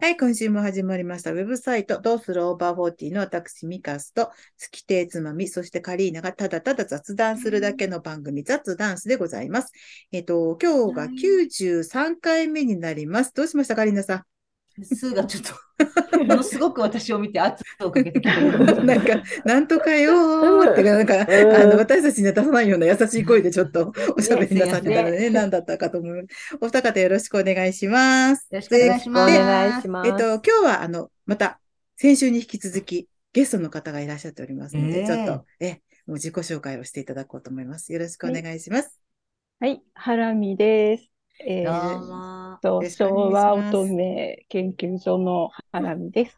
はい、今週も始まりました。ウェブサイト、どうするオーバーフォーティーの私、ミカスと、月亭つまみ、そしてカリーナがただただ雑談するだけの番組、雑ダンスでございます。えっと、今日がはい93回目になります。どうしました、カリーナ さ数がちょっとものすごく私を見て圧をかけてき てん。なんか、なんとかよーってか、なんか、あの私たちには出さないような優しい声でちょっ とおしゃべりなさってたのでね、何だったかと思います。お二方よろしくお願いします。よろしくお願いします。でお願いしますえっと、今日は、あの、また、先週に引き続き、ゲストの方がいらっしゃっておりますので、ええちょっと、え、もう自己紹介をしていただこうと思います。よろしくお願いします。はい、ハラミです。えどーうも。とよろしく昭お和願いします乙女研究所のハラミです。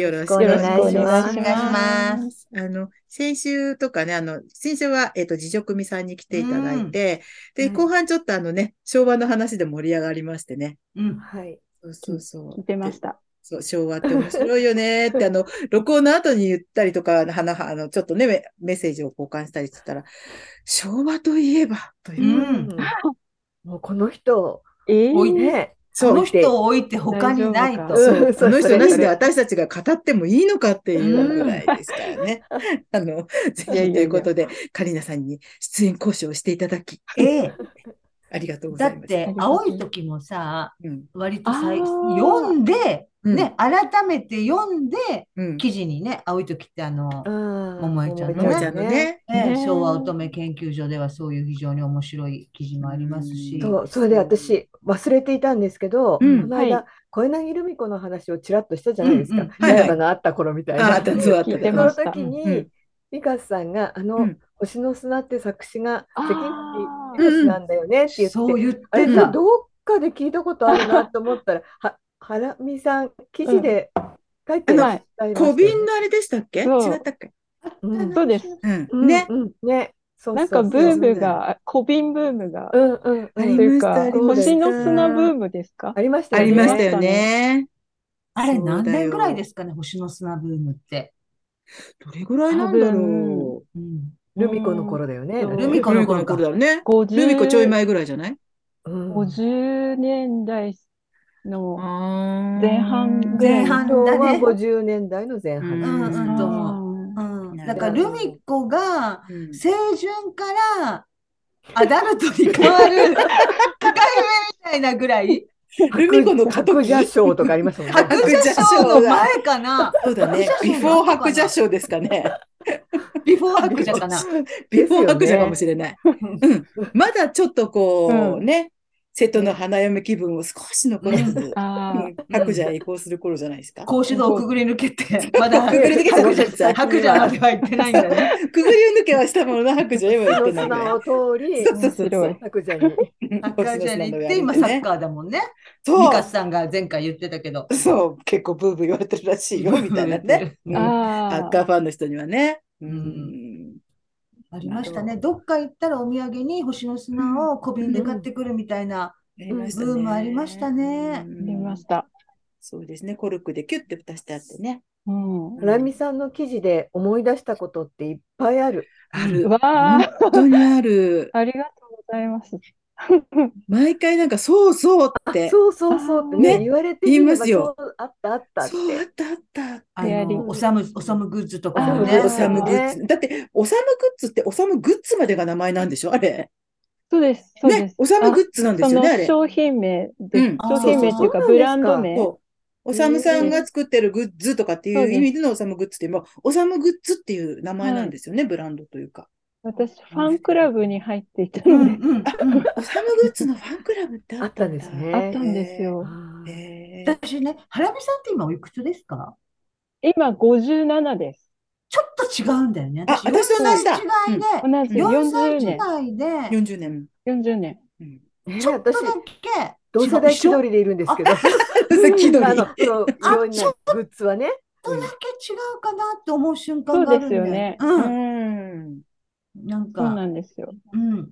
よろしくお願いしますよろくお願いしますあの、先週とかね、あの、先週は、えっと、自助組さんに来ていただいて、で、うん後半ちょっとあのね、昭和の話で盛り上がりましてね。うん。はい、そうそうそう。聞いてました。そう、昭和って面白いよねって、あの、録音の後に言ったりとか、はなあの、ちょっとね、メメッセージを交換したりしてたら、昭和といえば、というう。んもうこの人、えおいー、ね、こそうの、人を置いて他にない大と丈夫。かそうう、こんの 人それなしそでれ私たちが語ってもいいのかっていうぐらいですからね。あの、ぜひといやいやいやいうことで、カリナさんに出演交渉をしていただき、ええ。ありがとうござだいっます。て、青い時もさ、うん、割とさいあー読んで、うん、ね、改めて読んで、うん、記事にね、青い時ってあの、桃桃井ちゃんのねももちゃんの。ね。ねね昭和乙女研究所ではそういう非常に面白い記事もありますし。うんそう、それで私、忘れていたんですけど、うんこの間、はい小柳ルミ子の話をちらっとしたじゃないですうんかうん。はいはいライバのあった頃みたいああな。った、そうあった。聞いてそまのした時うんうにん、ミカさんが、あの、うん星の砂って作詞があー関口宏なんだよねって言って、そう言ってあれ、うんどた。っかで聞いたことあるなと思ったら、 は、はらみさん、記事で書いてらっしゃいましたよ小ね瓶のあれでしたっけ違そうったっけうんそうです。う。うんんね。うんね。そうなんそかうそうブームが、小瓶ブームが、うんうんあとりうん。いうあか、りました星の砂ブームですかありましたあよりね。ましたよね。あれそうだよ何年ぐらいですかね、星の砂ブームって。どれぐらいなんだろうんルミ子の頃だよね。うんう。ルミ子の頃かだよね。 50ルミ子ちょい前ぐらいじゃないうん50年代の、前前半ぐらい前半昭だ和ね。 50年代の前うん半。うんうんと思う。ううんなるほどだからルミ子がうん青春 からアダルトに変わる境目みたいなぐらいルミ子の過渡白期。蛇賞とかありましたもん白ね。蛇賞の前かなそうだね。ビフォー白蛇賞ですかね。ビフォー白蛇かな。 ビフォー白蛇かもしれない。うん。まだちょっとこう、うね、瀬戸の花嫁気分を少し残りつつ、あうん白蛇へ移行する頃じゃないですか。格子戸をくぐり抜けて、まだくぐり抜け白て蛇白蛇までは行ってないんだね。くぐり抜けはしたものの白蛇へは行って白ないんだ砂よ。を通り、そうそうそうそ白うい。白蛇に。白蛇に行って、今サッカーだもんね。ミそカさんが前回言ってたけど。。う、そう、結構ブーブー言われてるらしいよ、みたいなね。ーうんあサーッカーファンの人にはね。うんありましたね。どっか行ったらお土産に星の砂を小瓶で買ってくるみたいな。ありましたねブームありましたねうあんりました。そうですね。コルクでキュッて蓋してあってね。うん。ハラミさんの記事で思い出したことっていっぱいある。ある。わあ、本当にある。ありがとうございます。毎回なんか、そうそうって。そうそうそうってあーね、ね言われてみ言ればいますよそうあったあったって。そうあったあった。あペアリンの、グおさむ、おさむグッズとかあもーね。おさむグねッズ。だって、おさむグッズって、おさむグッズまでが名前なんでしょあれ。そうです、そうでねす。。おさむグッズなんですよね、あそのれ。商品名でうん商品名っていうかあそうそうブランド名。そう。おさむさんが作ってるグッズとかっていう意味でのおさむグッズって、もうおさむグッズっていう名前なんですよね、ブランドというか。私、ファンクラブに入っていたうのんで、うんうん。おさむグッズのファンクラブってあっただあったんですねあったんです。よ。あへー私ね、原美さんって今おいくつですか今、57です。ちょっと違うんだよね。あ私と同じだ4歳違い同じで、4 40年。歳違いで、 40年。 40年。うんーちょっと私だ、け、同世代気取りでいるんですけど。 気取ありの、 そのいろんなグッズはね。ちょっとだけ違うかなって思う瞬間があるんだよね。ううん。ん。なんそうか、なんですよ。うん。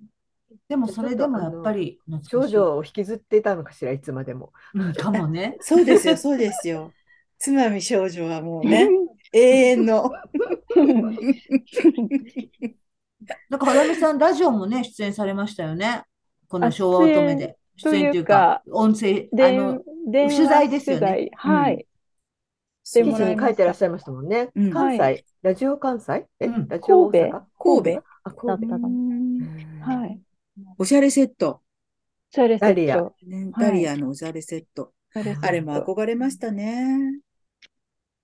でもそれでもやっぱり懐少かしい、女を引きずってたのかしら、いつまでも。うんかもね。そうですよ、そうですよ。つまみ少女はもう ね、永遠の。なんか原美さん、ラジオもね、出演されましたよね。この昭和乙女で。出演というか、音声、あ電の、電話取材ですよね取材はい。記も記ら事いにま書いしてらっしゃいましたもんね。うん関は西、ラジオ関西え、うんラジオ大神阪神戸あ、だっ神たかな。い。はい。おしゃれセット。シャレセダリッアト。ね、ダリアのおしゃれセット。シャレセットあれも憧れましたね。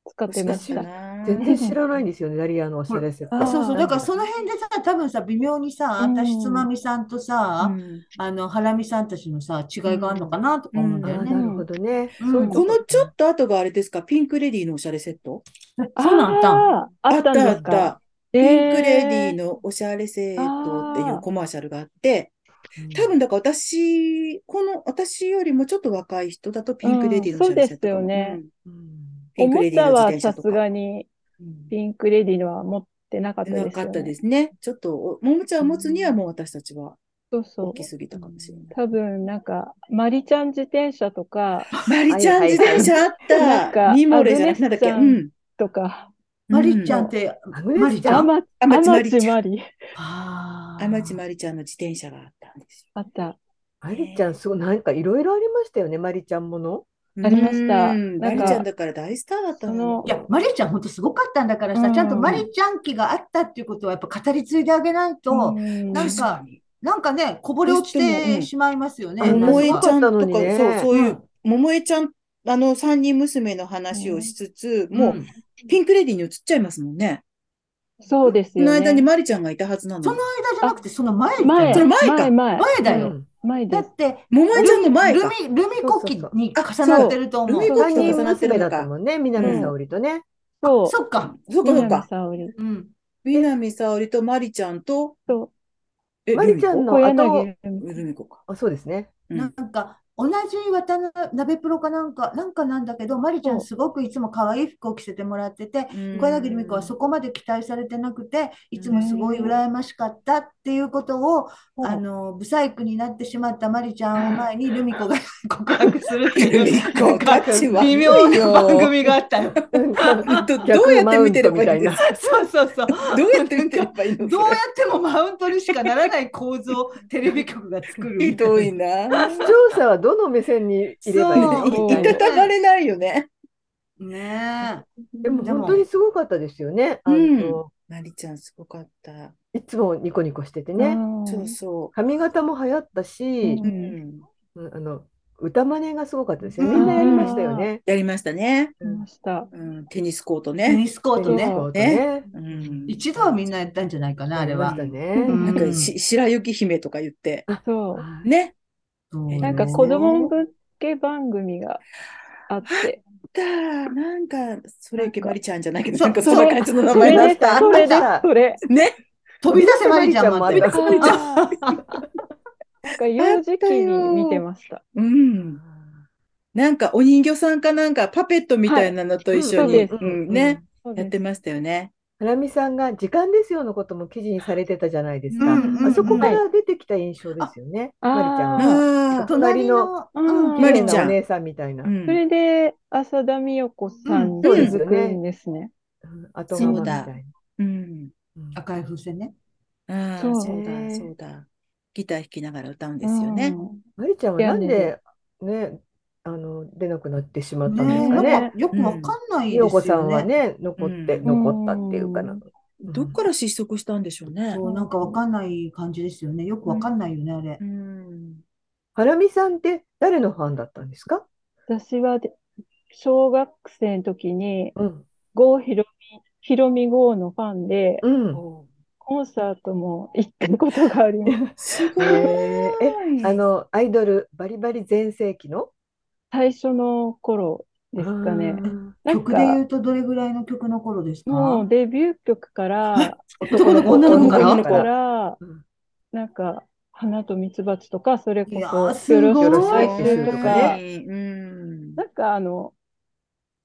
使ってまし欲たし。か戸。っ全な然知らないんですよね、ダリアのお知らせ。あーそうそう、だからその辺でさ、多分さ、微妙にさ、うん私、つまみさんとさ、うんあの、ハラミさんたちのさ、違いがあるのかなとか思うんあだよーね。なるほどね。うんそういうこのちょっっと後があれですか、ピンクレディーのおしゃれセットえそうなんだ。あーあったんあでったすあっかた。ピンクレえディーのおしゃれセットっていうコマーシャルがあって、多分だから私、この私よりもちょっと若い人だとピンクレディーのおしゃれセットかも。うんそうですよねうんと。ピンク思レっディーのた自は転車さとすか。がにうんピンクレディーのは持ってなかったですよなね。かったですね。ちょっとお、ももちゃんを持つにはもう私たちはそうそ大う。きすぎたかもしれない。多分なんか、マリちゃん自転車 とか、マリちゃん自転車あっなた。んかミモレじゃなくてなんだっけ。アうグネん。とか、マリちゃんっう。て、アグネスちゃあん。ま、あ天地まマリちゃんちまり。あー天地マリちゃんの自転車があったんですあった。マリちゃん、すごい、なんかいろいろありましたよね、マリちゃんもの。よ。ありましたうんなマんかリちゃんだから大スターだったのよそのいや、マリちゃん、本当すごかったんだからさ、ちゃんとうんマリちゃん気があったっていうことは、やっぱ語り継いであげないと、うんなん確かかに。なんかね、こぼれ落ちどうしてもうてんしまいますよね。あなんか桃江ちゃんとか、よかったのにねそう、そういうう、桃江ちゃん、あの、三人娘の話をしつつ、んもう、ピンクレディーに移っちゃいますもんね。そうですそよのね。間にマリちゃんがいたはずなそのの。間じゃなくて、その前じゃん前、それ前か前、前、前だよ。うん前だです。って、桃江ちゃんの前ルか。ミ、ルミ国旗に重なってると思う。ルミそ国う旗と重三人なってる娘だのったか。もんね、南沙織とね。そう、そっか。そうか、そう南か。沙織。うん。南沙織とマリちゃんと、そう、えマリちゃんルミの小あ柳ル子ミルミ子か。あ、そうで すね。うなんんか、同じ渡辺、鍋プロかなんか、なんかなんだけど、マリちゃんすごくいつも可愛い服を着せてもらってて、小柳ルミ子はそこまで期待されてなくて、いつもすごい羨ましかったっていうことを、うんあの、ブサイクになってしまったマリちゃんを前にルミ子が 告白するってルミいう、子たちは微妙な番組があったよ。どどうやって見てればいいんですかそうそうそう。どうやって見てればいいのどうやってもマウントにしかならない構造をテレビ局が作るひみたいなどいな。視聴者はどの目線にいればいいのそうみいたいいたなたまれないよね。ねえ。でも本当にすごかったですよね。あのマリちゃんすごかった。いつもニコニコしててうね。んそうそ髪型も流行ったしう。う。うんうんあの歌真似がすごかったですよ。うんみんなやりましたよね。やりましたね。いました。うん、テニスコートテね。ニスコーテトニスね。コートね。うん一度はみんなやったんじゃないかな、あれやはりま。したうなんね。かし白雪姫とか言って。そう。ね。そうなんか子供向け番組があって、だなんか、それいけなんかマリちゃんじゃないけど、そうなんかそんな感じの名それ前だでっす、それです、それ。た。ね。飛び出せマリちゃんもあったよ飛び出せマリちあなんか幼児期に見てました。うん。なんかお人形さんかなんかパペットみたいなのと一緒に、はいうんそうですうんね、そうやっでてす。ましたよね。ハラミさんが時間ですよのことも記事にされてたじゃないですか。うんうんあそこから出てきた印象ですよね。あマリちゃんあは。ああ、隣の、隣うのんあーマ綺リ麗ちゃなんお姉さんみたいなう。んそれで、浅田美代子さうんにんそうです続よくねんですね。うん後釜みたいな。うん。うん赤い風船ね。ああ、そうそうだ、そうだ。ギター弾きながら歌うんですよね。マリちゃんはなんいでね、あの出なくなってしまったんでねえすなかんね。かよくわかんない美で代子すさんはよね。ね、残ってうん残ったっていうかなうん。どっから失速したんでしょうね。そう、なんかわかんない感じですよね。よくわかんないよね、あれう。ん。ハラミさんって誰のファンだったんですか？私はで、小学生の時に、うん。郷ひろみ、ひろみ郷のファンで、うん。コンサートも行ったことがあります。 すごえい。え、あのアイドルバリバリ全盛期の最初の頃ですかね。なん曲で言か、うとどれぐらいの曲の頃ですもかうデビュー曲 から、男の子、女女のの子子か女らのだ子からうん、なんか、花と蜜蜂とか、それこいやーそ、すごいよろしくお願い愛すするるととか、かねうん。なんかあの、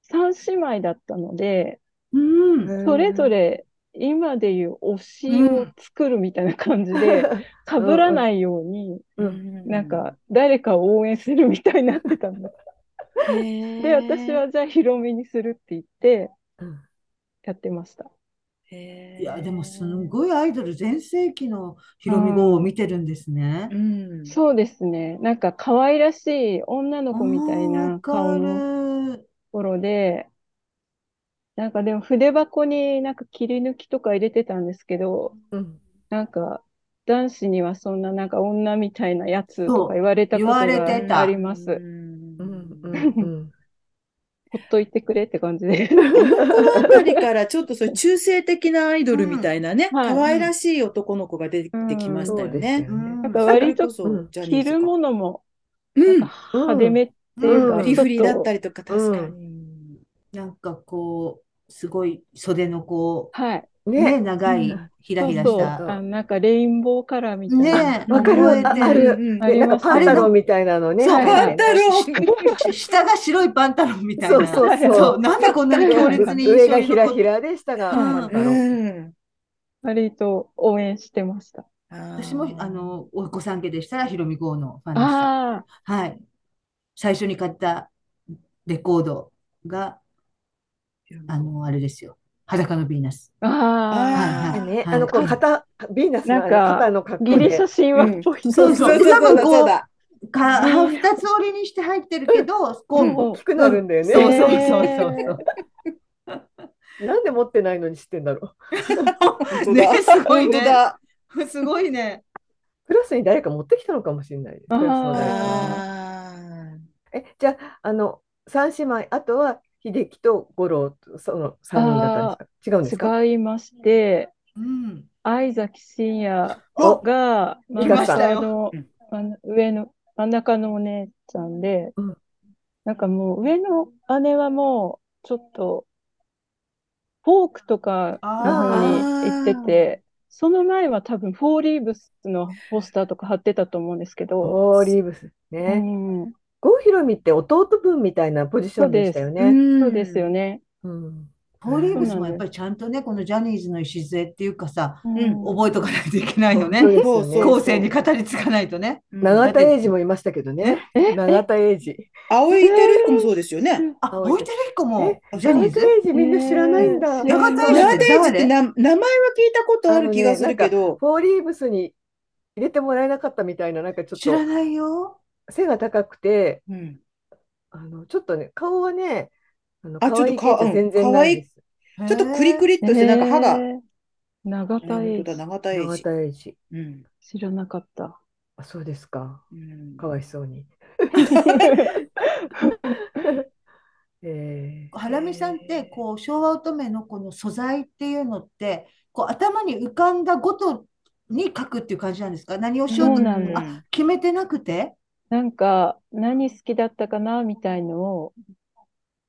三姉妹だったので、うん。それぞれ今でいう推しを作るみたいな感じで、被らないように、うんなんか、誰かを応援するみたいになってたんだ。でで、私はじゃあ、ヒロミにするって言ってうんやってました。へーいや、でもすんごいアイドル全盛期のヒロミ号を見てるんですねう。ん。そうですね。なんか可愛らしい女の子みたいあーなわ顔かのる。頃で、なんかでも筆箱になんか切り抜きとか入れてたんですけど、うんなんか男子にはそんななんか女みたいなやつとか言われたそうことが言われてたあります。ううんんうんほっといてくれって感じで。この辺りからちょっとそういう中性的なアイドルみたいなね、うんはい可愛らしい男の子が出てきまうん。しそたようですね。よね。なんか割とそれこそジャニー着ズるものもうなんんか。派手めっていううんフか、リちょっフリだったり。りとか、確かに。なんかこう、すごい袖のこはい。う、ねね、長い、うんひらひらそうしそう。た。あなんかレインボーカラーみたいな。ねえ、わかる覚えてあるうんありで、なんまかすパンタロンみたいなのね。そうはいパはンいタロ 下が白いパンタロンみたいそうな。そうそうそう。なんでこんなに強烈に上印象がにひら残っひらで下がパンタロン。ン。割と応援してました。私も、あ、の、お子さん家でしたら、ヒロミ号のファンでした。あはい。最初に買ったレコードが、あの、あれですよ。裸のヴィーナス。あ、ああ、はいはいね、はいあのこう肩、ビーナスのあなれんか肩の格好ギリシャ神話っぽい。そうそうそうそうだ、そうだ。か、ヴィーナス二つ折りにして入ってるけど、こうんう、大きくなるんだよね。そうへそうーそうそうなんで持ってないのに知ってんだろう。そう。ね、すごい本当ね。だ。すごいね。クラスに誰か持ってきたのかもしれないです。クラスの誰かあえ、じゃあ、あの、三姉妹、あとは秀樹と五郎と、その三人だったんですか。違うんですか。違いまして、うん。相崎真也おがお真ん中のいま、真ん上の、真ん中のお姉ちゃんでうん、なんかもう上の姉はもうちょっと、フォークとかの方に行ってて、その前は多分フォーリーブスのポスターとか貼ってたと思うんですけど、オーリーブス。うね。ん、郷ひろみって弟分みたいなポジションでしたよあ。ね。そうですよね。ね。うん。ポーリーブスもやっぱりちゃんとね、このジャニーズの礎っていうかさ、ん覚えとかないといけないのねそう。ですよそうね。後世に語り継がないとね。永田英二もいましたけどね。永田英二。青井輝彦もそうですよね。あ、青い置いてる彦もえジャニー永田ズ英二みんな知らないんだ。えー永田英二永っ田て英二って誰な名前は聞いたことある気がするけど、フォーリーブスに入れてもらえなかったみたいな、なんかちょっ知らとないよ。背が高くて、うんあのちょっとね、顔はね、あのあちょっと可愛い系じゃ全然ないです。ちょっとクリクリっとして、なんか歯が。へー長田本英当だ、二永田英永二。田英二。うん知らなか った。あ、そうですか。うんかわいそうに。えーハラミさんってこう昭和乙女のこの素材っていうのってこう頭に浮かんだごとに書くっていう感じなんですか何をしようそうとなんだあ決めてなくてなんか何好きだったかなみたいのを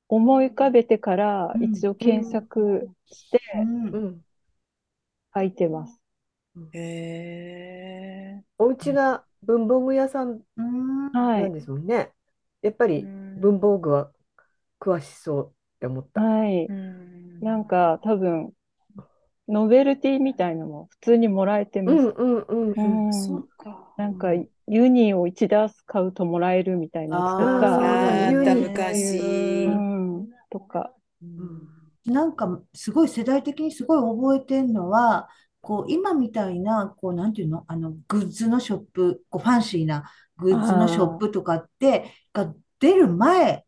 思い浮かべてからうん一応検索してうんうん、書いてます。へーお家が文房具屋さんうんはなんい。ですもんね。やっぱり文房具は詳しそうって思った。はい。うんなんか多分ノベルティみたいのも普通にもらえてうまんす。うんうんううん。んそうか。なんかユニを1ダース買うともらえるみたいなやつとあか、あーーそうあだっねた昔うーん、とか。なんかすごい世代的にすごい覚えてるのはこう今みたいなこうなんていうのあのグッズのショップこうファンシーなグッズのショップとかってが出る前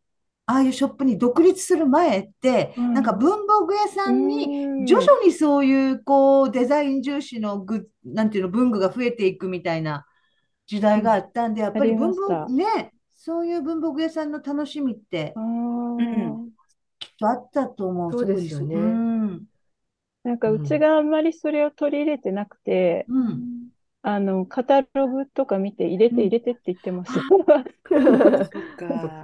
ああいうショップに独立する前ってうんなんか文房具屋さんにうん徐々にそういうこうデザイン重視のグッなんていうの文具が増えていくみたいな時代があったんで、やっぱりありま文し房た具ねそういう文房具屋さんの楽しみってあんーきっとあったと思うそうですよ特ねにそううんなんかうちがあんまりそれを取り入れてなくて、うんあの、カタログとか見て入れて入れてって言ってました。 そっそっ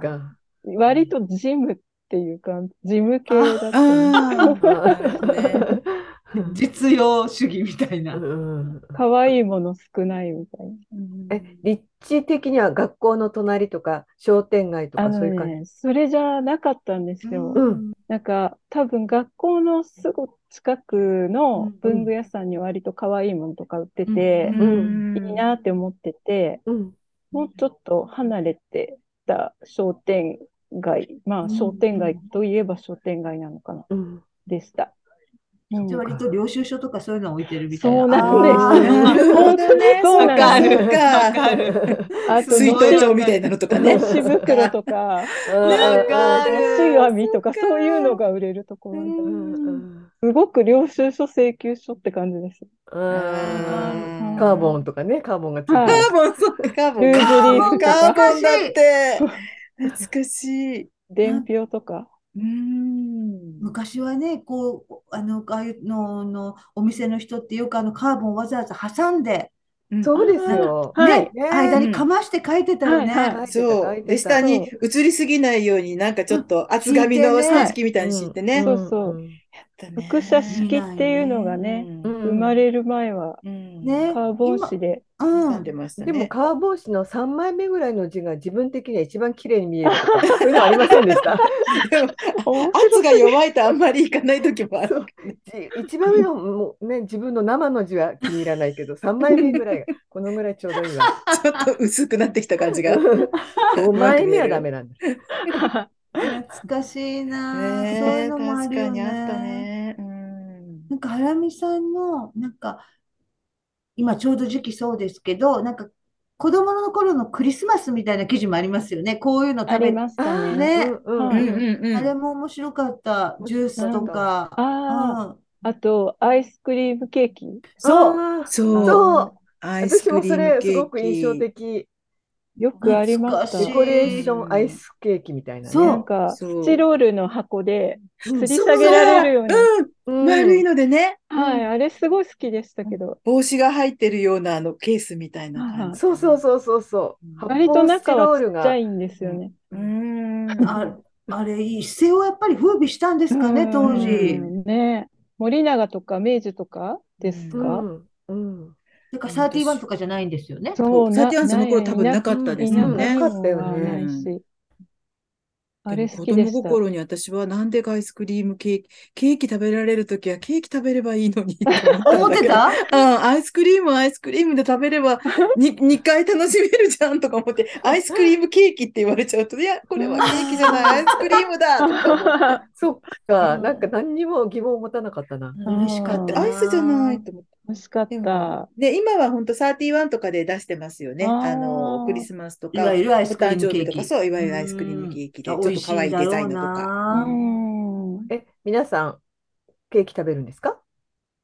か。か。割とジムっていうか、ジム系だったんでああ、なるほどね。実用主義みたいな。 うん可愛いもの少ないみたいな。え、立地的には学校の隣とか商店街とあかのそういう感じ。ね、それじゃなかったんですよ。うんなんか、多分学校のすぐ近くの文具屋さんに割と可愛いものとか売ってて、うんいいなって思ってて、うん。もうちょっと離れてた商店街、まうあん商店街といえば商店街なのかな、うん。でした。うん、割と領収書とかそういうの置いてるみたいそうな。なんですあーな るほどね。 そうそっなんだか、そっわか。かる。あと、水筒帳みたいなのとかねの。し袋とか、かわる安い網とか、そっかそういうのが売れるところなんだ。うんすごく領収書、請求書って感じです。あカーボンとかね、カーボンがついてるはカいーボン、そっか、カーボルーンズリ。ーカーボフンとか、だって。懐かしい。伝票とか。うーん。昔はね、こう、あの、ああいうののお店の人ってよくあのカーボンをわざわざ挟んで、うんそうですよ。はねい、ね間にかまして書いてたようんはいねは。そう。で、下に映りすぎないように、なんかちょっと厚紙うのん敷いてね掃除機みたいに敷いてね。うんそうそう複写式っていうのがね、うん生まれる前は、うん。ねカーボン紙で。ううんん。並んでましたね。でも、カーボン紙の3枚目ぐらいの字が自分的には一番綺麗に見えるとか、そういうのありませんでしたでも面白い圧が弱いとあんまりいかない時もある。じ一番目のもう、ね、自分の生の字は気に入らないけど、3枚目ぐらいが、このぐらいちょうどいいわ。ちょっと薄くなってきた感 じが。 5枚目はダメなんだ。懐かしいなあ。そうねいえうのもあ確るかよにあったね。ね。うん。なんか、ハラミさんの、なんか、今ちょうど時期そうですけど、なんか、子供の頃のクリスマスみたいな記事もありますよね。こういうのあ食べりましたね。ねうんううんんうんうん。あれも面白かった。ジュースとか。ああ、うん。あと、アイスクリームケーキ。そう。あーそうそう。アイス私クもリーそムれケーキ。すごく印象的。よくありましたデ懐ね。コレーションアイスケーキみたいなね。そうなんか、そうスチロールの箱で、吊りそう下げられるような。うん、丸いの。のでね、はい、あれすごい好きでしたけど、帽子が入ってるようなあのケースみたいな感じ。そうそうそうそうそうう。ん発泡割と中はスちチロっールがちゃいんですよね。うーん。あ、あれ、一世をやっぱり風靡したんですかね、当時。うんね。森永とか明治とかですうか、んうん。だからサーティワンとかじゃないんですよね。そうサなティアンその頃多分なかったですよいね。なかったよないねないし。あでれも好子きで供した。心に私はなんでアイスクリームケーキ、ケーキ食べられるときはケーキ食べればいいのにって思ったんだけど 思って うたん、アイスクリームはアイスクリームで食べればに2回楽しめるじゃんとか思って、アイスクリームケーキって言われちゃうと、いや、これはケーキじゃない、アイスクリームだとか思って そっか、うんなんか何にも疑問を持たなかったな。嬉しかっ だってた。アイスじゃない。と思って。美味しかっでたも。で、今は本当サーティワンとかで出してますよね。ああーの、クリスマスといか、わゆるアイおスクリ誕ーム生ケ日ーとか、キ。そう、いわゆるアイスクリームケーキで、ちょっ美と味し可愛いいだデろザイうンのとか。な。うん。え、皆さん、ケーキ食べるんですか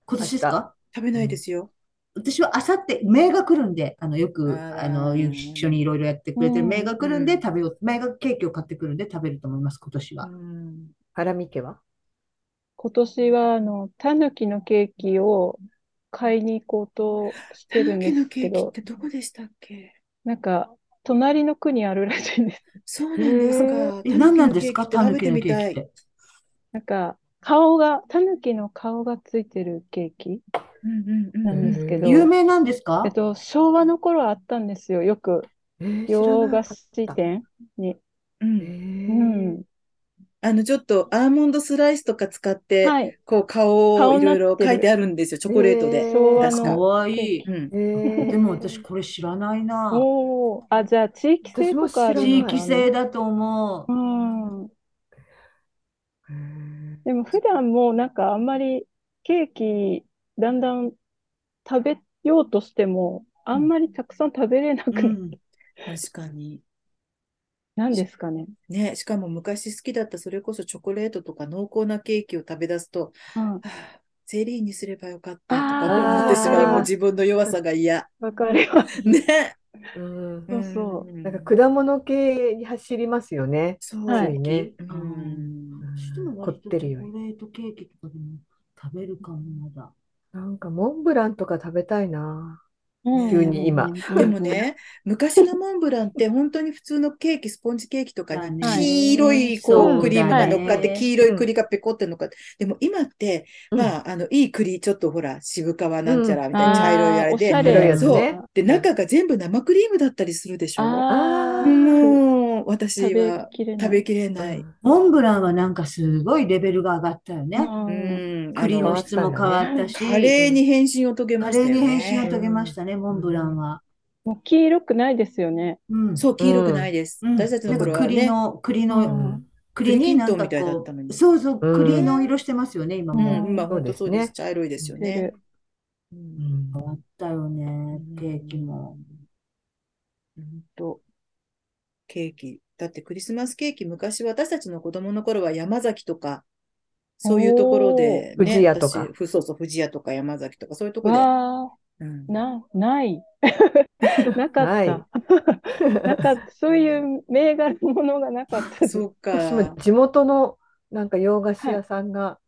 今年ですか食べないですよ。私はあさって、名が来るんで、あの、よく、あーあの、一緒にいろいろやってくれてる、うん名が来るんで食べよう、名がケーキを買ってくるんで食べると思います、今年は。うんハラミ家は今年は、あの、たぬきのケーキを買いに行こうとしてるんで狸のすケけーキっど、てどこでしたっけなんか、隣の区にあるらしいんです。そうなんですへか。え、何なんですか、たぬきの狸ケーキっ食べてみたいて。なんか、顔が、たぬきの顔がついてるケーキうんうんうなんん。ですけど、有名なんですかえっと、昭和の頃あったんですよ。よく、えー洋菓子知らなかった店に。うんうえん。あの、ちょっとアーモンドスライスとか使って、はい。こう顔を顔いになろっいてるろ書いてあるんですよ、チョコレートで。え昭和確かの。わいい。うん。ーでも私これ知らないな。おーあ、じゃあ、地域性とかある地のかな域性だと思うう。ん。へーでも、普段もなんか、あんまりケーキ、だんだん食べようとしても、あんまりたくさん食べれなくうな、ん。確かに。なんですかね。ね、しかも昔好きだったそれこそチョコレートとか濃厚なケーキを食べ出すと、うん。はあゼリーにすればよかったとあかー思ってしまう、もうあー自分の弱さが嫌。わかります。ね。うんそうそうんなんか果物系に走りますよね。そう。はいねうあん。私でも割凝っとてチるョよコり。レートケーキとかでも食べるかもまだ。なんかモンブランとか食べたいうな。ん急に今でも、ね、昔のモンブランって本当に普通のケーキ、スポンジケーキとかにまあね黄色いそうこうクだねリームが乗っかって、うん黄色い栗がペコって乗っかって、でも今って、うんまあ、あの、いい栗、ちょっとほら、渋皮なんちゃらみたいな茶色いあれおしでゃ、れやつねそうで、中が全部生クリームだったりするでしょ。あーもう、私食べはきれない食べきれない。モンブランはなんかすごいレベルが上がったようね。うんん、栗あのの質も変わったし、カレーに変身を遂げカましレたよーにね。変身を遂げましたね、モンブランは。もう黄色くないですよね。うん。そう、黄色くないです。うん私たちの頃はなんか栗ね。の、栗うのん栗になんか栗きんとんみたいだこったのう、にそうそう、うん栗の色してますよね、今うん、も。今、そう本で当すそうです。ね茶色いですよね。うんだよね、ケーキも。。うんと、ケーキ。だってクリスマスケーキ、昔私たちの子供の頃は山崎とか、そういうところで、ね、おー富士屋とか私ふそうそう、富士屋とか山崎とか、そういうところわで。うんあ、な、ない。 なかなっいた。なかった。そういう銘柄ものがなかったです。そう私もか。地元のなんか洋菓子屋さんが、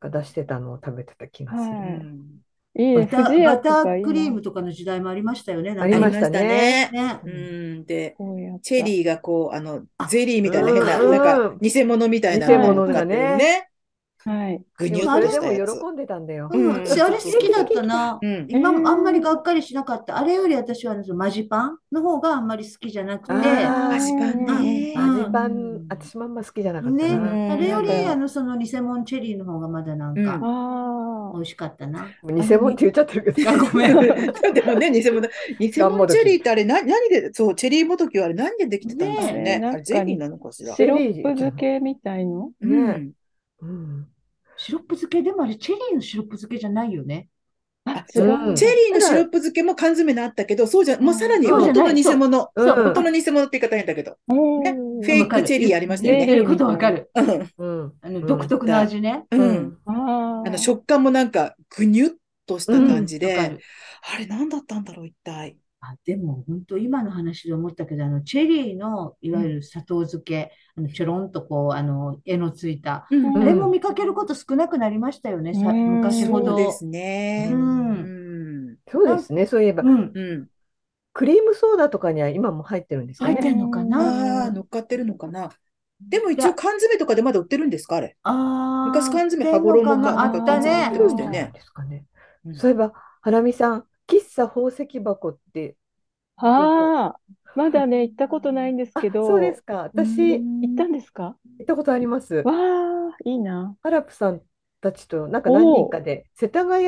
なんか出してたのを食べてた気がする。うはいんいいバね。タ不二家バとタかいーいクリーなムとかの時代もありましたよね、なああんりりかままししたたねね。ね。うん、で、こうやったチェリーがこう、あの、ゼリーみたいなうん変な、うんなんか、偽物みたいな偽物がだねね。はい。ぐにゅでっともそれしでたやつ。も喜んでたんだよ。うんうん、私あれ好きだったな。うん。今うんもあんまりがっかりしなかった。あれより私はあのマジパンの方があんまり好きじゃなくて、あ菓子パンね。うん味パうんン、私もあんま好きじゃなかったね、な。うんあれよりなんかあのその偽物チェリーの方がまだなんうかあ美味しかったな。もう偽物って言っちゃってるけど。あごめん。 でもね、偽物だ。偽物チェリーってあれ何、何で、そう、チェリーもどきはあれ何でできてたんですよねね。えあれゼリーなのかしあ、ら。シロップ漬けみたいのうねん。うんシロップ漬けでもあれチェリーのシロップ漬けじゃないよね。あ、そう違ううんチェリーのシロップ漬けも缶詰にあったけど、そうじゃ、もうさらにそうじ元ゃないの偽物。そうそううん元の偽物って言い方変だけど。おねーフェイクチェリーありましたよ言ってね。ることわかる。うんうんあのうん独特な味ね。う。うんんああのョッ食感もなんか、ぐにゅっとした感じわかるで、あれ何だったんだろう、一体。あ、でも本当今の話で思ったけど、あのチェリーのいわゆる砂糖漬け、あのちょろんとこうあの絵のついた、うあんれも見かけること少なくなりましたよね。さうん昔ほそうでど。すねう。。うんん。そうですね。そういえば、うん。うん。クリームソーダとかには今も入ってるんですか入っね。てんのかああ、な。乗っかってるのかな。でも一応缶詰とかでまだ売ってるんですか、あれ。ああ、昔缶詰売って羽んの衣かかななあんか缶った詰売ってまねしたよね。ですかねうんそういえば、ハラミさん、喫茶宝石箱って、ああ、まだね、行ったことないんですあけど、そうですか。私、行行ったんですかったことあります。わあ、いいな。ハラプさんたちと、なんか何人かで、世田谷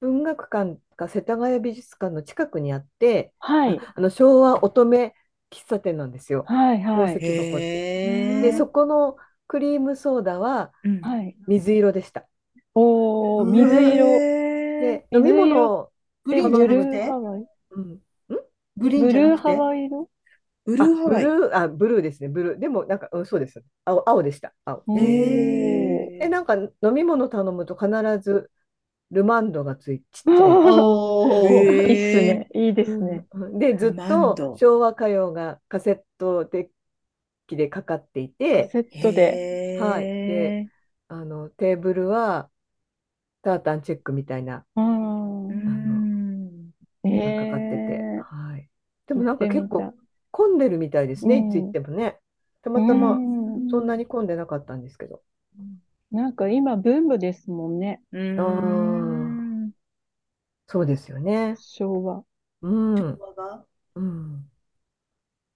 文学館か世田谷美術館の近くにあって、はい、あの昭和乙女喫茶店なんですよ。はい、は宝い、石箱ってへーで、そこのクリームソーダはうんはい。水色でした。おー、水色。へで、飲み水物色を、グで、リーンじブゃなルくーてハワイ。うん、グリーンブじゃルーなくハてワイ色ーブルあ、ーハワイ。ブルー、あ、ブルーですね、ブルー。でも、なんか、うん、そうです。青、青でした。青。おーへで、ー なんか、飲み物頼むと必ず、ルマンドがついちっちゃい。あへおーーいいっすね。いいですね。うんで、ずっルマンとド昭和歌謡がカセットデッキでかかっていて、セットで。へーはいであのテーブルはタータンチェックみたいなうんう。ん。のがかかってえて、ーはい、でもなんか結行っ構て混んでるみたいですね、うんいつ行ってもね。たまみたいたまうんそんなに混んでなかったんですけど。なんか今、ブームですもんね。うんあそうですよね。昭和。うん。がうん。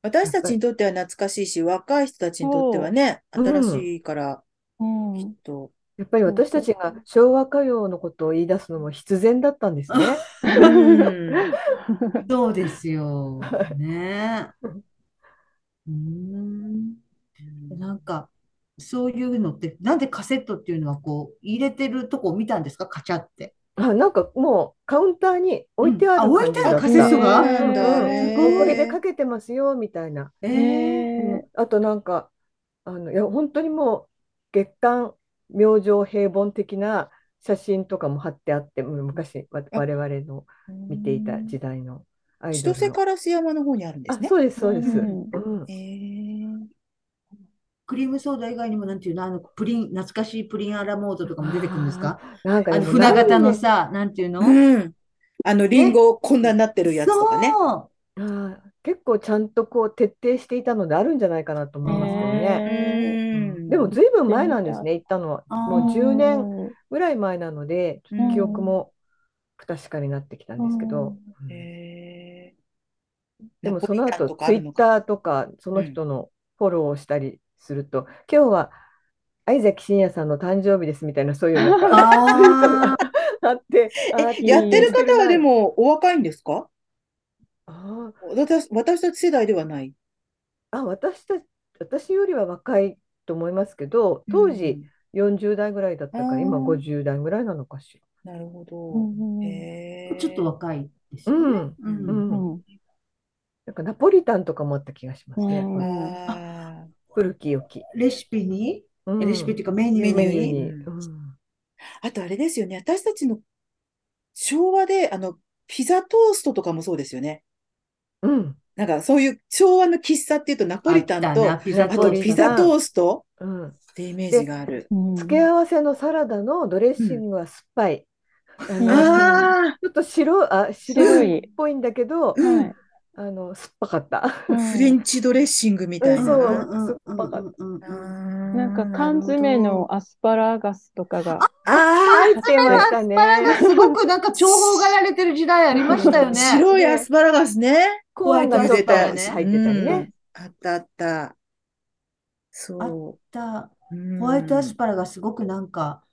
私たちにとっては懐かしいし、若い人たちにとってはね、そう新しいから、うん。きっと。やっぱり私たちが昭和歌謡のことを言い出すのも必然だったんですね。うんそうですよ。ね。うーん。なんか、そういうのって、なんでカセットっていうのはこう、入れてるとこを見たんですかカチャって。あ、なんかもうカウンターに置いてあうんるあ置い感てじあだるった。カセットがへーなんだうんねこれでかけてますよみたいな。えーえうんあとなんかあのいや本当にもう月刊明星平凡的な写真とかも貼ってあってうん昔わ我々の見ていた時代のアイ千ドル歳の。烏山の方にあるんであすね。そうですそうです。ううんんへークリームソーダ以外にも、なんていうの、あの、プリン、懐かしいプリンアラモードとかも出てくるんですかなんかあでの、も船形の何さ、なんていうのうん。あの、リンゴこんなになってるやつとかね。そう。年あー結構ちゃんとこう徹底していたのであるんじゃないかなと思いますけどね。へでもずいぶん前なんですね行ったのはあもうー10年ぐらい前なのでちょっと記う憶んも不確かになってきたんですけど。うんへーでもナポそリのタン後とかあツイるのッかターとかその人のフォローをしたりすると、今日は相崎真也さんの誕生日ですみたいなそういうのがああ、あって、あえやってる方はでも、もお若いんですかあー私私たち世代ではない。あ、私たち私よりは若いと思いますけど、当時40代ぐらいだったかあーら、今50代ぐらいなのかしなるほうんうんど。へえ ちょっと若いですら。うよね。ん。ううんんうんなんかナポリタンとかもあった気がしますね。うんあ古き良き。レシピに、うんレシピっていうかメニュメーニューメにに。うんーあとあれですよね。私たちの昭和で、あの、ピザトーストとかもそうですよね。うん。なんかそういう昭和の喫茶っていうとナポリタンあっと、たなピザあトとーストピザトーストうん。ってイメージがある。うん付け合わせのサラダのドレッシングは酸っぱい。んあのあちょっと白、あ、白白いっい。ぽいんだけど、うんはいあの、酸っぱかった。うあ、んフレンチドレッシングみたいな。そうんううん酸っぱかっうんうんうんうんななんか缶詰のアスパラガスとかがあ入ってましたね。すごくなんか重宝がられてる時代ありましたよあ、ね。白いアスパラガスね。コーンがホちワょっイとト入がってねたりね。うんあったあった。そだう。ホワイトアスうんパラがすごくなんか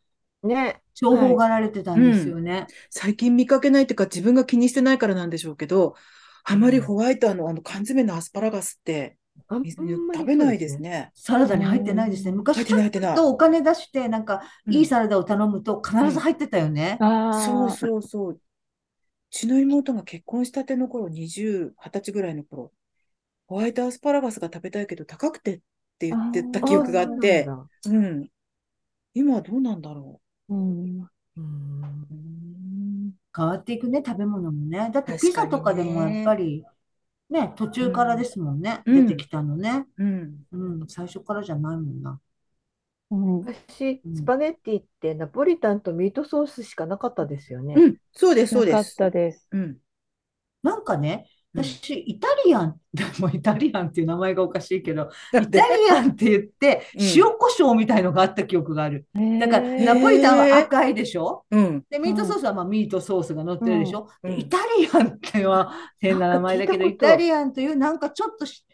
ね。重宝がられてたんですよね。最近見かけないっていうか自分が気にしてないからなんでしょうけど、あまりホワイトあのあの缶詰のアスパラガスってあんまり食べないです。ね。サラダに入ってないですね。昔入ってない入ってないちょっとお金出してなんかいいうんサラダを頼むと必ず入ってたよね。そうあそうそう。うちの妹が結婚したての頃、20、20歳ぐらいの頃、ホワイトアスパラガスが食べたいけど高くてって言ってたあー記憶があってそう、なんだうん。今はどうなんだろあ、うん、うんう。うーん変わっていくね、食べ物もね。だって確ピかザにねとかでもやっぱりね、途中からですもんね。うん出てきたのね。うん。うん、最初からじゃないもんな。うん、私う、んスパゲッティってナポリタンとミートソースしかなかったですよね。うん。そうです、そうなでかっす。たです。うん。なんかね、うん私、イタリアン、でもイタリアンっていう名前がおかしいけど、だっイタて、リアンって言って、うん塩コショウみたいのがあった記憶がある。だから、へーナポリタンは赤いでしょうん。で、ミートソースはまあミートソースが乗ってるでしょうんでうんイタリアンっては変な名前だけど、なんか聞いイたことタリアンというなんかちょっとし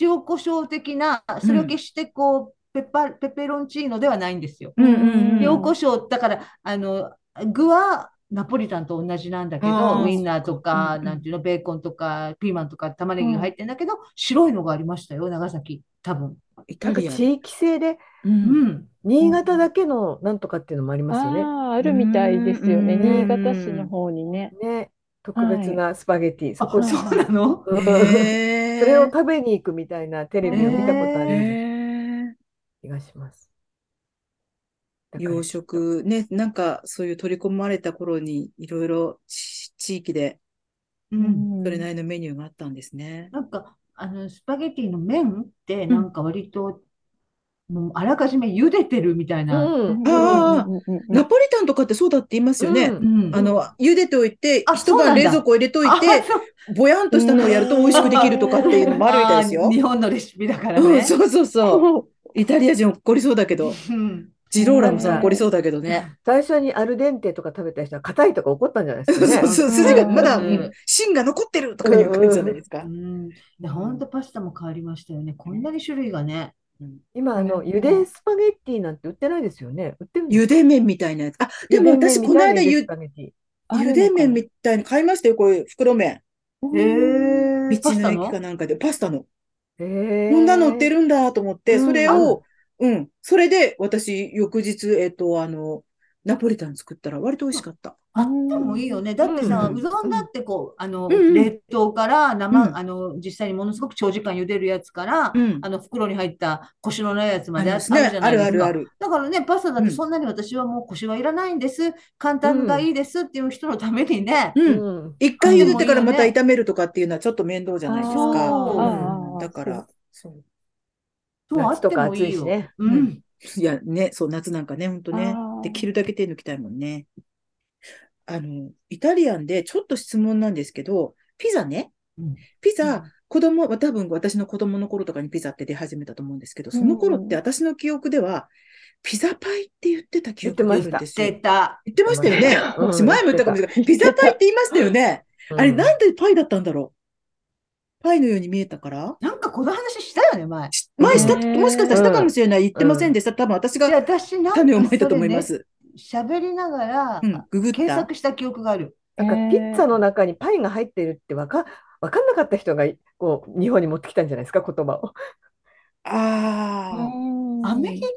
塩コショウ的な、それを決してこう、ペッパ、ペペロンチーノではないんですよ。うんうんうん。塩コショウだからあの具はナポリタンと同じなんだけあどーウインナーとそっかかうんうんなんていうのベーコンとかピーマンとか玉ねぎが入ってんだけど白いのがありましたよ長崎多分イなタんかリアン。地域性で、う。うんん新潟だけのなんとかっていうのもありますよね。ああ、あるみたいですよね。うん新潟市の方にね。ね、特別なスパゲティ、そあこそうに、はなのうん へーそれを食べに行くみたいなテレビを見たことへあるようなー気がします。だから洋食ね、なんかそういう取り込まれた頃にいろいろち地域でうんそれなりのメニューがあったんですね。なんかあのスパゲティの麺ってなんか割ともうあらかじめ茹でてるみたいなううんん、ああうんうんうんナポリタンとかってそうだって言いますよね。うんうんあの、茹でておいて、あ一そうな晩んだ冷蔵庫入れといあて、そうぼやんとしたのをやると美味しくできるとかっていうのもあるみたいです あよー。日本のレシピだからうん、ねそうそうそう。イタリア人怒りそうだけど、うんジローラムさん怒りそうだけどね。最初にアルデンテとか食べた人は硬いとか怒ったんじゃない でそうすかそうね。そう、うん筋がまだ、うんうん芯が残ってるとかいう感じじゃないですかう。ん、いや、本当パスタも変わりましたよね。こんなに種類がね。今あの、うんゆでスパゲッティなんて売ってないですよね。売ってるんです茹で麺みたいなやつ。あ、でも私、この間ゆ、スパゲッテあ茹るのかなで麺みたいに買いましたよ、こういう袋麺。うんへ道パスのタ駅かのなんかで、パスタの。ィ。こんなの売ってる。るんだと思って、うんそれあを、うん、それで私、翌日、えっと、あの、ナポリタン作ったら割と美味しかった。あってもいいよね。だってさ、うんうどんだってこう、あの、うんうん冷凍からうん生、あの、実際にものすごく長時間茹でるやつからう、ん。あの、袋に入ったコシのないやつまあでりあまあるすじね。ゃなあいるであするかあ。る。だからね、パスタだっうんてそんなに私はもうコシはいらないんです。簡単がいいですっていう人のためにね、う。うんん。一回茹でてからあでまもいいたよね炒めるとかっていうのはちょっと面倒じゃないですあか。ーうんあーだから、そう。そうあっ夏とてかもい暑いいしよ。ねう。うんいや、ね、そう、夏なんかね、ほんとねあ。ーできるだけ手抜きたいもんね。あの、イタリアンでちょっと質問なんですけど、ピザねうん。ピうザん、子供、多分私の子供の頃とかにピザって出始めたと思うんですけど、その頃って私の記憶では、ピザパイって言ってた記憶があるんですよ出。た。言ってましたよね。うん私前も言ったかもしれない。ピザパイって言いましたよね。あれ、なんでパイだったんだろう。パイのように見えたからなんかこの話したよね、前。し前した、へーもしかしたらしたかもしれない。言ってませんでした。多分私いがや私なんか種をまいたとそ思れいねます。喋りながらうん、ググっ検た。索した記憶がある。なんかピッツァの中にパイが入ってるってわかわかんなかった人がこう日本に持ってきたんじゃないですか言葉を。あアメリカで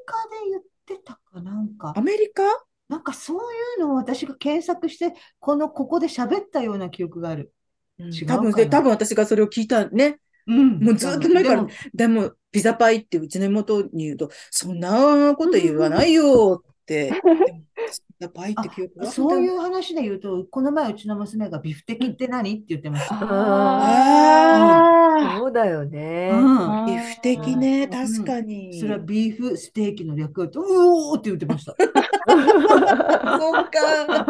言ってたかなんかあ、ア。メリカなんかそういうのを私が検索して、この、ここで喋ったような記憶がある。違うかな多分で、多分私がそれを聞いたね。うんもうずっと前からでもでも、ピザパイってうちの妹に言うと、そんなこと言わないよって。でもピザパイって記憶があったそういう話で言うと、この前うちの娘がビフテキって何って言ってました。あそうだよね。うん。あ、皮膚的ね、確かに。それはビーフステーキの略だと、うおーって言って ました。そうか。あ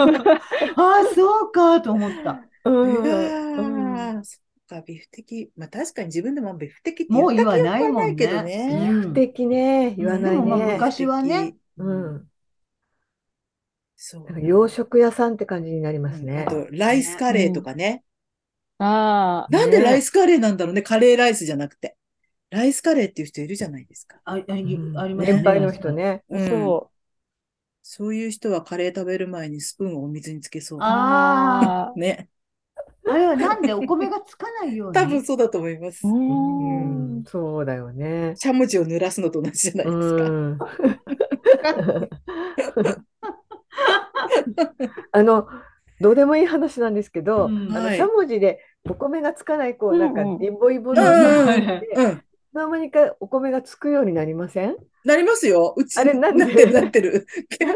あ、そうかと思った。 うんああ、そっか、ビフテキ。まあ確かに自分でもビフテキってもう言言ったわ記憶ないはもなんいけどね。ね。素敵ね、言わないでもまあね。昔はねうん、そう。なんか洋食屋さんって感じになりますねあ。と、ライスカレーとかね。ああ、なんでライスカレーなんだろうね、カレーライスじゃなくて。ライスカレーっていう人いるじゃないですか。あ、あり、ありまねす年配の人ね。うんそそういう人はカレー食べる前にスプーンをお水につけそうう。。ああ、ね。あれはなんでお米がつかないように。多分そうだと思いますう。うんん。そうだよね。しゃもじを濡らすのと同じじゃないですか。うんあのどうでもいい話なんですけど、うんあのはいしゃもじでお米がつかないこうなんかうんうんイボイボのうんいうん。つの間にかお米がつくようになりません？なりますよ。うち、あれなんなでってる、なってる。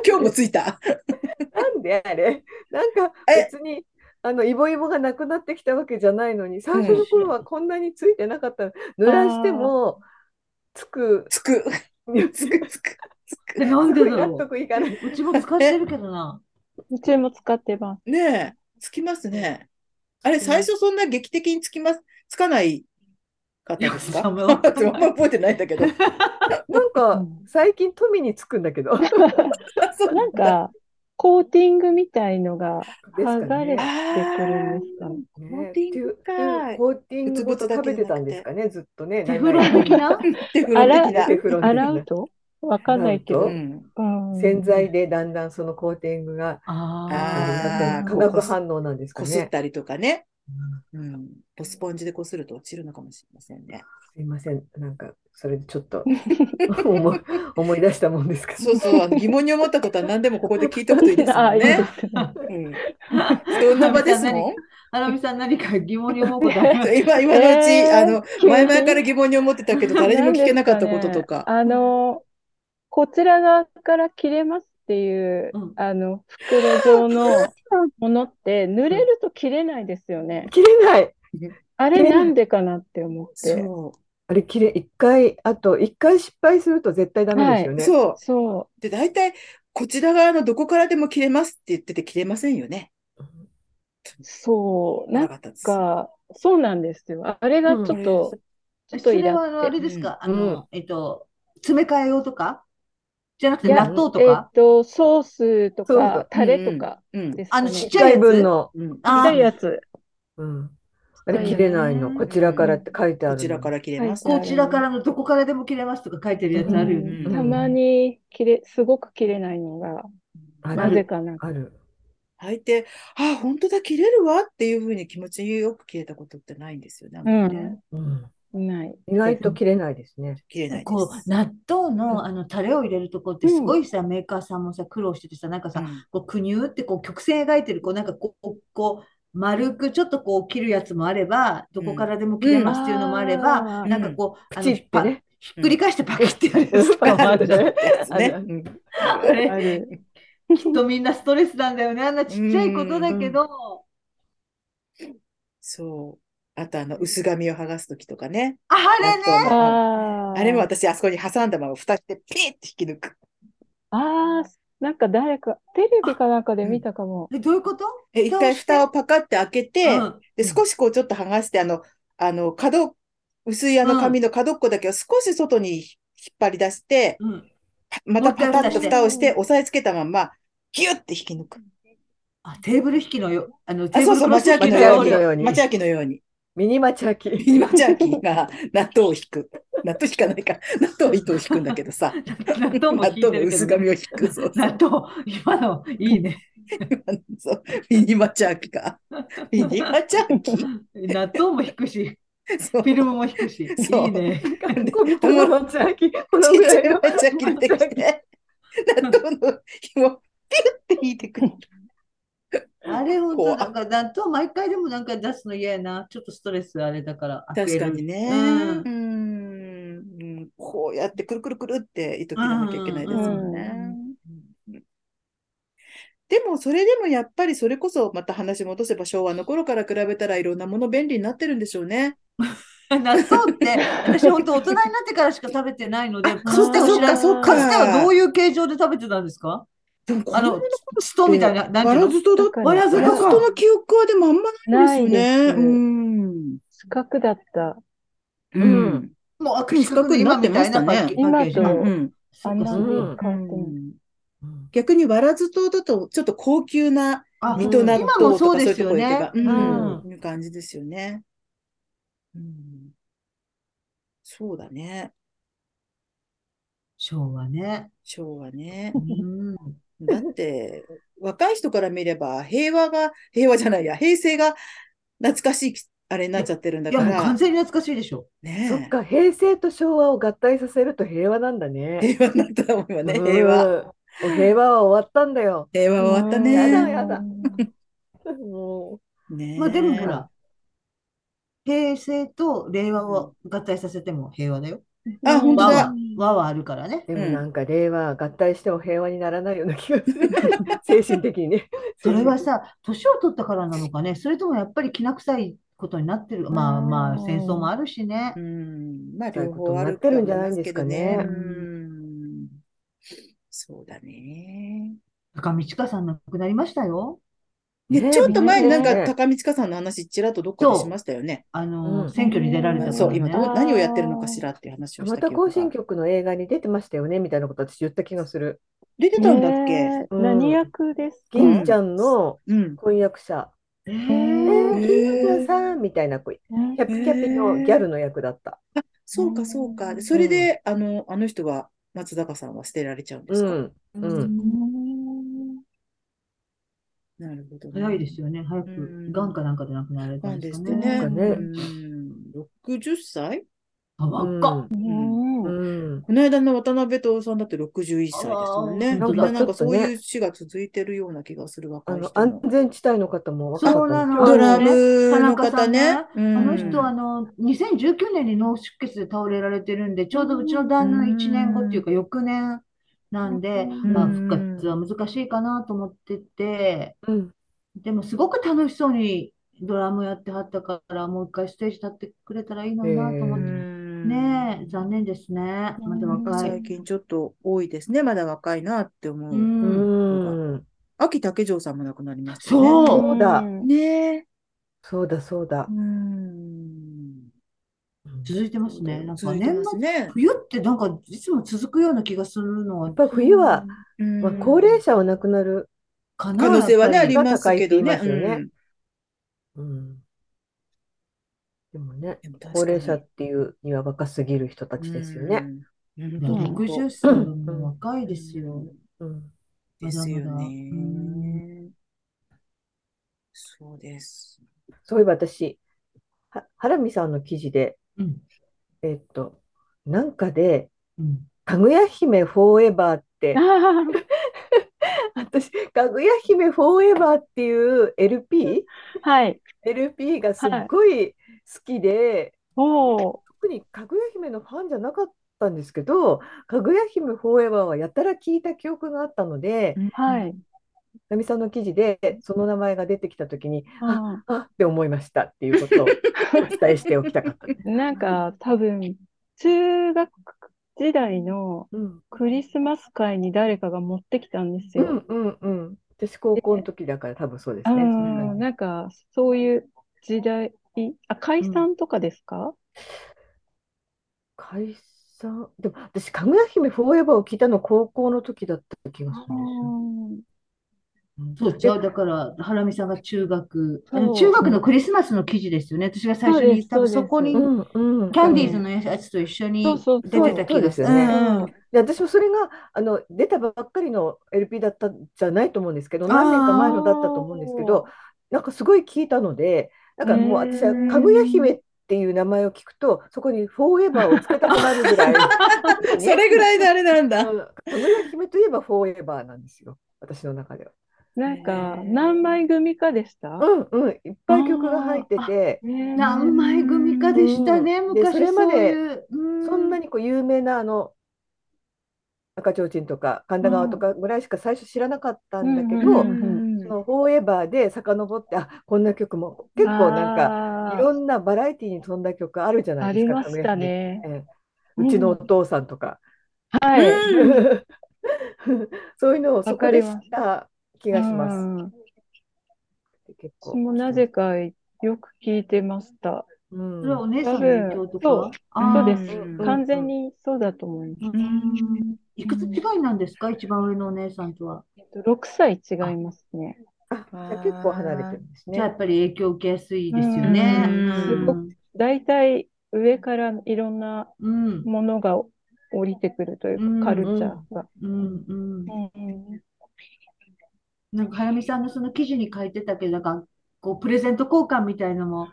今日もついた。なんであれなんかえ別にあのイボイボがなくなってきたわけじゃないのに最初の頃はこんなについてなかった濡らしてもつくつく。つく、つく。つく。でなんでだ納ろ。得いかないううちも使ってるけどな。うちも使ってます。ねえ、つきますね。あれ、最初そんな劇的につきます、つかない方ですかいあやんそんなま 覚えてないんだ けど。なんうかん最近富につくんだけどですそうなんか、コーティングみたいのがか剥がれねてくるんですかね。コーティングかコーティングごとうつぼつだ食けべじてゃなたくんてですかね、ずっとね。テフロン的なテフロンあ的らなテ。フロン的洗なうとわかんないけ洗どう。ん。うん洗剤でだんだんそのコーティングがああーの化学反応なんですかこすっね。たりとかね。うん。スポンジでこすると落ちるのかもしれませんね。すいません、なんかそれでちょっと思い思い出したもんですけ どそうそう、あの疑問に思ったことは何でもここで聞いておくといい ですあも あ、んいいでね。すね。うん。そん な場ですもん。ハラミさん何か疑問に思うことあります今、今のうち、えーあの、急に前々から疑問に思ってたけ ど、誰にも聞けなかったこととなんですか。ねあの、こちら側から切れますっていう、うんあの、袋状の ものって、濡れると切れないですよね。切れないあれなんでかなって思って。そあれ切れ一回あと一回失敗すると絶対ダメですよう。ね。そう。そで、大体、こちら側のどこからでも切れますって言ってて切れませんよね。う、そう、ななんかったです。か、そうなんですよ。あれがちょっと、ちょそっとイれラはあのあって。れですか、うんあの、えっと、詰め替え用とかじゃなくいてや納豆とえっか、と、ソースとそうかだ、タレとかうん。ですあかのね。ちっ一ちゃいやつ回分の、うん。ちっちゃいやあつ。うん、あれ切れないの。うんこちらからって書いてあこるのちらから切れます。はこいちらからのどこからでも切れますとか書いてるやつあるよね。うんたまに切れ、すごく切れないのが、あなぜるかな。ある。履いて、ああ、本当だ、切れるわっていうふうに気持ちよく切れたことってないんですよ。なんかね、うん、ない。意外と切れないですね。切れないでこうす。納豆のあのタレを入れるとこってすごいさ、メーカーさんもさ苦労しててさなんかさ、うんこうくにゅーってこう曲線描いてるこうなんかこうこう丸くちょっとこう切るやつもあればどこからでも切れますっていうのもあれば、あーなんかこう、プあチのってねひっぱひっくり返してパキってやるやつとかもある じゃんですね。あるうんあれある。きっとみんなストレスなんだよねあんなちっちゃいことだけど、そう。あと、あの、薄紙を剥がすときとかね。あれね納豆のあーあれも私、あそこに挟んだまま蓋して、ピーって引き抜く。あー、なんか誰か、テレビかなんかで見たかも。えどういうことえ一回蓋をパカって開けて、うんで、少しこうちょっと剥がして、あの、あの、角、薄いあの紙の角っこだけを少し外に引っ張り出して、うん、またパタッと蓋をして、も押さえつけたまんま、ギュッて引き抜く。あテーブル引きのよあのテあ、ーそブうルそう、町明クロス引きののよよううにに。町明のように。ミニマチャキ。ミニマチャーキーが納豆を引く。納豆引かないか。納豆糸を引くんだけどさ。 納豆も引いて納豆のるけ薄ど紙を引く。そうそ納う豆今のいいねそうミニマチャーキーが。ミニマチャーキー。納豆も引くし、そうフィルムも引くし、いそういね。この松明、このちっぐらちゃいいの抹茶切ってきて、納豆の紐をピュッて引いてくる。 あれ本当怖なんか納豆毎回でもなんか出すの嫌やな。ちょっとストレスあれだから。確かにね。うんうんうんこうやってくるくるくるって糸切らなきゃいけないですもんね。でもそれでもやっぱりそれこそまた話戻せば昭和の頃から比べたらいろんなもの便利になってるんでしょうね。納豆って私本当大人になってからしか食べてないの で、かつては知らない。そっかつてはどういういう形状で食べてたんですかでもこあのの、ストみたいな、なんわていうらのずとだだからわらずわとらずとか。の記憶はでもあんまないですないでよすね。うん。四角だった。ううんん。もうあ四角になってましたね今みたいなパうッケージ今とんうんそあっんかなそにっかう変わんってない。うん逆にわらずとだとちょっと高級なあ水戸納豆今ともかそそうういでうすとよこ行けねば、。うん、ういう感じですよね。うん、そうだね。昭和ね。昭和ねう。ん。だって、 若い人から見れば、平和が、平和じゃないや、平成が懐かしいき、あれになっちゃってるんだいかやもうら完、全に懐かしいでしょ。そねっか、平成と昭和を合体させると平和なんだえ、ね。平和になったと思うよね、平和。和。お平和は終わったんだよ。平和終わったやねだ。やだ。もねまあでもほら、平成と令和を合体させても平和だよ。あ本当和だは、和はあるからねう、。でもなんか令和合体しても平和にならないような気がす る。精神的にね。それはさ、年を取ったからなのかね、それともやっぱりきな臭いことになってる。まあまあ、戦争もあるしねう。ん、まあそうい両うこ方とにあなるってとる思んじゃなまいんすですけどかねね。ううんん、そうだね。高見知佳さん亡くなりましたよ。ね、ねえちょっと前になんかねえ高見知佳さんの話ちらっとどっかでしましたよね。あうんの、選挙に出られたそかう、ら今ね。どう何をやってるのかしらっていう話をしたま記た憶行が進曲の映画に出てましたよねみたいなこと私言った気がする。出てたんだっけ、ねえうん何役ですか銀ちゃんのうん。婚約者。ええーー、へえ銀ちゃんさんみたいな子。キャピキャピのギャルの役だった。そうか、そうか。それで、あの、あの人は、松坂さんは捨てられちゃうんでうすか。ん。うん。なるほど、ね。早いですよね。早くうん、癌かなんかで亡くなられフたァんンでですすかってね。ね。なうんかねん、60歳あ、若っ。うんうん。この間の渡辺徹さんだって61歳ですもんね。あーみんななんかちょっとそうねいう死が続いてるような気がするあ若いの人安も。全地帯の方も若かそうったなですのよドラムの田中方さんねね。うんあの人、あの、2019年に脳出血で倒れられてるんで、ちょうどうちの旦那の1年後っていうか、翌年なんで、うんまあ、復活は難しいかなと思ってて、うん。でもすごく楽しそうにドラムやってはったから、もう一回ステージ立ってくれたらいいのになと思うって、んねえ、残念ですね。まだまあ若い。最近ちょっと多いですね。まだ若いなって思うう。ん。うん。秋竹城さんも亡くなりましたそよね。うそうだんねえ。そうだそうだう。ん。続いてますね。なんか続いて年ます末、ね。冬ってなんかいつも続くような気がするのはやっぱ冬は、うんまあ、高齢者は亡くなる。かな、可能性はね、やあっぱりりますけどね。高いって言いますよねうんうん。でもね、でも確か高に齢者っていうには若すぎる人たちですよね。うん。いや本当60歳はもう若いですよ。うん。ですよまだまだうね。そうです。そういえば私、は原見さんの記事で、うん。えっと、なんかで、うん。かぐや姫フォーエバーってあ、ー 私、かぐや姫フォーエバーっていう LP、はい。 LP がすっごい好きで、おお。特にかぐや姫のファンじゃなかったんですけど、かぐや姫フォーエバーはやたら聞いた記憶があったので、はい。ナミさんの記事でその名前が出てきたときに、あああって思いましたってい うことをお伝えしておきたかった。ーなんか多分、中学時代のうん、クリスマス会に誰かが持ってきたんですうよ。ん、うん、うん。私、高校の時だから多分そうであすね。ーなんかそういう時代、あ、解散とかですか解散。でも私、かぐや姫フォーエバーを聞いたの高校の時だった気がするんですよ。うんそう、違う。だから、ハラミさんが中学、あそのう中学のクリスマスの記事ですよね。私が最初に言った、そうですそこにう、ん、うん。キャンディーズのやつと一緒にそうそう出そうてた気がする。そうですようんうんで私もそれがあの出たばっかりの LP だったんじゃないと思うんですけど何年か前のだったと思うんですけどなんかすごい聞いたのでなんかもう私は「かぐや姫」ってっていう名前を聞くと、そこにフォーエバーをつけたくなるぐらい。それぐらいのあれなんだ。うん小倉姫といえばフォーエバーなんですよ。私の中では。なんか、ねえ何枚組かでしたうんうん、いっぱい曲が入ってて、ねえ何枚組かでしたね、うん昔でそれまでそういううそんなにこう有名なあの赤ちょうちんとか神田川とかぐらいしか最初知らなかったんだけうんど、うんそのフォーエバーで遡って、あこんな曲も結構なんかかいろんなバラエティに富んだ曲あるじゃなあいでりすか。ましたね小。林君。ええうちのお父さんとか、はい。 そういうのをそこで知った気がします。うん結構私もなぜかよく聞いてました。うんそれはお姉さんの影響とか多分あそうーですうん完全にそうだと思います。うんいくつ違いなんですか、一番上のお姉さんとは。えっと6歳違いますね。あじゃあ結構離れてるんですじゃあやね。っぱり影響を受けやすいですよね。うん大体上からいろんなうんものが降りてくるというか、うんカルチャーが。うんうんうんなんか、早見さんのその記事に書いてたけど、なんか、こう、プレゼント交換みたいのも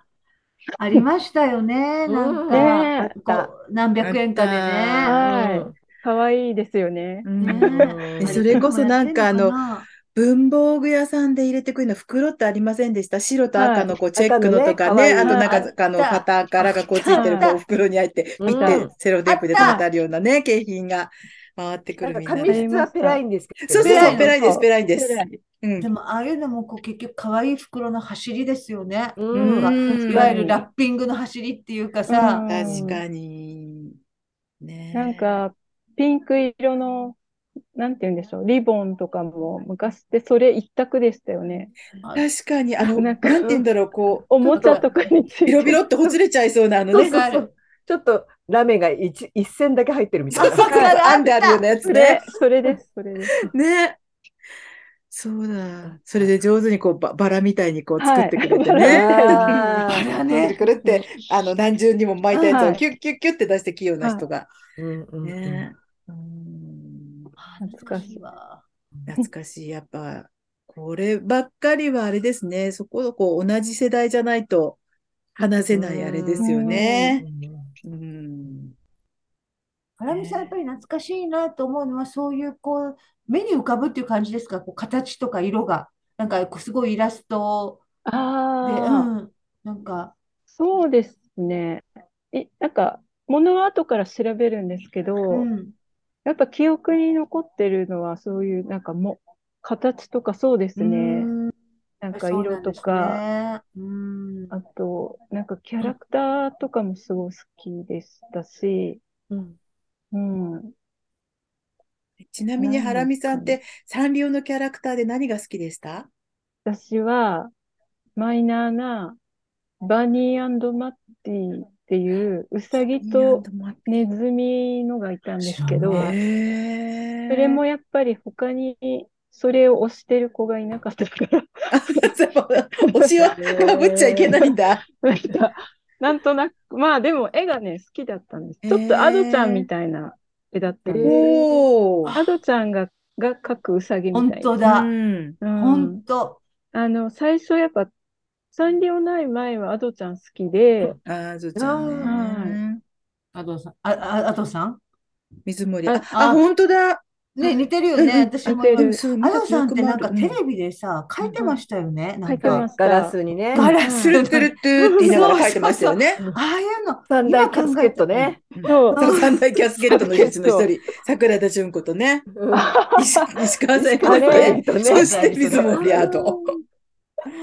ありましたよね。うんなんねか、こう、何百円かでね。はいうんかわいいですよね。うんうんそれこそなんかあのあ文房具屋さんで入れてくるの袋ってありませんでした白と赤のこうチェックのとかはいね、赤あのとねなんかあのあったパターからがこうついてるあったこう袋に入って、うんピッてセロテープで留めてあるようなね、景品が回ってくなんるかみんな髪で。質はペラインですけど、そうそうそう、ペペラライイでのす、ペライですペライ。うんでも、ああいうのも、こう、結局、可愛い袋の走りですよね。うんうんいわゆるラッピングの走りっていうかさ。確に。かに。ねえなん、か、ピンク色の、なんて言うんでしょう、リボンとかも昔ってそれ一択でしたよね。確かに、あの、ななんんてか言うんだろう、こ、おもちゃとかについうて。ビロビロってほつれちゃいそうな、あのそうね、そうそうちょっとラメが一一線だけ入ってるみたいな。そうそうそう編んであるようなやつそねれ。、それです、それです。ね。そうだ。それで上手にこうば、バラみたいにこうはい作ってくれてバね。あバーラね、 くるって、あの、何重にも巻いたやつはをいキュッキュッキュッって出して器用な人が。うんうんうんね。うん懐かしいわ。懐かしい。やっぱ、こればっかりはあれですね。そこのこう、同じ世代じゃないと話せないあれですよね。うん。ハラミさん、やっぱり懐かしいなと思うのは、そういうこう、目に浮かぶっていう感じですか、こう形とか色が。なんか、こうすごいイラストで、うああ、ん、なんか、そうですね。い、なんか、物は後から調べるんですけど、うん、やっぱ記憶に残ってるのは、そういう、なんかも、形とかそうですね。うんなんそかう色なんとですね。か、うん、あと、なんかキャラクターとかもすごい好きでしたし、うんうん。ちなみに、ハラミさんって、サンリオのキャラクターで何が好きでした私は、マイナーな、バニーマッティっていう、ウサギとネズミのがいたんですけど、知らそないへーれもやっぱり他に、それを推してる子がいなかったから、あ、そう、おしはかぶっちゃいけないんだ。なんか、 なんとなく、まあでも絵がね、好きだったんです。ちょっとアドちゃんみたいな絵だったんです。おーアドちゃんが、が描くウサギみたいう本当な。だ。んうん本当。あの、最初やっぱ、サンリオない前はアドちゃん好きで、あずちゃんね。アドさん、あ、あ、アドさん。水森。ああ、あ、あ本当だ。ね、似てるようんうんね。私も似て今るそう、アドさんってなんかテビレビでさ、書いてましたよね。なん書いてかましたガラスにね。ガラススルトゥルトゥって言いながら書いてましたよね。ああいうの、三大キャスケットね。うんそう、そう三大キャスケットのうちの一人、桜田淳子とね、石石川さんあれね、そして水森アド。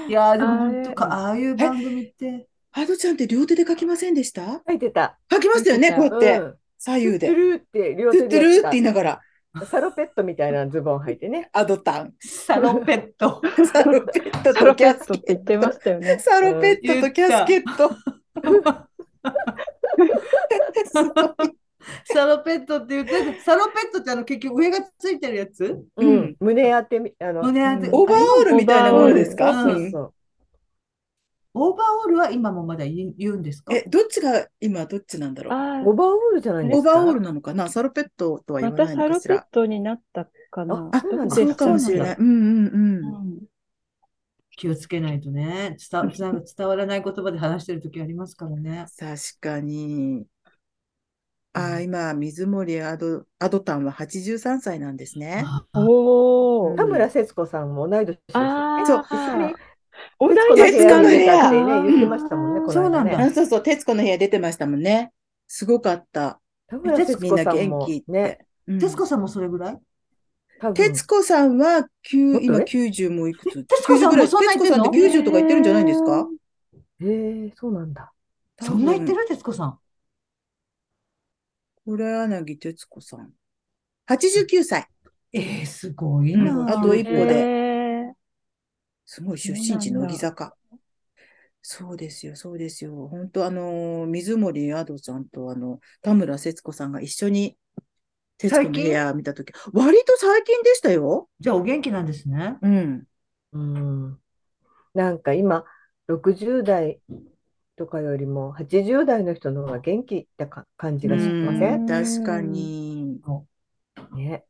いやーでもあれ本当か、ああいう番組って。アドちゃんって両手で書きませんでした書いてた。書きましたよね、こうやって、うん左右トゥで。ルーって両トゥ手ットゥルーでって言いながら、サロペットみたいなズボン履いてね。アドタン。サロペット。サロペットサとロキペャッストケって言ッってましたよね。サロペットとキャスケット。 サロペットって言って、サロペットってあの結局上がついてるやつうんうん胸当てみあの。胸当て。オーバーオールみたいなものですそうかそううんそう。オーバーオールは今もまだ言う言うんですかえ、どっちが今どっちなんだろうあオーバーオールじゃないですオーか。バーオールなのかなサロペットとはあ、言わまたないサのかロしペッら。トになったかな。あ、どっルちそでうしかたもっしけれない。うんうんうん。うん気をつけないとね、伝伝わ伝わらない言葉で話してる時ありますからね。確かに。あー、今、水森アド、アドタンは83歳なんですね。おー田村節子さんも同い年ですよあね。そう一緒ー、に同同じでじ徹す子かの部屋ってうね、ん言ってましたもんね、この間ねそうなんだあ、そうそう、徹子の部屋出てましたもんね。すごかった。田村節みん子なさん元も気って。ね、うん徹子さんもそれぐらい多分徹子さんは9、もっと今ね90もいくつ徹子さ ?90 んぐらい。もうそんな徹言っ子てんさんのって90とか言ってるんじゃないんですかへえ、そうなんだ。そんな言ってるる徹子さん。これ柳徹子さん。89歳。えー、すごいうんな。あと一え歩でーすごい、出身地そうなん乃だ木坂。そうですよ、そうですよ。本当あの、水森アドさんと、あの、田村節子さんが一緒に、徹子の部屋見たとき、割と最近でしたよ。じゃあお元気なんですね。うん。うん。なんか今、60代とかよりも80代の人の方が元気ってか感じがしませうんん確かに。ね。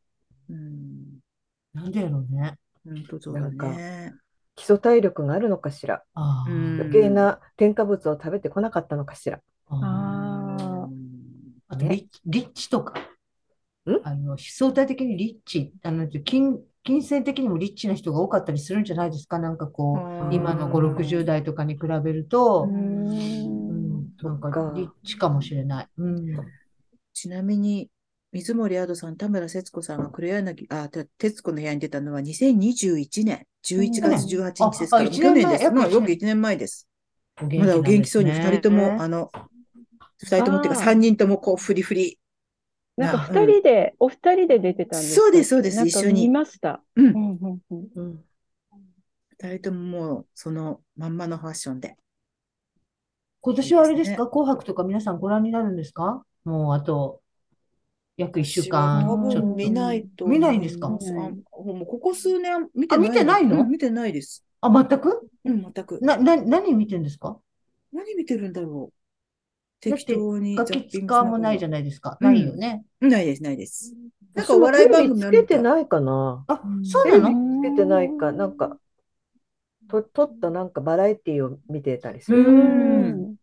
うん。なんでやろうね。本当そうだね。基礎体力があるのかしら。ああ、うん余計な添加物を食べてこなかったのかしら。あーあーあとリッチ、リッチとか。あの、相対的にリッチ、あの、金、金銭的にもリッチな人が多かったりするんじゃないですか。なんかこあう、ー今の5、60代とかに比べると、うんうん、なんかそっかリッチかもしれない。うん。ちなみに、水森アドさん、田村節子さんが黒柳、あ、て徹子の部屋に出たのは2021年11月18日ですかああら、一去年前年です。約まあ、一年よく1年前です。お元気まだおなん元で気すそうにね2人とも、あの、2人ともっていうか3人ともこう、フリフリ。なんかな二人で、お二人で出てたんですかそうですそうですなんか一緒に見ました。うんんうんうんうん。 2人とももう、そのまんまのファッションで。今年はあれですですか、紅白とか皆さんご覧になるんですかもうあと、約1週多間分ちょっと。見ないと思見ないんですかいますあもうここ数年見てあ見てないのうん見てないです。あ、全くうん、全く。な、な、何見てんですか何見てるんだろう。だって適当にガザッキピング使もないじゃないですか。ないよね。ゃないです、ないです。なんか私もお笑いテレ番ビ組つあけるみたいてないかな。あう、んそうテなレビのつけてないか、なんか、と、撮ったなんかバラエティを見てたりすうる。ん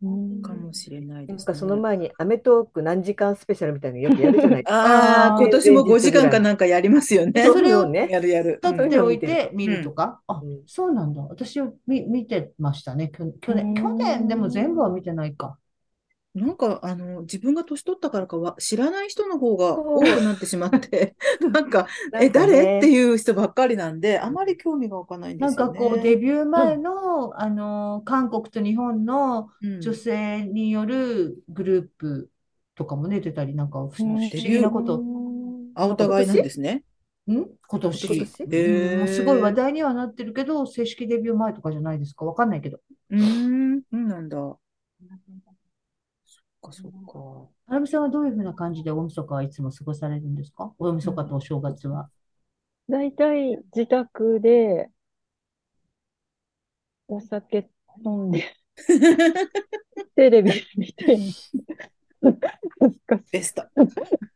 うんかもしれないなでんす、かね。その前にアメトーーク何時間スペシャルみたいなのよくやるじゃないですか。あああ、ー今年も5時間かなんかやりますよね そ。れ をうね。やるやる。取うっんておいて見るとか。あうん、そうなんだ。私は見、見てましたね。去去う年、ん去年でも全部は見てないか。なんかあの自分が年取ったからかは知らない人の方が多くなってしま って、なんか、え、誰ってう。いう人ばっかりなんで、あまり興味が湧かないんでなんすよかね。こう、デビュー前の、あの、韓国と日本のうん女性によるグループとかもね、出たり、なんか不不思デビュー議なこと。あ、お互いなんですね。ん今年。今年へーうんすごい話題にはなってるけど、正式デビュー前とかじゃないですか。わかんないけど。うーん、そうなん だ。そっかそっか。ハラミさんはどういうふうな感じで大晦日はいつも過ごされるんですか大晦日とお正月は。大体自宅でお酒飲んでテレビ見て 恥ずかしいベスト。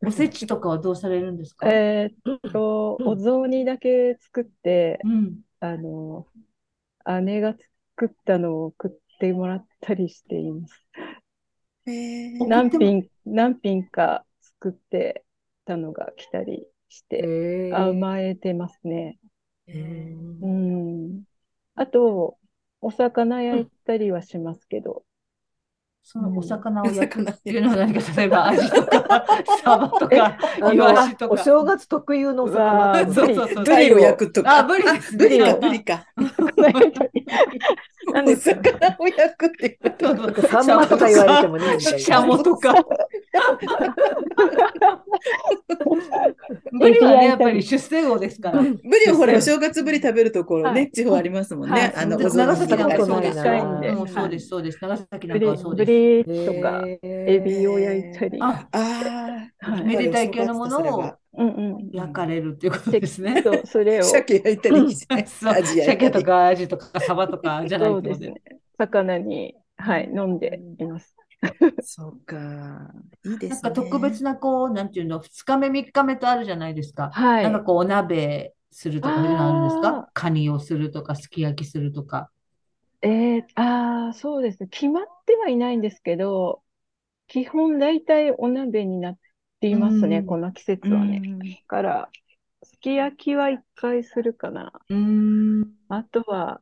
おせちとかはどうされるんですかえーっと、お雑煮だけ作って、うん。あの、姉が作ったのを送ってもらったりしています。え送っても何品、何品か作ってたのが来たりして、えー甘えてますね。うんうん。あと、お魚焼いたりはしますけど、そのお魚を焼くうっんていうのは何か、例えばアジと か、サバとか、あイのワシとおか。正月特有のおうわ魚ーそうそうそう。ブリを焼くとか。あブリですねブリか、ブリか。 なんですお魚を焼くっていうこと。そうそうサンマとか言われてもねみたいなシャモと か。ブリはね、やっぱり出世魚ですから。ブリをほら、お正月ぶり食べるところはねい、地方ありますもんはねい。あの、でお雑長煮と崎なんかかそうそうでですす近いんでもうそうはいです、そうです。長崎なんブかリ、はそうでブす。リとか、エえービを焼いたり。あ、ああ、はいめでたい系のものをやっぱりお正月とすればうんうん。焼かれるっていうことですね。そう、そ れを、鮭焼いたりして、そうアジ焼いたり鮭とかアジとかサバとかじゃないそっうてでこすとね。魚に、はい、飲んでいます。 そうか。いいでなんすかね。特別なこう、なんていうの、2日目、3日目とあるじゃないですか。はなんかい。こう、お鍋、するとか、そういうのあるんですあかカニをするとか、すき焼きするとか。えー、ああ、そうですね。決まってはいないんですけど、基本大体お鍋になっていますね、うんこの季節はね。だから、すき焼きは一回するかな。うん。うんあとは、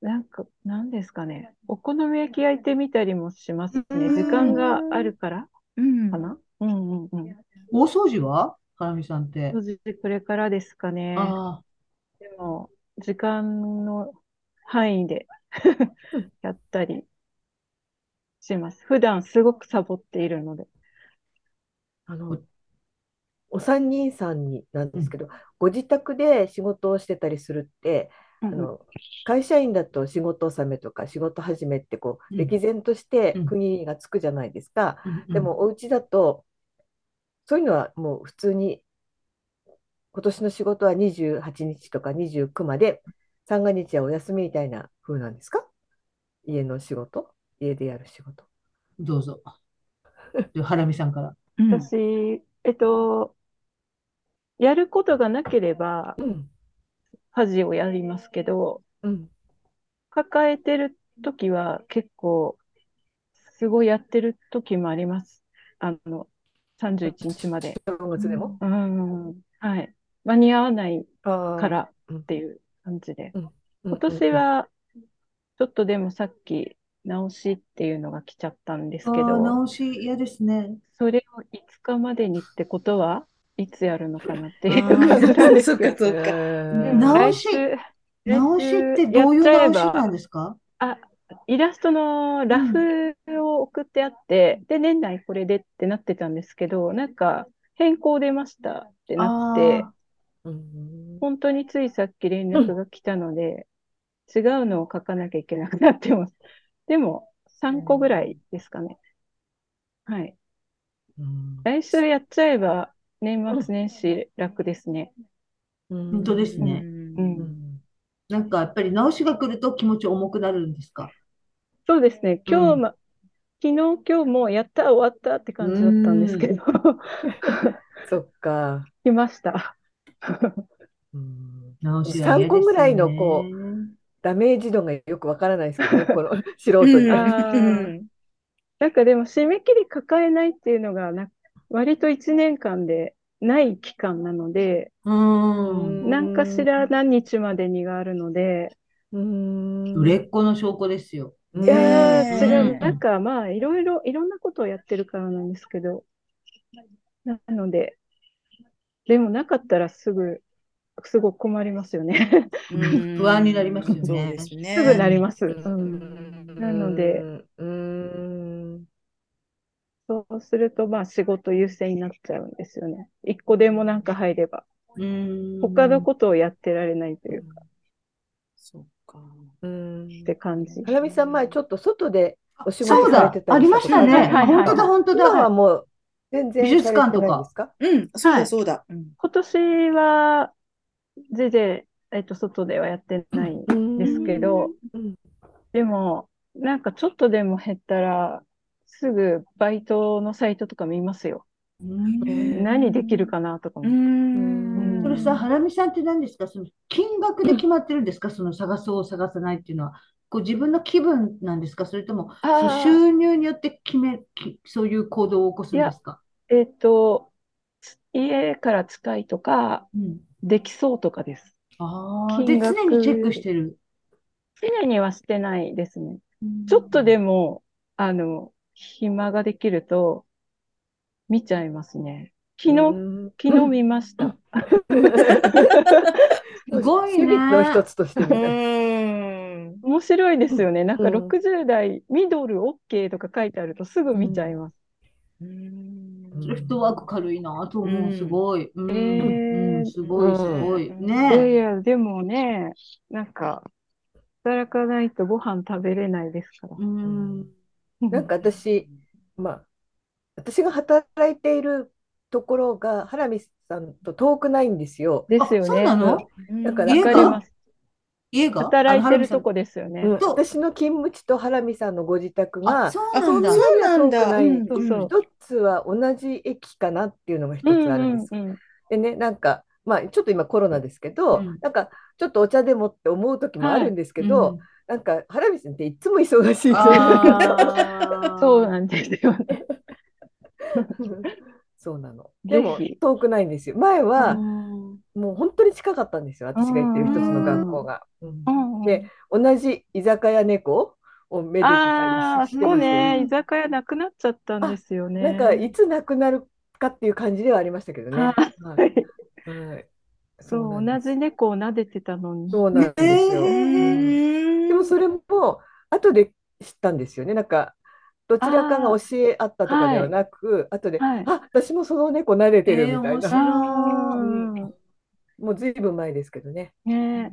なんか、なんですかね。お好み焼き焼いてみたりもしますね。うん時間があるからうんかな。うんうんうん。大掃除はハラミさんって。掃除これからですかね。ああ、でも、時間の範囲でやったりします。普段すごくサボっているので。あのお三人さんになんですけど、ご自宅で仕事をしてたりするって、あの会社員だと仕事納めとか仕事始めってこううん歴然としてうん国がつくじゃないですか。うんうんでもお家だとそういうのはもう普通に今年の仕事は28日とか29まで三が日はお休みみたいな風なんですか家の仕事家でやる仕事。どうぞ。でハラミさんから。うん私、えっと、やることがなければうん家事をやりますけど、うん抱えてる時は結構、すごいやってる時もあります。あの、31日まで。正月でも、うん、はい。間に合わないあーからっていう感じで。うん今年は、ちょっとでもさっき、直しっていうのが来ちゃったんですあけど、あ、直し嫌ですね。それを5日までにってことはいつやるのかなっていうあー感じなんですそっかけど、そっか。うんうん直し来週来週直しってどういう直やっしちゃえばなんですかイラストのラフを送ってあって、で、年内これでってなってたんですけど、なんか変更出ましたってなって、あうん本当についさっき連絡が来たので、違うのを書かなきゃいけなくなってます。 でも、3個ぐらいですかね。はい。うん来週やっちゃえば、年末年始楽ですね。本本当ですねううんんあ、なんかやっぱり直しが来ると気持ち重くなるんですかそうですね。今日ま、昨日、今日もやった、終わったって感じだったんですけど、そっか。 来ました。うん直しは嫌ですね。 3個ぐらいのこダメージ度がよくわからないですけどね、この 素人には。あーなんかでも、締め切り抱えないっていうのがな、割と1年間でない期間なので、う。うん。何かしら何日までにがあるので、うん売れっ子の証拠ですよ。うんいやねー、え違うんう。なんかまあ、いろいろ、いろんなことをやってるからなんですけど。なので、でもなかったらすぐ、すごく困りますよね。うん不安になりますよねそうですね。すぐなります。う。うんんなので、うんそうすると、まあ、仕事優先になっちゃうんですよね。一個でもなんか入れば、うん。他のことをやってられないというか、そうか。うんって感じ。花見さん前ちょっと外でお仕そ事うされだて、たあんりでましすたよね。はいはいはい本当だ、本当今はだ。もう全然美術館とかされてないんですか。うん、そうはだいそうだ。うん今年は、全然、えっと、外ではやってないですけど、うんでも、なんかちょっとでも減ったら、すぐバイトのサイトとか見ますよ。うん何できるかなとかうも。ん。これさ、ハラミさんって何ですかその金額で決まってるんですかその探そう、探さないっていうのは。こう自分の気分なんですかそれとも、そのあー収入によって決め、きそういう行動を起こすんですかえっと、家から近いとか、うん。できそうとかです。ああ、で、金額常にチェックしてる。常にはしてないですね。ちょっとでも、あの、暇ができると、見ちゃいますね。昨う日、ん昨日見ました。すごい趣味の一ね。つとしてみうたい。ん。面白いですよね。なんかうん60代、ミドル OK とか書いてあるとすぐ見ちゃいます。うんフットワーク軽いなと思うう。んすごい。うん、えーうんすごい、すごい。うんいやねいえ。や、でもね、なんか、働かないとご飯食べれないですから。うん。なんか私、まあ、私が働いているところが、ハラミさんと遠くないんですよ。ですよあ、そうね。なのだから家わかりがます。家が働いてるとこ。こですよね。うん、そう私の勤務地とハラミさんのご自宅あ、が、そうあ、なんだ。そうなんだ。そうなんだうんそうそう一つは同じ駅かなっていうのが一つうんあるんです。うんうんでね、なんか、まあ、ちょっと今コロナですけど、うんなんかちょっとお茶でもって思う時もあるんですけど、なんか原口さんっていつも忙しいというかあー そうなんですよね。 そうなの。ぜでひも遠くないんですよ。前はうんもう本当に近かったんですよ。私が行ってる一つの学校が。うんで、同じ居酒屋猫をめでてあたあ、ありしそてこますよね、居酒屋なくなっちゃったんですよね。なんかいつなくなるかっていう感じではありましたけどね。ははいはいそう、なん同じ猫を撫でてたのに。そうなんですよ。ねうんでもそれも後で知ったんですよね。なんかどちらかが教え合ったとかではなく、後で、はいあ私もその猫慣れてるみたいえー面な、白いうんもうずいぶん前ですけどね。ねえ、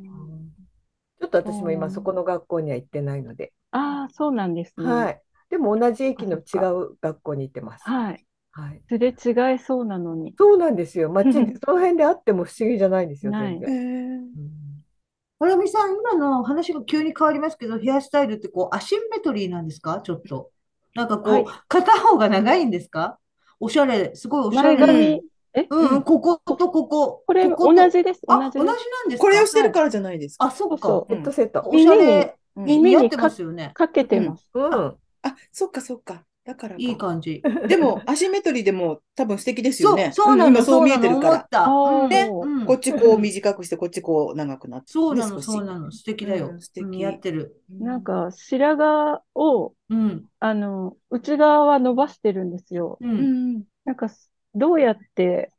ちょっと私もう今んそこの学校には行ってないので、ああ、そうなんですね。はい。でも同じ駅のあ違そっかう学校に行ってます。はい。はい。すれ違いそうなのに。そうなんですよ。街、その辺であっても不思議じゃないんですよ。ない全然。んうんハラミさん、今の話が急に変わりますけど、ヘアスタイルってこうアシンメトリーなんですかちょっと。なんかこう、はい片方が長いんですかおしゃれ、すごいおしゃ前れ。髪、え、うん、こことここ、これここと。同じです、あ、同じ同じでなんす。ですこれかをしてるからじゃないですか。あ、そうそかう。ヘッドセット。おしゃれ、うん耳に似合ってますよね。かけてます。うん。あ、そっかそっか。だからかいい感じ。でも、アシンメトリーでも多分素敵ですよそう、ね。そうなの、ん今そう見えなての、るか思っら。た。あーね、うんこっちこう短くして、こっちこう長くなって。そうねなの、少しそうなの、素敵だよ。うん素敵似合ってる。なん、か白髪を、うん、あの、内側は伸ばしてるんですよ。う。うんん。なんか、どうやって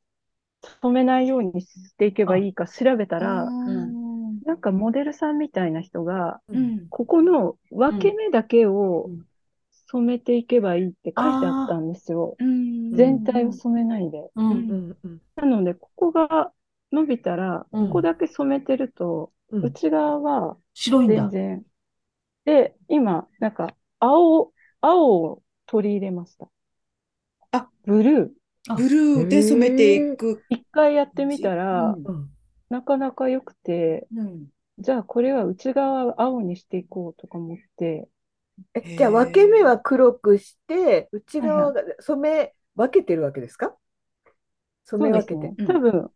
染めないようにしていけばいいか調べたら、うん。なんかモデルさんみたいな人が、うん。ここの分け目だけをうん染めていけばいいって書いてあったんですよ。うん全体を染めないで。うん、うんうんうんなので、ここが伸びたら、うんここだけ染めてると、うん。内側は白いんだ。全然。で、今、なんか、青、青を取り入れました。あ、ブルー。ブルーで染めていく。一回やってみたら、うんなかなか良くて、うん、じゃあこれは内側を青にしていこうとか思って、えじゃあ分け目は黒くして、内側が染め分けてるわけですかそ染うめで分すけてね。。多分、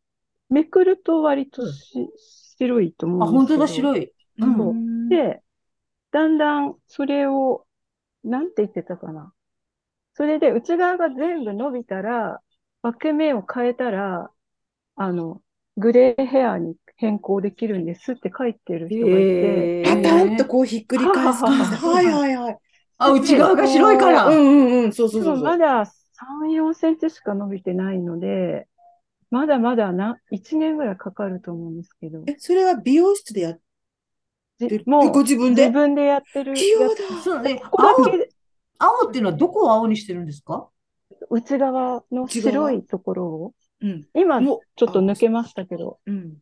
めくると割とし白いとあ、思う本んで当すけだ、ど、白い。ううんん、で、だんだんそれを、なんて言ってたかな。それで内側が全部伸びたら、分け目を変えたら、あの、グレーヘアに変更できるんですって書いてる人がいて、へパターーンとこうひっくり返す感じで。ははははいはいはい。あ、内側が白いから。うんうんうん。そうそでうそもうまそう。だ3、4センチしか伸びてないので、まだまだな、1年ぐらいかかると思うんですけど、え、それは美容室でやってじるもごう自分で自分でやってる器用だ。そうね、ここだ青、け青っていうのはどこを青にしてるんですか内側の白いところを、うん。今ちょもっと抜けましたけど、う、うん。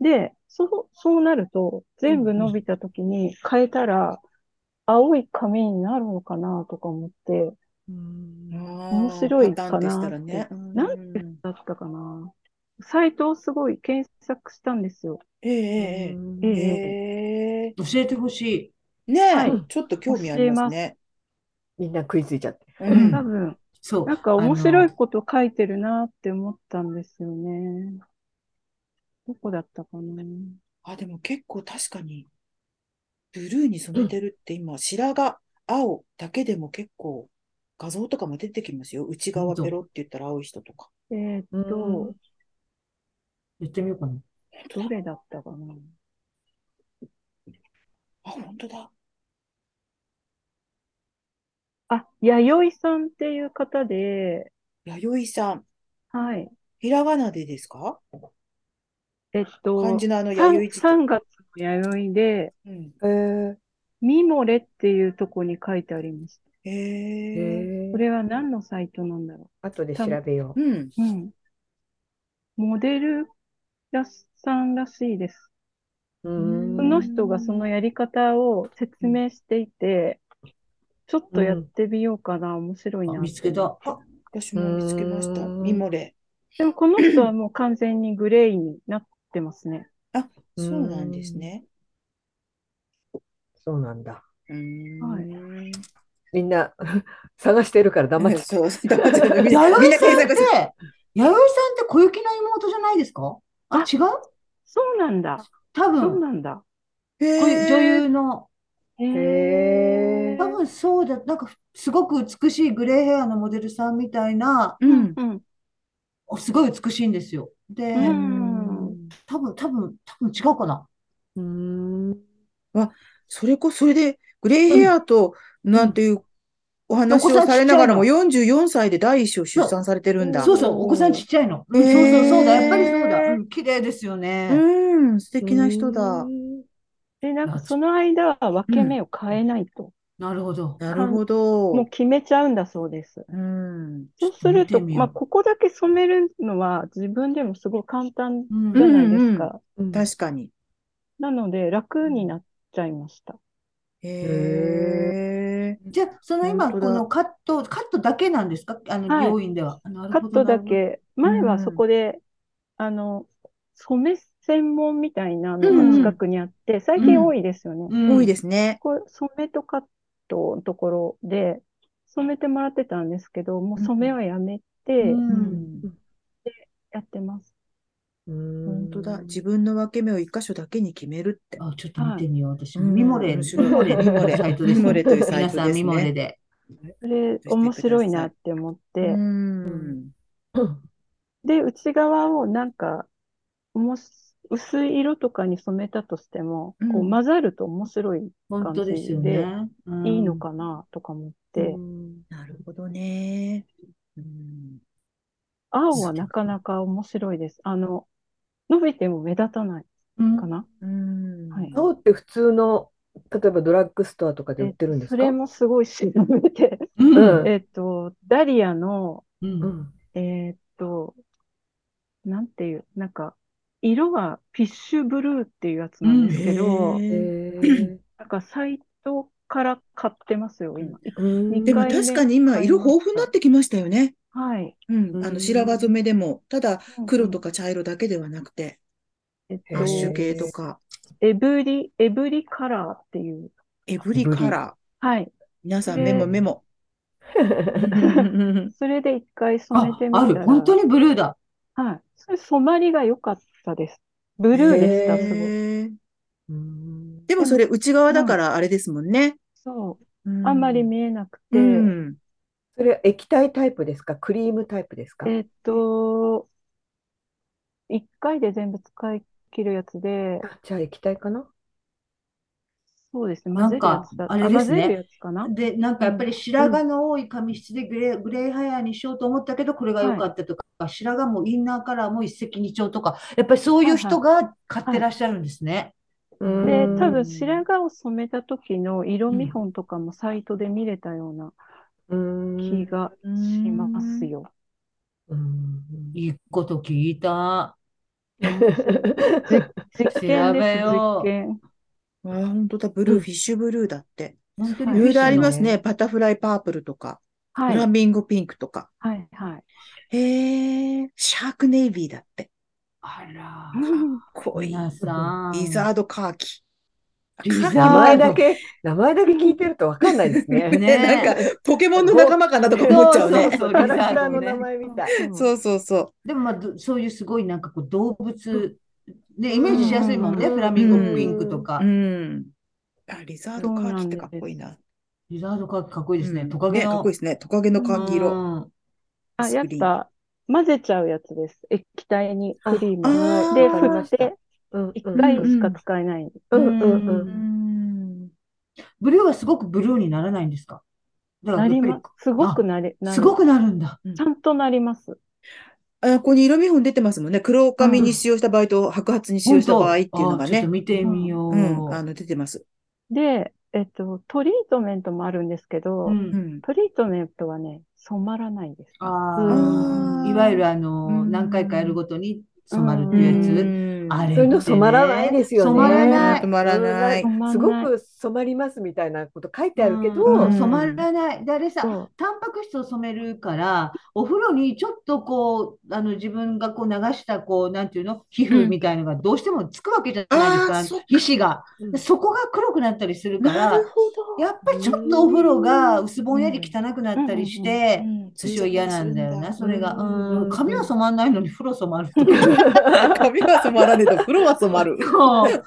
で、そう、そうなると、全部伸びた時に変えたら、青い髪になるのかなとか思って、面白いパターかンでなしったてらね。うなんてだったかな。サイトをすごい検索したんですよ。えええうんええええええ教えてほしい。え。ねはいえ、ちょっと興味ありますね。みんな食いついちゃって。ううんん多分、そう。なんか面白あいこと書いてるなって思ったんですよね。どこだったかな。あ、でも結構確かに、ブルーに染めてるって今、白髪、青だけでも結構、画像とかも出てきますよ。内側ペロって言ったら青い人とか。えーっうと、の、やってみようかな。どれだったかな。あ、本当だ。あ、弥生さんっていう方で、弥生さん。はい。ひらがなでですかえっと、漢字のあの弥生 3, 時3月の弥生で、うん。えーミモレっていうとこに書いてありました。へえ。えこれは何のサイトなんだろ後で調べよう。うん。う。うん。モデルらしさんらしいです。うんその人がそのやり方を説明していて、ちょっとやってみようかな、面白いあな。見つけた。私も見つけました。うんミモレ。でもこの人はもう完全にグレーになってますね。あ、そうなんですね。そうなんだ。うーん。はみんな 探してるから黙っうてん。 そう、だからみん弥なみんな生さん検索ってする。、弥生さんって小雪の妹じゃないですかあ、違うそうなんだ。多そう分、なんだ。へこういう女優の、へへえ。多分そうだ、なんかすごく美しいグレーヘアのモデルさんみたいな、うん。うん。すごい美しいんですよ。で、うん多分、多分、多分違うかな。うん。それこそ、それで、グレイヘアと、なんていうお話をされながらも、お子44歳で第一子を出産されてるんだ。そうそう、お子さんちっちゃいの。うん、へーそうそう、そうだ、やっぱりそうだ。うん、綺麗ですようね。ん、素敵な人だ。。で、なんかその間は分け目を変えないと。なるほど。なるほど。もう決めちゃうんだそうです。うん。そうするちょっと見てと、みようまあ、ここだけ染めるのは自分でもすごい簡単うんじゃないですか。確かに。なので、楽になっちゃいました。へえ。じゃあ、その今、本こ当だのカット、カットだけなんですかあの、はい美容院では。なるカほッど、トなだるほど。け、前はそこで、あの、染め専門みたいなのが近くにあって、最近多いですよね。うん多いですね。これ染めとカットのところで染めてもらってたんですけど、もう染めはやめてうんやってます。本本当だ。自分の分け目を一箇所だけに決めるって。あ、ちょっと見てみよう。私、うんミモレ、面白いミモレ、ミモレサイトです。ミモレというサイト皆さん、ですねミモレで。それてください面白いなって思っうて、ん。で、内側をなんか、おもし薄い色とかに染めたとしても、うんこう混ざると面白い、本当ですよね。うんいいのかなとか思って、なるほどね。うん。青はなかなか面白いです。あの、伸びても目立たないうんかな。うん。はい青って普通の例えばドラッグストアとかで売ってるんですそかれもすごい 調べて、うんうんえっと、ダリアの、うんうんえーっと、なんていう、なんか、色はフィッシュブルーっていうやつなんですけど、へえ へなんかサイトから買ってますよ、今。ーでも確かに今、色豊富になってきましたよね。はい。うん。あの、白髪染めでも、ただ黒とか、か茶色だけではなくて、えっうんラッシュと、系とか、エブリ、エブリカラーっていう。エブリカラー。はい。皆さん、ねメモメ モ。それで一回あ染めてみあたる。ら、本当にブルーだ。はい。それ染まりが良かったです。ブルーでした、すごい。へーうんでもそれ内側だからあれですもんね。そう。あんまり見見えなくうて、ん。それは液体タイプですかクリームタイプですかえーっと、1回で全部使い切るやつで、あじゃあ液体かなそうですね、なん混ぜるやかつだ、あれですね混ぜるやつかな。で、なんかやっぱり白髪の多い髪質でグレー、グレーハイヤーにしようと思ったけど、これが良かったとか、白髪もインナーカラーも一石二鳥とか、やっぱりそういう人が買ってらっしゃるんですね。で、うん多分白髪を染めた時の色見本とかもサイトで見れたようなうん気がしますよ。うんいいこと聞いた。実験で調べす、よ実う験。あー、本当だ。ブルー、うんフィッシュブルーだって。本当はいにろい美味しろありますね。ね。バタフライパープルとか、はフい、ラミンゴピンクとか。はい、はい。へえ、シャークネイビーだって。あら、濃い。皆さん。リザードカーキ。あリザーカー 名前だけ名前だけ聞いてるとわかんないですねキね ね、 なんか、ポケモンの仲間かなとか思っちゃうね。そうそうそうキャラクターの名前みたいそうそうそでもまあ、どそういうすごいなんかこう動物、ね、イメージしやすいもんね、うんフラミンゴピンクとかう。う。ん。あ、リザードカーキってかっこいいな。リザードカーキかっこいいですね。うんトカゲねかっの。こいいですね。トカゲのカーキ色。うんあ、スクやっリーンぱ混ぜちゃうやつです。液体にクリームを。あーで、わか振りまっしたてうん1回しか使えない。うんうんううんん。ブルーはすごくブルーにならないんですかだからやなりっぱります。すごくなれ、なするごくなるんだ。ちゃんとなります。あ、ここに色見本出てますもんね。黒髪に使用した場合と白髪に使用した場合っていうのがあちょっね。と見てみよう。うん、あの出てます。で、えっと、トリートメントもあるんですけど、ううんん。トリートメントはね、染まらないです。あうんーいわゆるあの、うん何回かやるごとに染まるっていうやつ。うんあれそういうの染まらないですよね。染まらない止まらない。止まらないすごく染まりますみたいなこと書いてあるけど、うん染まらない。で、あれさ、そうタンパク質を染めるから、お風呂にちょっとこう、あの自分がこう流した、こう、なんていうの、皮膚みたいのがどうしてもつくわけじゃないですあか、ーそっか皮脂が。うんでそこが黒くなったりするかならる、ほど。やっぱりちょっとお風呂が薄ぼんやり汚くなったりして、私は嫌なんだよな、それが。うん、髪は染まらないのに風呂染まるとか。髪は染まらねえと、風呂は染まる。 そう。そ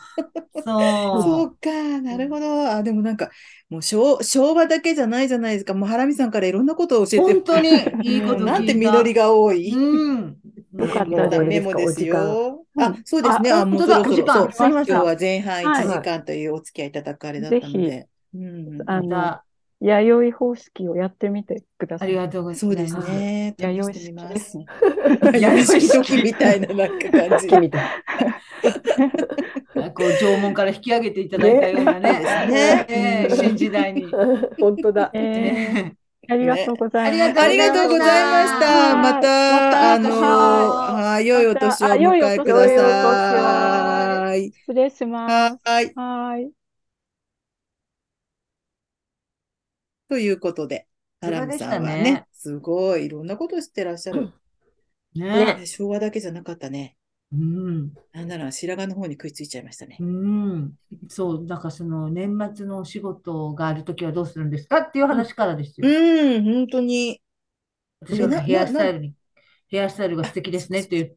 う。そうか、なるほど。あ、でもなんか、もう昭昭和だけじゃないじゃないですか。もうハラミさんからいろんなことを教えて本当にいいこと聞いた。なんて緑が多い。うん。よかったもうですメモですよ。間あ、そうですね。ああ、もう本当そだろそろ。お時間そう終わ今りまし日たは前半はい1時間というお付き合いいただくあれだったので。うん。まあの、弥生方式をやってみてくだた、あさりい。がとうございます。そうですね。試弥生してみ式まですす。。弥生時みたいななんか感じ。君たいこう縄文から引き上げていただいたようなね。ねええうん新時代 に。本当だ。 えーねありがとうございます。ありがとうございました。また、あまの、たはい、良いお年をお迎えください。失礼します。はい。はい。ということで、アラムさんはそうでしたねね、すごいいろんなことしてらっしゃる。ね昭和だけじゃなかったね。うん。なんなら白髪の方に食いついちゃいましたねう。ん。そう、だからその年末のお仕事があるときはどうするんですかっていう話からですよ。うん、本当に。私はなヘアスタイルに、ヘアスタイルが素敵ですねって言っ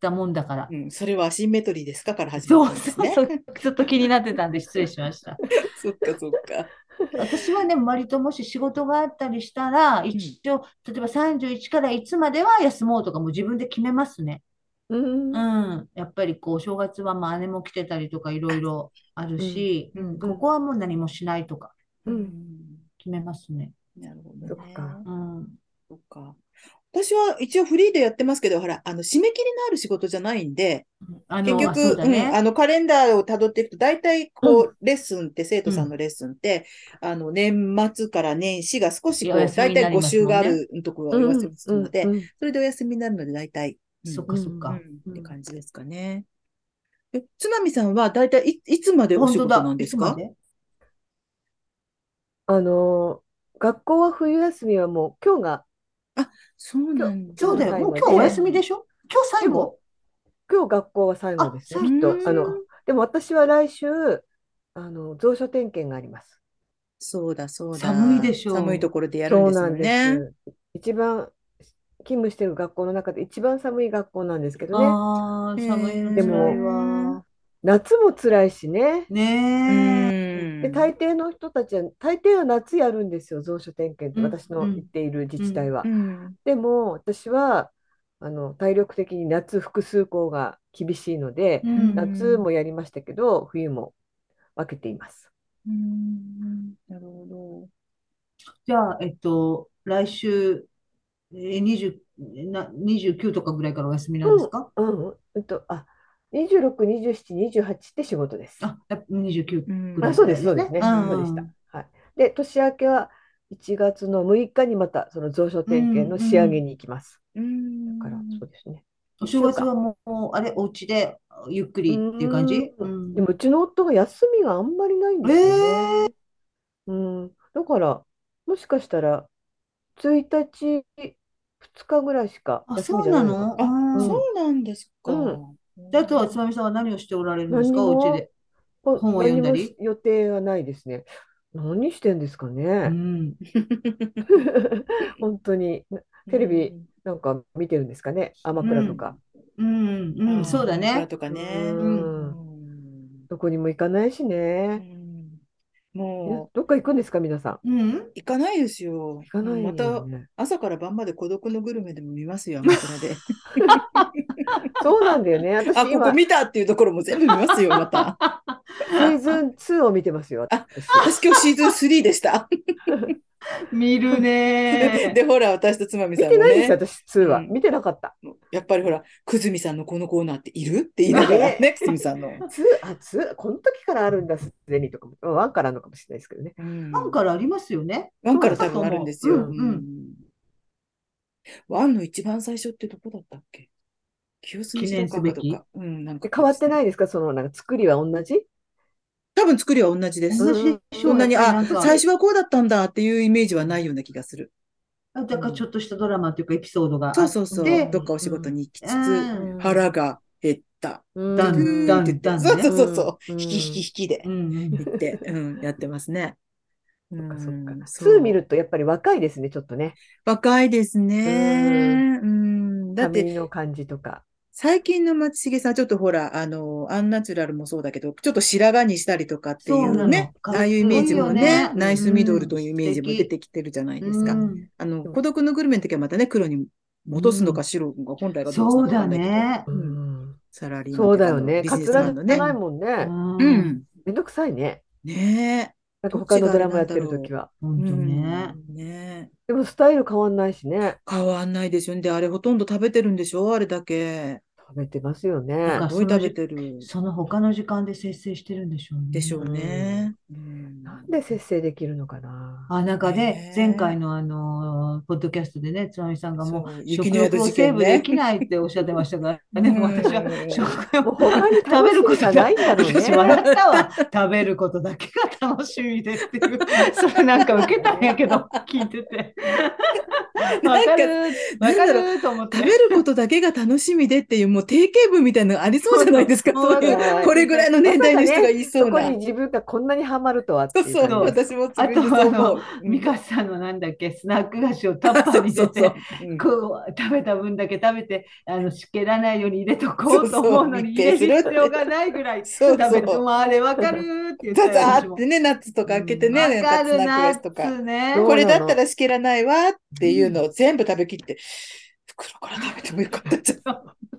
たもんだからう。ん、それはアシンメトリーですかから始そまうるんでそすうね。そう。ちょっと気になってたんで失礼しました。そっかそっか。私はね、割ともし仕事があったりしたら、一応、例えば31からいつまでは休もうとかも自分で決めますね。うんうん。やっぱりこう、正月はまあ姉も来てたりとかいろいろあるし、うんうんここはもう何もしないとかうん決めますね。なるほどそねっかうん。そっか。私は一応フリーでやってますけど、ほら、あの、締め切りのある仕事じゃないんで、あ結の、あそう局、だうんね。あの、カレンダーをたどっていくと、大体、こう、レッスンって、生徒さんのレッスンって、あの、年末から年始が少しこおう、休み大にな体りま5すも週んねがあるところはお休みするのでう、んそれでお休みになるので、大体、うんそっかそっうか。ん、ってうん感じですかね。え、津波さんは大体い、いつまでお本仕当事だ。なんでいすつまかであの学校は冬休みはもう今日がそうなんだ。そうだよ。もう今日お休みでしょ今日最後。今日学校は最後ですあね。きっうとんあのでも私は来週あの蔵書点検があります。そうだ、そうだ。寒いでしょう寒いところでやるんそうですなよんね。です。一番勤務してる学校の中で一番寒い学校なんですけどね。ああ、ね寒いのでも辛いわ。夏も辛いしね。うねえ。ん。で大抵の人たちは大抵は夏やるんですよ蔵書点検っうてん私の行っている自治体はう。ん。でも私はあの体力的に夏複数校が厳しいのでう、ん夏もやりましたけど冬も分けています。うんなるほじゃあ、えっと、来週、えー、20な、29とかぐらいからお休みなんですかうん、うんとあ26、27、28って仕事です。あ、やっぱ29ど。うんぐらあいそうです、そうですねね。うんそうでした。はい。で、年明けは1月の6日にまたその蔵書点検の仕上げに行きます。うんだから、そうですね。お正月はもう、あれ、お家でゆっくりっていう感じううんでも、うちの夫が休みがあんまりないんですよね。うん。だから、もしかしたら、1日、2日ぐらいしかあ、休そみうじゃなないのか。あうんそうなんですか。うんであとは、つまみさんは何をしておられるんですか何おも家で。ほ本を読んだり何も予定はないですね。何してんですかうね。ん。 本当に。テレビなんか見てるんですかね。アマプラとか。うん、うん、んそうだね。枕とかね。ううんんどこにも行かないしうね。んみなもうどっか行くんですか、皆さん。 うん。行かないですよ。行かないまたよね。朝から晩まで孤独のグルメでも見ますよ、アマプラで。そうなんだよね。私あ、ここ今、見たっていうところも全部見ますよ、また。シーズン2を見てますよ。あ私私今日シーズン3でした。見るね で、ほら、私とつまみ見さんてもないでねすよ、。私2は。うん見てなかった。やっぱりほら、久住さんのこのコーナーっているって言いながらね、久住さんの。 2、あ、2、この時からあるんだ、すでにとかも、まあワンからあるのかもしれないですけどね。ワンからありますよね。ワンから多分あるんですよ。うんうんうんワンの一番最初ってどこだったっけ清澄白河と記念すか。うん、なんか。変わってないいですかそのなんか作りは同じ多分作りは同じです。同じでしょそんなに、やっぱあ、りなんか最初はこうだったんだっていうイメージはないような気がする。あだからちょっとしたドラマというかエピソードがあって、そうそうそう。でどっかお仕事に行きつつ、うんん腹が減った。うんだうねーんだんって言ってだんねそうそうそうそう。うん引き引き引きでう。ん行って、うん、やってますね。そそっかそっか。う2見るとやっぱり若いですね、ちょっとね。若いですね。うん。だって、髪の感じとか。最近の松重さん、ちょっとほら、あの、アンナチュラルもそうだけど、ちょっと白髪にしたりとかっていそうなうのね、かっこああいうイメージもいいよねね、ナイスミドルといううんイメージも素敵出てきてるじゃないですうか。んあの、孤独のグルメの時はまたね、黒に戻すのか白が本来がどっちなのかそうわだかんないけど。ね。うんサラリーマンそうだよとね。かカのビジツネスマランのじねゃない。もんね。ううん、ん。めんどくさいね。ねなんか他のドラマやってる時は。え。本当ね。うんねえ。でもスタイル変わんないしね。変わんないですよね。で、あれほとんど食べてるんでしょあれだけ。食べてますよすねな。んかごい食べてるその他の時間で節制してるんでしょうね。でしょうね。なんで節制できるのかな。あ、なんかねね、前回のあの、ポッドキャストでね、つまみさんがもそうう雪食の宿欲を事件セーねブできないっておっしゃってましたからね、もう私 はうん食もう欲を他に食べるこ楽しみとがないんだろ う私ね。笑ったわ。食べることだけが楽しみでっ ていう。それなんか受けたんやけど、聞いてて。わかる、わかると思って。食べることだけが楽しみでっていう、もう定型文みたいなのありそうじゃないですか。そうそういそうう、だこれぐらいの年代の人が言いそそうこなに。自分がこんなにハマるとはってそういうそう、感じ私も自あ分とでそう思うあ。の、ミカさんのなんだっけ、スナック菓子をタッパーに入れそうそうて、うんこう食べた分だけ食べて、あの、しけらないように入れとこうと思うのに、そうそう入れ密閉するる必要がないぐらいそう食そうべて、もうあれわかるーって言ってただあ私っもてね、ナッツとか開けてね、わなかんかスるナックな菓っ子とか。つね。どうなのこれだったらしけらないわっていうのを全部食べきって、袋から食べてもよかったじゃん。そうそうよく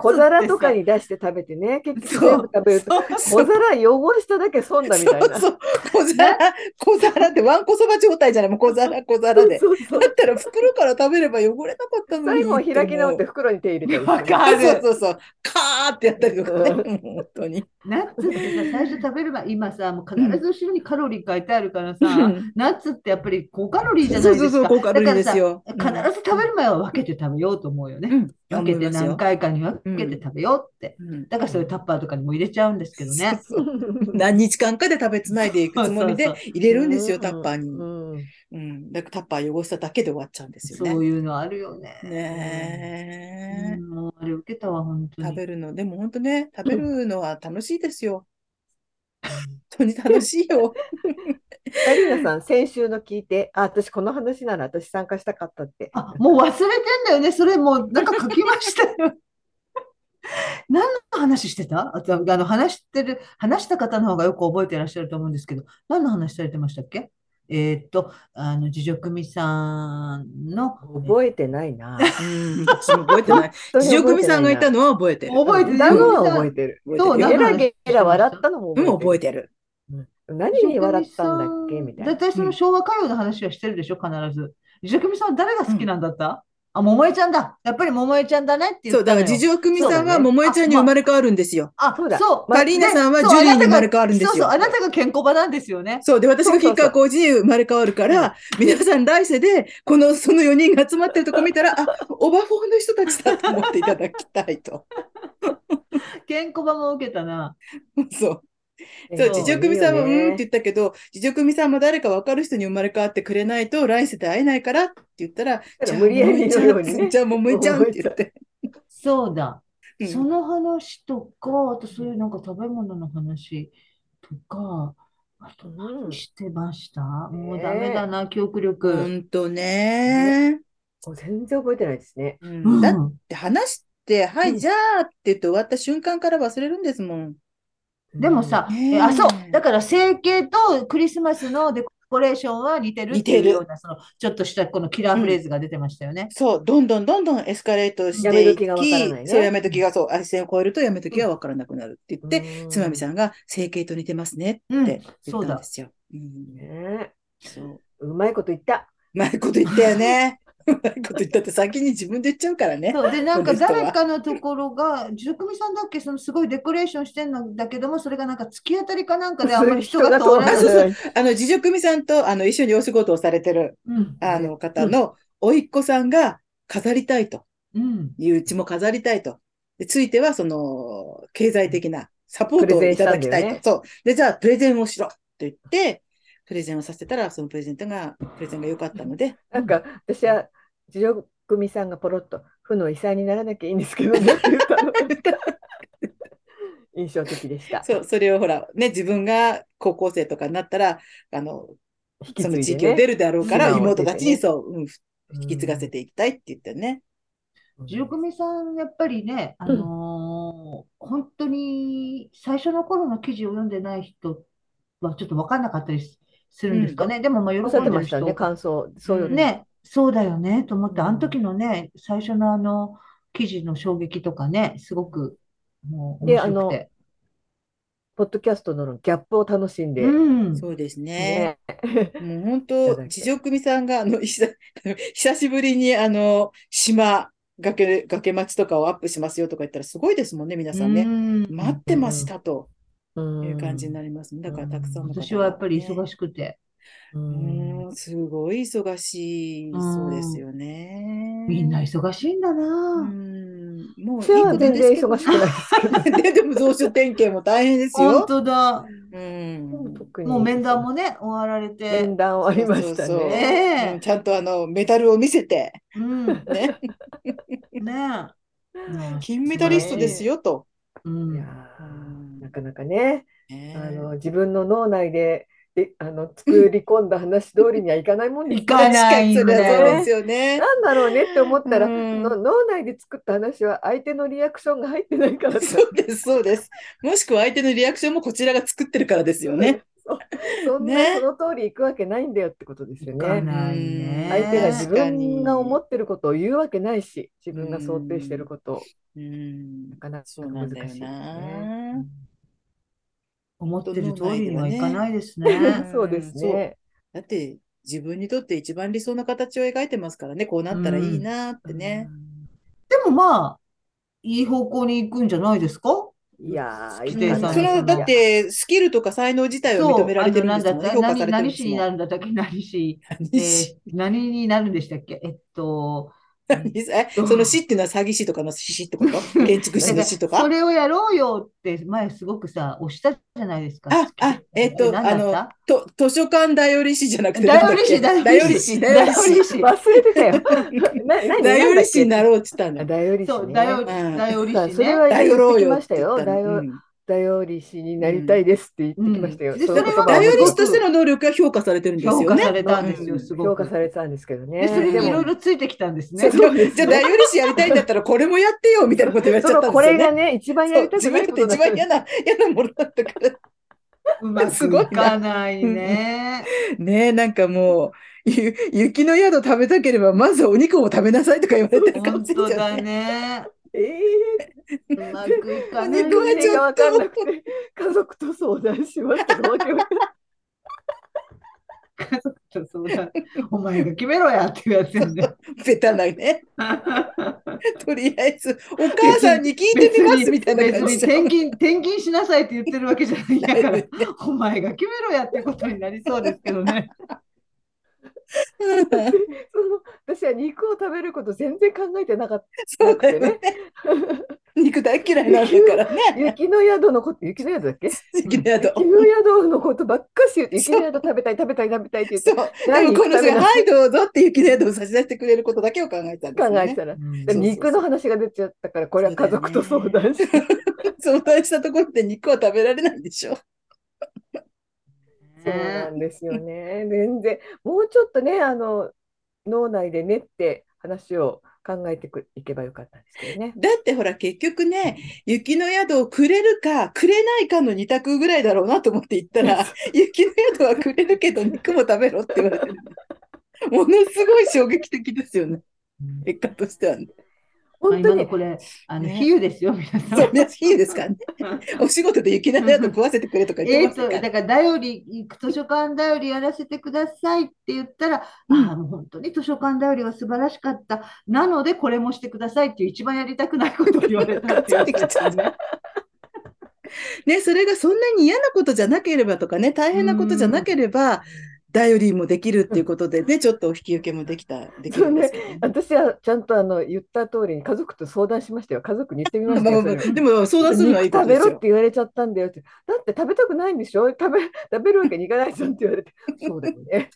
こう小皿とかに出して食べてね、結局全部食べると、そう小皿汚しただけ損だみたいな。そうそう。小皿、小皿ってワンコそば状態じゃないもう小皿、小皿で。だそうそうったら袋から食べれば汚れなかったのにっ最て後思はう。開き直って袋に手入れたりわしてかそうる。そうそう。カーってやったりとかね。ううん本当に。ナッツってさ、最初食べれば、今さ、もう必ず後ろにカロリー書いてあるからさ、うんナッツってやっぱり高カロリーじゃなそいうですか。そうそう、効果あるんですよ。だからさ、必ず食べる前は分けて食べようと思うようね。ん、分けて何回かに分けて食べようって。うんだからそういうタッパーとかにも入れちゃうんですけどね。そうそう何日間かで食べつないでいくつもりでそうそう入れるんですよ、タッパーに。うんうん、だからタッパー汚しただけで終わっちゃうんですよそね。ういうのあるよね。ねえ、うんもうあれ受けたわ、本当食に。べるの、でも本当ね、食べるのは楽しいですよ。本当に楽しいよ。アリーナさん、先週の聞いて、あ、私この話なら私参加したかったって。あ、もう忘れてんだよね。それもうなんか書きましたよ。 何の話してたあとあの話してる、話した方の方がよく覚えていらっしゃると思うんですけど、何の話されてましたっけえーっと、あの、自助組さんの、覚えてないな。うん、私も覚えてない。自助組さんがいたののは覚えてる。覚えてるだのは覚えてる。覚えてるそうゲだのラゲラ笑ったのもうん、覚えててる。る。うん何に笑ったんだっけみたいな大。体その昭和歌謡の話はしてるでしょ、必ず。ジョクミさん誰が好きなんだった、あ、桃江ちゃんだ。やっぱり桃江ちゃんだねって言そっう、ただのからよ。自助組さんはそうだね桃江ちゃんに生まれ変わるんですよ。あ、そうだそう。カリーナさんはジュリーに生まれ変わるんですよそうそう、あなたが健康場なんですよね。そう。で、私がそうそうそ吉う川浩司に生まれ変わるから、皆さん来世で、この、その4人が集まってるとこ見たら、あ、オバフォーの人たちだと思っていただきたいと。 健康場も受けたな。そう。えそう、ー自助組さんも、ういいよーねんって言ったけど、自助組さんも誰か分かる人に生まれ変わってくれないと、来世で会えないからって言ったら、じゃあ、無理やりもえちのよゃ、うんにねじゃあ、もむえちゃんって言って。そうだ。うんその話とか、あとそういうなんか食べ物の話とか、あとうん何してました、もうねえダメだな、記憶ほ力。んとね。もう全然覚えてないですね。うんだっうんて話して、はうい、んじゃあって言って終わった瞬間から忘れるんですもん。でもさ、ねええあ、そう、だから整形とクリスマスのデコレーションは似てるっていうような、そのちょっとしたこのキラーフレーズが出てましたよね。そう、どんどんどんどんエスカレートしてやめい時がわからないねき、そう、やめ時が、そう、あ線を越えるとやめ時がわからなくなるって言って、うんつまみさんが整形と似てますねうんって言そっうたんだですよ。うんねそう。うまいこと言った。うまいこと言ったよね。うまいこと言ったって先に自分で言っちゃうからね。そうで、なんかこの人は誰かのところが、ジ組さんだっけ、そのすごいデコレーションしてんのだけども、それがなんか突き当たりかなんかであんまり人が通らなないい。そう そうあの、自助組さんと、あの、一緒にお仕事をされてる、うんあの方の、甥っ子さんが飾りたいと。うん。身内も飾りたいと。でついては、その、経済的なサポートをプレゼンいしたたんだだよきねたいと。そう。で、じゃあ、プレゼンをしろと言って、プレゼンをさせたら、そのプレゼントが、プレゼンが良かったので、なんか私は次女組さんがポロッと負の遺産にならなきゃいいんですけどねって言ったのが印象的でした。そう、それをほら、ね、自分が高校生とかになったら、あの、引きそ継いでのね地域を出るであろうから、今を出妹てねたちにそう、うん、引き継がせていきたいって言ってね。十組さん、やっぱりね、あのー本当に最初の頃の記事を読んでない人はちょっと分かんなかったりすするんですかね。でも、まあ、喜おんっしゃってでまるした人ね、感想。そうよね。ね、そうだよねと思って、うんあの時のね、最初のあの記事の衝撃とかね、すごくもう面で白くて。ポッドキャストのギャップを楽しんで。うん、そうですね。もね、う本いた当だ、いて地上組さんが、あの、 久久しぶりに、あの、島、崖、崖町とかをアップしますよとか言ったら、すごいですもんね、皆さんね。うん待ってましたとうんいう感じになりますね。だから、たくさんの方が私はやっぱり忙ししくて、うい。んうん、すごい忙しい、うんそうですよね。みんな忙しいんだうな。ん、もういい私はこと全然ですけど忙しくないですけ ど。で、でも、増殖点検も大変です本よ。当だ。うん。特にもう面談もね、終わられて面。談はありましたそうそうそうね。ねえうんちゃんとあの、メダルを見せて、うん、ねね、え。金メダリストですよと。うんいやうーんなかなかね、ねあの自分の脳内でえあの作り込んだ話通りにはいかないもんですいかない確かにそれはそうねですよね。なんだろうねって思ったら、うんの脳内で作った話は相手のリアクションが入ってないからそうです、そうです。もしくは相手のリアクションもこちらが作ってるからですよね。そうそんな、ねその通りいくわけないんだよってことですよいかね。ないうんね。相手が自確かに分が思ってることを言うわけないし、自分が想定してることをうんな。かなかそうなん難しいだですよね。な。思ってる通りにはいかないですね。んそうですね。だって、自分にとって一番理想な形を描いてますからね、こうなったらいいなって ね。でもまあ、いい方向に行くんじゃないですかいやー、規そ定いいさかんなそれのだって、スキルとか才能自体はそう、認められてるんあでのすもんね、評価なんさだれてるったん何ですしもにんなるんだったっけ 何し、え何しー、何になるんでしたっけえっ と、何しえその死っていうのは詐欺師とかの死ってこと建築士の死とそかれをやろうよって前すごくさ、押したじゃないですか。ああえっと何だったと図書館だより師じゃなくて、だより師 なんだっけだより師だより師。だより師忘れてたよ。な何だより師になろうって言ったんだ。あダイオリシそう、ね。だより、うんだよりさあしそれね。はだ言よっろてうきよまっしたて言よ。ったダイの。オうんダイオリシになりたいですって言ってきましたよ。うんでその言葉それはだよりは師としての能力が評価されてるんです評よ価ねさ。れたんですうよ、んすご評く。価されてたんですけどね。で、それでにいもろいろついてきたんですそね。うじゃあ、だより師やりたいんだったら、これもやってよみたいなこと言われちそゃっのたんこですよれねが。ね、一番やりた自くな分にいとこってとだ一った番んで嫌な、嫌なものだったから。うまくいかないね。ねえ、なんかもう、ゆ、雪の宿食べたければ、まずお肉を食べなさいとか言われてるか本もしれ当ないだね。ええうまくいかなねいどうやっー、ち意味がょっ分とかんなくて、家族と相談しましたがわけわかんないそうだお前が決めろやっていうやつやね。ベタなね。とりあえず、お母さんに聞いてみますみたいな感別にじで。転勤転勤しなさいって言ってるわけじゃないんだ から、お前が決めろやっていうことになりそうですけどね。 その私は肉を食べること全然考えてなかっそうだよね。肉大嫌いなんだから た。ね。雪の宿のこと、雪の宿だっけ雪の宿。雪の宿のことばっかし言って、雪の宿食べたい、食べたい、食べたいって言っそてう。、でもこの人が、はい、どうぞって雪の宿を差し出してくれることだけを考えてたんですよ考えてね。たら、そうそうそう肉の話が出ちゃったから、これは家族と相談して、相談したところで肉は食べられないでしょ。 そうなんですよね。全然、もうちょっとね、あの、脳内でねって話を考えてくいけばよかったんですけどね。だってほら、結局ね、雪の宿をくれるか、くれないかの二択ぐらいだろうなと思って行った ら、雪の宿はくれるけど、肉も食べろって言われてる。ものすごい衝撃的ですよね。結果としてはね。まあ本当今のに、これ、あの、ね比喩ですよ、皆さ。そうん皆さん、いいですか ね。お仕事で雪の宿食わせてくれとかえ言ーってまと、すから。だから、だより、行く図書館だよりやらせてくださいって言ったら、うんああ、もう本当に図書館だよりは素晴らしかった。なので、これもしてくださいっていう一番やりたくないことを言われたっていうやつですよね。ね、それがそんなに嫌なことじゃなければとかね、大変なことじゃなければ、頼りもできるっていうことでね、ちょっとお引き受けもできた、できるんですけどね私はちゃんとあの言った通りに家族と相談しましたよ。家族に言ってみましまたあよ。まあまあそれでも相談するのはいいこ肉とで食べすろってよ。言われちゃったんだよって。だって食べたくないんでしょ食べ 食べるわけにいかないじゃんって言われて。そうだよね。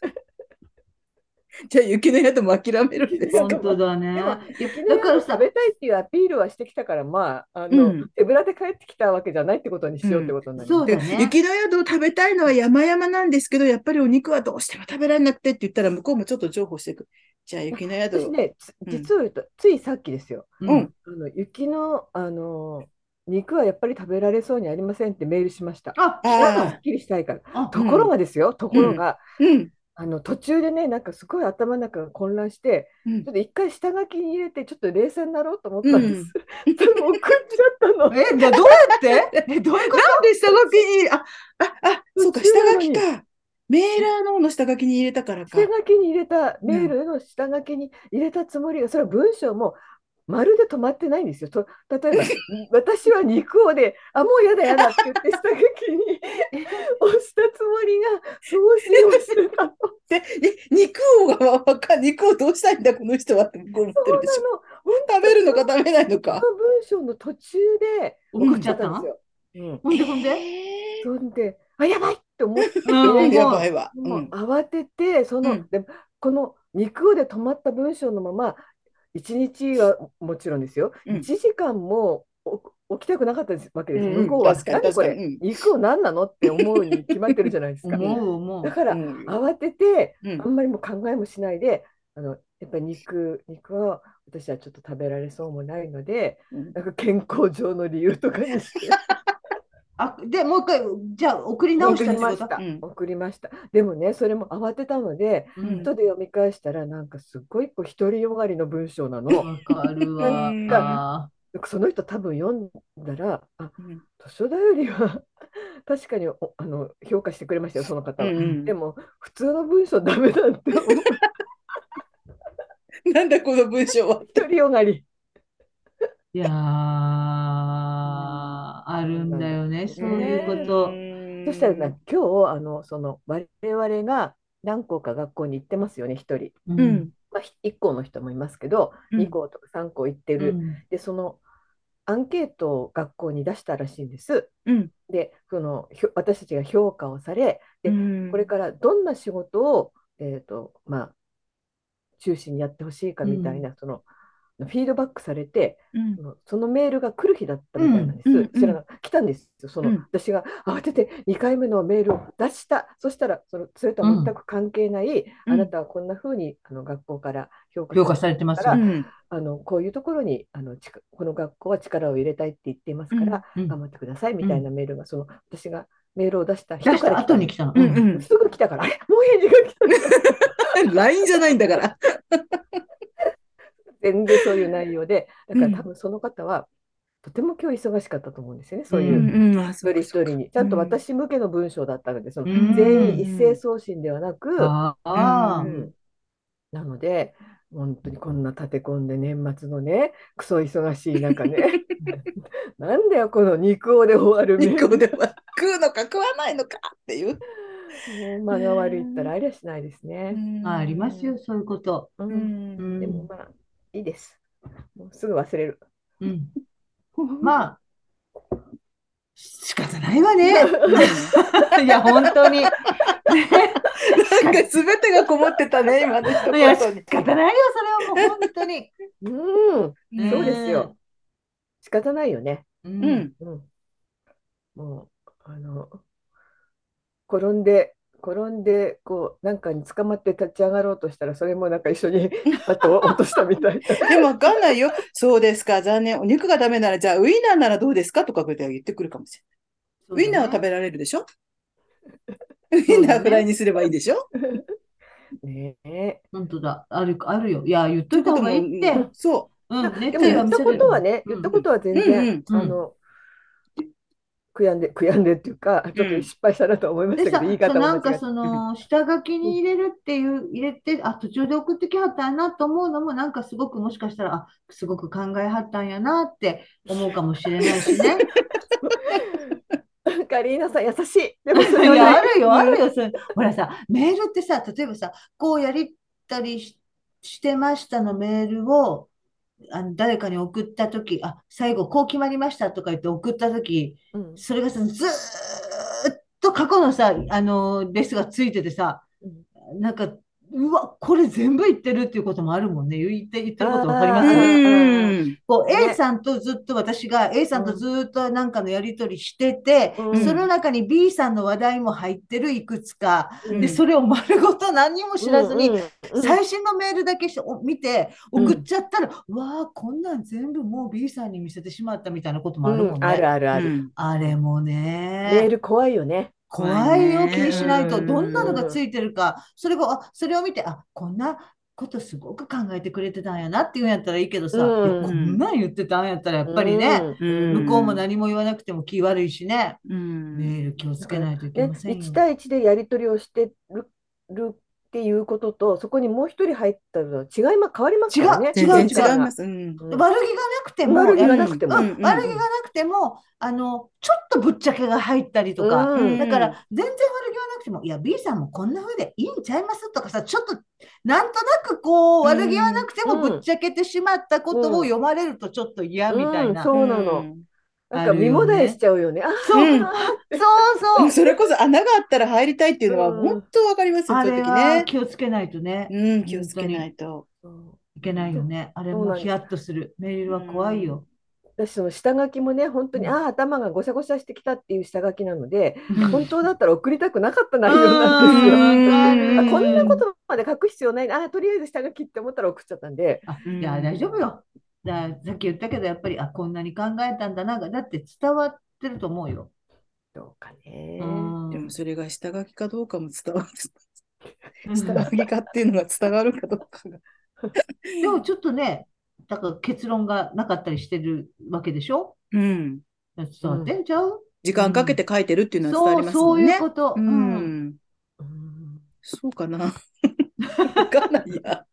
じゃあ、雪の宿も諦めるんです本か当だね。でもだ だかかららさ食べたいっていうアピールはしてきたから、まあ、あの、うん手ぶらで帰ってきたわけじゃないってことにしようってことになりますそうだね。雪の宿を食べたいのは山々なんですけど、やっぱりお肉はどうしても食べられなくてって言ったら、向こうもちょっと譲歩していく。じゃあ、雪の私宿。ね、つうん実を言うと、ついさっきですよ。ううん。あの雪の、あの、肉はやっぱり食べられそうにありませんってメールしました。あ、なんかあすっきりしたいから。あところがですよ、ところが、あ、うん。あの途中でね、なんかすごい頭の中が混乱して、うんちょっと一回下書きに入れて、ちょっと冷静になろうと思った んです。うんでも送っちゃったの。え、じゃあどうや ってえ、どういうこなんで下書きに、あ、あ、あ、そうか、普通下な書のきにか。メーラーの方の下書きに入れたからか下。書きに入れた、メールの下書きに入れたつもりが、それは文章もまるで止まってないんですよ。と例えば、 私は肉をで、あ、もうやだやだって言って、下書き に押したつもりが、そうしようして たの。で、で肉をがわかん、肉をどうしたいんだ、この人はって向こう思ってそうるでしょ。なの。食べるのか食べないのこのか。文章の途中でうん送っちゃったんですよ。うんとほんでほんで。そんで、あ、やばいって思って、うんやばいわ。うもうん慌てて、その、うんでこの肉をで止まった文章のまま、1日はもちろんですよ、うん1時間もお起きたくなかったわけですよ。うん向こうは、確かに何これ確かにうん肉を何なのって思うに決まってるじゃないで すか。思う思だう。から、うん慌てて、うんあんまりもう考えもしないで、あのやっぱり肉、肉は私はちょっと食べられそうもないので、うんなんか健康上の理由とかにして。 あ、で、もう一回、じゃあ送り直し送たってりまこしとた、うん送りました。でもね、それも慌てたので、うん後で読み返したら、なんかすごいこう独りよがりの文 章なの。わかるわうん。あその人多分読んだら、あ、うん図書だよりは 確かにおあの評価してくれましたよ、その方は。うんでも、普通の文章ダメだって思う、なんだこの文章は。独りよがり。いやー、あるんだよね、そういうこと。そしたらな、今日、あの、その、我々が何校か学校に行ってますよね、一人。う。うん。まあ、1校の人もいますけど、うん2校とか3校行ってる。でそのアンケートを学校に出したらしいんです。うんでそのひょ私たちが評価をされでうんこれからどんな仕事を、えーとまあ、中心にやってほしいかみたいな、そのフィードバックされてうんそのそのメールが来る日だったみたいなんです。うんうんうん知らな来たんですよその、うん私が慌てて2回目のメールを出したそしたらそのそれとは全く関係ない、うんあなたはこんな風にあの学校から評価評価されてますよからうんあのこういうところにあのちかこの学校は力を入れたいって言っていますから、うん頑張ってくださいみたいなメールが、その私がメールを出した出人しかたら後に来たの。ううんうんんすぐ来たから、あれ もう返事が来た LINE じゃないんだから。全然そういう内容 で、だかうんら多分その方は、とても今日忙しかったと思うんですよね、そういうう。ん。あそ一うか人一そう人かにちゃんと私向けの文章だったので、そのうん全員一斉送信ではなく、ああううんんなので、本当にこんな立て込んで年末のね、クソ忙しい中ね、 なんだよ、この肉をで終わるメール肉をでは食うのか食わないのかっていう。もう間が悪いったらありゃしないですね。まあ、ありますよ、。そういうこと。ううんん。うんでもまあいいです。もうすぐ忘れる。うん。まあ、仕方ないわね。いや、本当 に。ねなんか全てがこもってたね、今の一いや、仕言に。方ないよ、それはもう本当に。うん、ね そうですよ。仕方ないよね。う。うんん。うん、もうあの転んで転んでこうなんかに捕まって立ち上がろうとしたらそれもなんか一緒にあと落としたみたい な。でもわかんないよ。そうですか、残念。お肉がダメなら、じゃあウインナーならどうですかとか言ってくるかもしれない。ウインナーは食べられるでしょウインナーフライにすればいいでしょねえ。本当だ。ある、あるよ。いや、言っといた方がいいって。うんそうん、ネッでトもに言はっ見たせこれるとはね、うん言ったことは全う。うん然、うん。うんあの、悔やんで、悔やんでっていうか、ちょっと失敗したなと思いましでたさ、けど、言い方そうもな間違んっかてその、 下書きに入れるっていう、入れて、あ、途中で送ってきはったんやなと思うのも、なんかすごくもしかしたら、あ、すごく考えはったんやなって思うかもしれないしね。なんか カリーナさん優し い。でもそれいをねやあるよ、あるよ、それ。ほらさ、メールってさ、例えばさ、こうやりたりし、してましたのメールを、あの、誰かに送ったとき、あ、最後、こう決まりましたとか言って送ったとき、うんそれがさ、ずーっと過去のさ、あの、レスがついててさう、なんか、うわ、これ全部言ってるっていうこともあるもんね。言って、言ってることわかりまうすん。こう、ね A さんとずっと私が A さんとずっとなんかのやりとりしてて、うんその中に B さんの話題も入ってるいくつか。うんで、それを丸ごと何にも知らずに、うんうんうん最新のメールだけしお見てうん送っちゃったら、わあ、こんなん全部もう B さんに見せてしまったみたいなこともあるもんあるね。あるあうる。んあれもね。メール怖いよね。怖いよ、気にしないと。うんどんなのがついてるか。それが、あ、それを見て、あ、こんなことすごく考えてくれてたんやなっていうんやったらいいけどさ、うんいやこんなん言ってたんやったらやっぱりね、うん向こうも何も言わなくても気悪いしね。うんメール気をつけないといけね、ませんよ1。対1でやり取りをしてるるっていうことと、そこにもう一人入ったら違いま変わりますからね。違全う然違違ういます。うん。悪気がうんなくても、悪気がなくてもううんん悪気がなくても、あの、ちょっとぶっちゃけが入ったりとか、うんうんだから、全然悪気はなくても、いや、B さんもこんな風でいいんちゃいますとかさ、ちょっと、なんとなくこう、うん悪気はなくてもうんぶっちゃけてしまったことを読まれるとちょっと嫌みたいうんな。そうなの。なんか身もだえしちゃうよね。あそううんそううそん。う。それこそ穴があったら入りたいっていうのはうん本当わかりますよ、あそういれう時はね。気をつけないとね、うん、気をつけないと。いけないよね。あれそうなもんですヒヤッとする。メールは怖いよ。私その下書きもね、本当に、うんああ、頭がごしゃごしゃしてきたっていう下書きなので、うん本当だったら送りたくなかった内容なんですよ。うんうあんこんなことまで書く必要ないな、あーとりあえず下書きって思ったら送っちゃったんで、あうんいや、大丈夫よ。だからさっき言ったけど、やっぱり、あ、こんなに考えたんだなが、だって伝わってると思うよ。どうかねう。んでもそれが下書きかどうかも伝わる。うん下書きかっていうのが伝わるかどうかが。でもちょっとね、だから結論がなかったりしてるわけでしょうん。伝わってんちゃう時間かけて書いてるっていうのは伝わそりう、ますもそね。ううんいうこと。うんん。うんそうかな。わかんないや。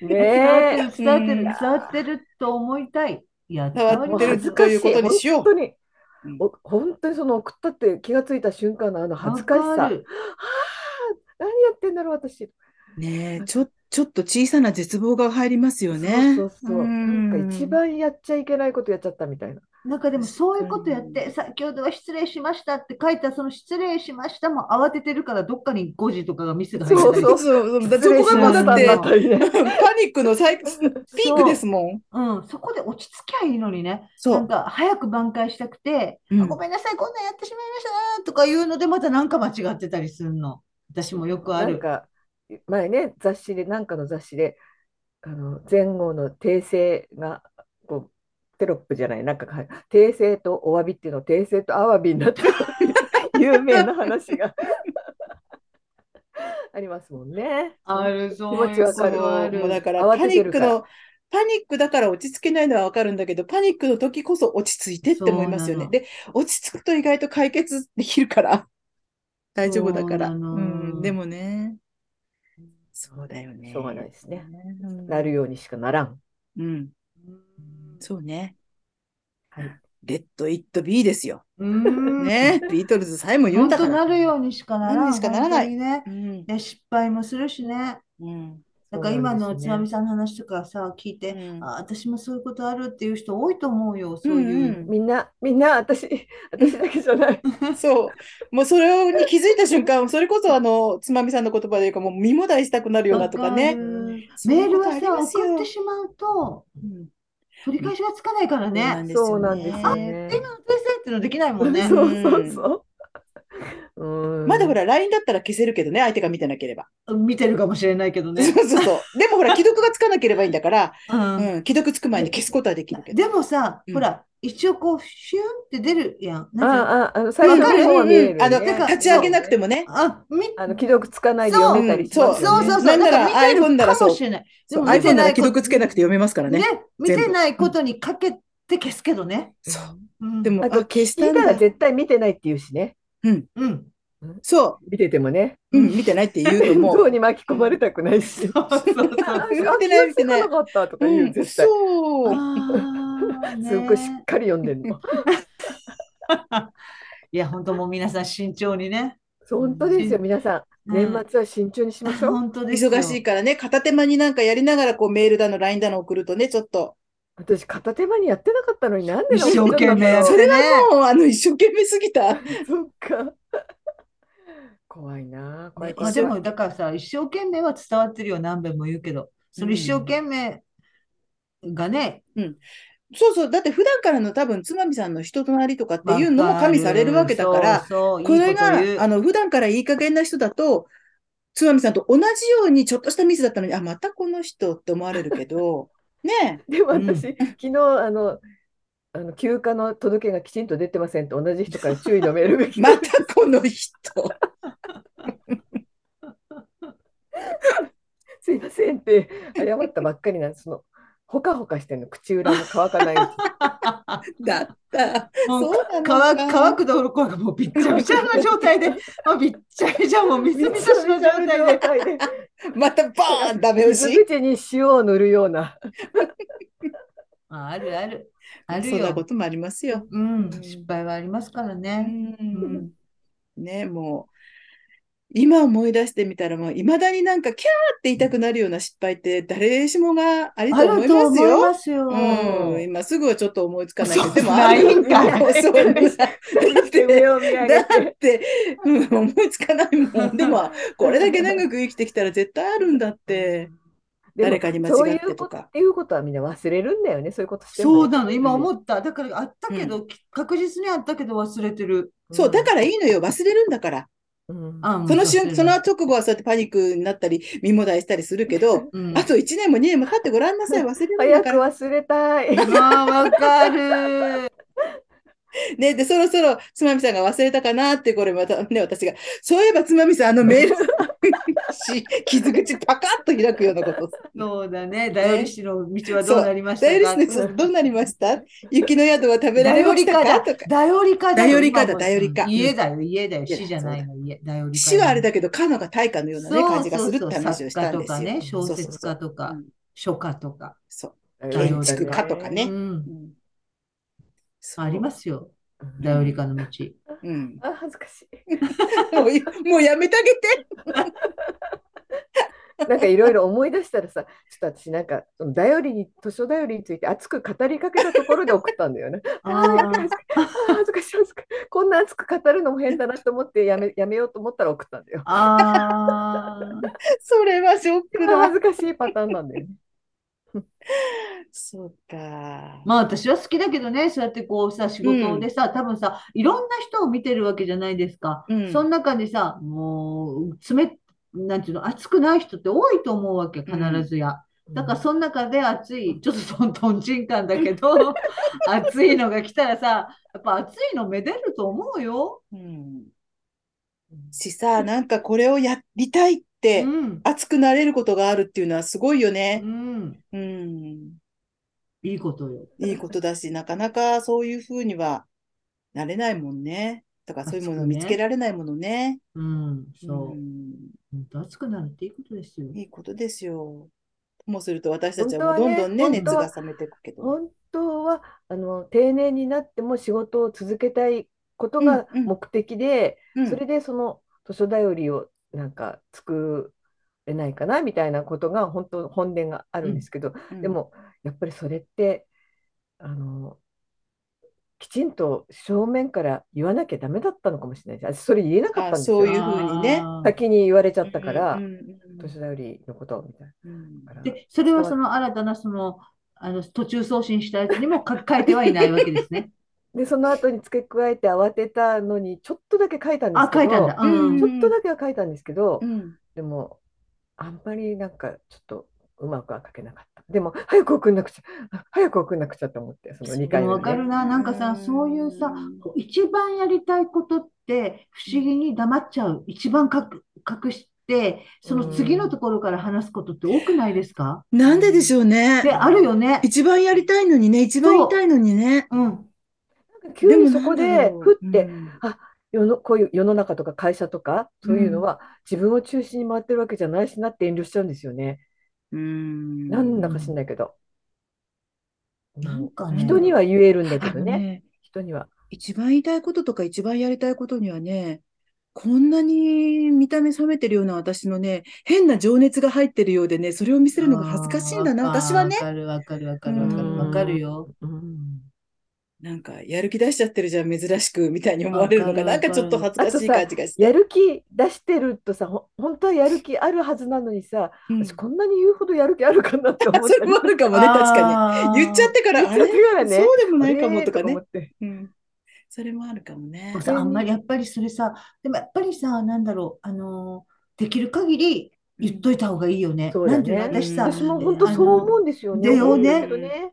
ねえ。伝わってる、うん伝わってる、伝わってると思いたい。いや、伝伝わわっりもうてまる恥すずかしい。ということにしよう本当にうん。お本当にその送ったって気がついた瞬間のあの恥ずかしわさ。あかある何やってんだろう私。ねえ、ちょ、ちょっと小さな絶望が入りますよね。そうそうそう。んなんか一番やっちゃいけないことやっちゃったみたいな。なんかでもそういうことやっうて、先ほどは失礼しましたって書いた、その失礼しましたも慌ててるから、どっかに誤字とかがミスが入ってそたうりそううそう。だ失そ礼こしがもまうしだたっにてなっ、たりね。パニックの最ピークですもん。ん、そこで落ち着きゃいいのにね。そなんう。か早く挽回したくて、うんあごめんなさい、こんなんやってしまいましたとか言うので、またなんか間違ってたりするの。私もよくあなんる。か前ね雑誌でなんかの雑誌であの前後の訂正がこうテロップじゃないなんかか訂正とお詫びっていうのを訂正とあわびになってる有名な話が ありますもんね。ある、そ気持ちわかるそうあもうだから慌パてニてッるクからの、パニックだから落ち着けないのはわかるんだけど、パニックの時こそ落ち着いてって思いますよね。そうなので、落ち着くと意外と解決できる から、大丈夫だから。そううなのん、でもね、そうだよね。しょうがないですね。うんなるようにしかならん。うん、うんそうね。はいレッド・イット・ビーですよ。うーん。ね、ビートルズさえも言う本んだ当から。なるようにしかななるようら。んにしかならない本当にうね。ん。で、失敗もするしね。うん。なんか今そうなのんでつすねまみさんの話とかさ、聞いて、うんあ、私もそういうことあるっていう人多いと思うよ、そうういう。んみんなみんな私私だけじゃない。うん、そう。もうそれに気づいた瞬間、それこそあの、つまみさんの言葉で言うか、もう身も大したくなるようなとかわねか。るそういメーうルことはありさ、ますよ送ってしまうと、うん取り返しがつかないからね。そうなんですよねね今。の訂正っていうのできないもんね。そう そうそう。うんまだほら、LINE だったら消せるけどね、相手が見てなければ。見てるかもしれないけどそうね。そうそう。でもほら、既読がつかなければいいんだから、うんうん、既読つく前に消すことはできるけど。でもさ、うんほら、一応こう、シュンって出るやん。なんかああ、あの、最初のわかる方は見える、ね。あの、てか立ち上げなくてもね。あ、み、あの、既読つかないで読めたりしそまうすそようね。そうそう。なんならだから見て iPhone るならそうかもしれない。でそうも見 iPhone てなならいこ既と読つけなくて読めますからねね。、見てないことにかけて消すけどね。そう。うん、でも、あ、あと消し聞たいんたらだ。絶対見てないって言うしね。うん。そ見ててもね。う。うん、見てないって言うと面 もう。倒に巻き込まれたくないし。そうそうそう。 あ、見見てない見ててないなかったとかう言んう、絶対。そう。あーすごくしねっかり読んでるの。いや、本当もう皆さん慎重にね。そう本当ですよ、皆さん。う年ん末は慎重にしましょう。本当ですよ忙しいからね、片手間になんかやりながら、こうメールだの、LINE だの送るとね、ちょっと。私、片手間にやってなかったのになんで一生懸命な そそんだれれねはもう、あの、一生懸命すぎた。ろうそっか。怖いなあ。怖いま怖あいで怖もい。だからさ、一生懸命は伝わってるよ、何べんも言うけど、その一生懸命がね、そうそう。だって普段からの多分、つまみさんの人となりとかっていうのもわか加る味されるわけだから、そうそういいこれこと言うが、あの、普段からいい加減な人だと、つまみさんと同じようにちょっとしたミスだったのに、あ、またこの人って思われるけど、 ねでもうん私、昨日、あの、あの休暇の届けがきちんと出てませんと同じ人から注意のメールが来え、て、またこの人。すいませんって謝ったばっかりなんです。そのほかほかしてるの口裏も乾かないうちにだった。 もうそうなの 乾かく乾くどころかもうびっちゃびちゃの状 態で、もうびっちゃびちゃもう水浸しの状態で、でまたバーンダメ押水 し。口に塩を塗るようなああるある、あるそんなよこ、ともありますよ。うん、失敗はありますからうね。ん。ね、もう。今思い出してみたらもういまだになんかキャーって言いたくなるような失敗って誰しもがありとあ思るいとます思いよ。ますよ。うん、今すぐはちょっと思いつかないけそど、うでもあないるんかいもうそうだ って、上を見上だげて。って、うん、思いつかないもん。でも、これだけ長く生きてきたら絶対あるんだって。でも誰かに間違そういうってとかこっていうことはみんな忘れるんだよね、そういうことしてそうだ、なの、今思った。だからあったけど、き確実にあったけど忘れてる。そう、だからいいのよ。忘れるんだから。うんあうんその忘れ瞬、るその直後はそうやってパニックになったり、身もだえしたりするけど、うんあと1年も2年も経ってごらんなさい。忘れるんだ早くから。忘れたい。まあ、わかる。ね、で、そろそろつまみさんが忘れたかなって、これまたね、私が、そういえばつまみさん、あの メールし、傷口パカッと開くようなこと。 そうだね。頼り師の道はそどううなりましたダイオかリスどうなりました雪の宿は食べられま頼したりかかだとか。。頼りかだ。頼りかだ今も頼りかうん家だよ、家だよ。家だ死じゃないの、家。頼りか。死はあれだだけど、かのが大化のようなね、そう感じがするって話そうそうをしたんですよ。作家とかね小そうそうそう説家とかうん書家とか。そう。 建築家とかうねん。うんそうありますよ。うん頼りかの道。うん。あ恥ずかしもうい、もうやめてあげて。 い。なんかいろいろ思い出したらさ、ちょっと私なんか、その頼りに、図書頼りについて熱く語りかけたところで送ったんだよ ね。ああーなんかー恥ずかあー恥ずかしい、恥ずかしい。こんな熱く語るのも変だなと思ってやめ、やめようと思ったら送ったんだよ。あそれはショックだ恥。ずかしいパターンなん だよね。そうかー。まあ私は好きだけどね、そうやってこうさ、仕事でさ、多分さ、いろんな人を見てるわけじゃないですか。うんその中にさ、もう、冷、なんていうの、熱くない人って多いと思うわけ、必ずや。だからその中で暑い、ちょっとトントンチンカンだけど、 暑いのが来たらさ、やっぱ暑いのめでると思うよ。うん。しさ、なんかこれをやりたいってう、ん。熱くなれることがあるっていうのはすごいようね。ん。うん。いいことよ。いいことだし、なかなかそういうふうにはなれないもんね。だからそういうものを見つけられないものね。うん。そうう。ん本当暑くなるっていいことですよ。いいことですよ。ともすると私たちはもう本ど当はんどんねね、本熱当はが冷めていくけど。本当はあの定年になっても仕事を続けたいことがうんうん目的で、うんそれでその図書頼りをなんか作れないかなみたいなことが本当本音があるんですけど、うんでもやっぱりそれってあのきちんと正面から言わなきゃダメだったのかもしれないです。私それ言えなかったんですよ。あそういうふうにねあー先に言われちゃったから、うん図書頼りのことをみたいうんうんなから。で、それはその新たな、その、あの、途中送信したやつにも書書いてはいないわけです ね。で、その後に付け加えて慌てたのに、ちょっとだけ書いたんですあ、け書いたんだ。ど、ううんん。ちょっとだけは書いたんですけどう、んでも、あんまりなんか、ちょっとうまくは書けなかった。でも、早く送んなくちゃ、あ早く送んなくちゃと思って、その2で回も目わかるね。な。なんかさ、そういうさ、一番やりたいことって不思議に黙っちゃう。一番隠、隠して、その次のところから話すことって多くないですかなんででしょうで、ね。あるよね。一番やりたいのにね、一番言いたいのにね。うん。急になそんこだで、ろうふって、うん世の、こういう世の中とか会社とか、そういうのは、自分を中心に回ってるわけじゃないしなって遠慮しちゃうんですよね。うんなんだか知んないけど。なんかうんね人には言えるんだけあどのね、ね、人には。一番言いたいこととか一番やりたいことにはね、こんなに見た目冷めてるような私のね、変な情熱が入ってるようでね、それを見せるのが恥ずかしいんだな、あー私はねわ。かるわかるわかるわかるわかるよ。うんなんか、やる気出しちゃってるじゃん、珍しく、みたいに思われるのが、なわんかかるわちかるょっと恥ずかしい感じがして。やる気出してるとさ、ほ本当はやる気あるはずなのにさ、うん私こんなに言うほどやる気あるかなって思っあ そたれりもあるかもね、確かに。言っちゃってから、言っあちゃっれてからねそうでもないかもとかえーね思。ってうん。それもあるかもねもう。さあんまりやっぱりそれさ、でもやっぱりさ、なんだろう、あのーできる限り言っといた方がいいよね。そうだねなんていうの、私さ、うん私も本当そう思うんですよね。でよね本当ね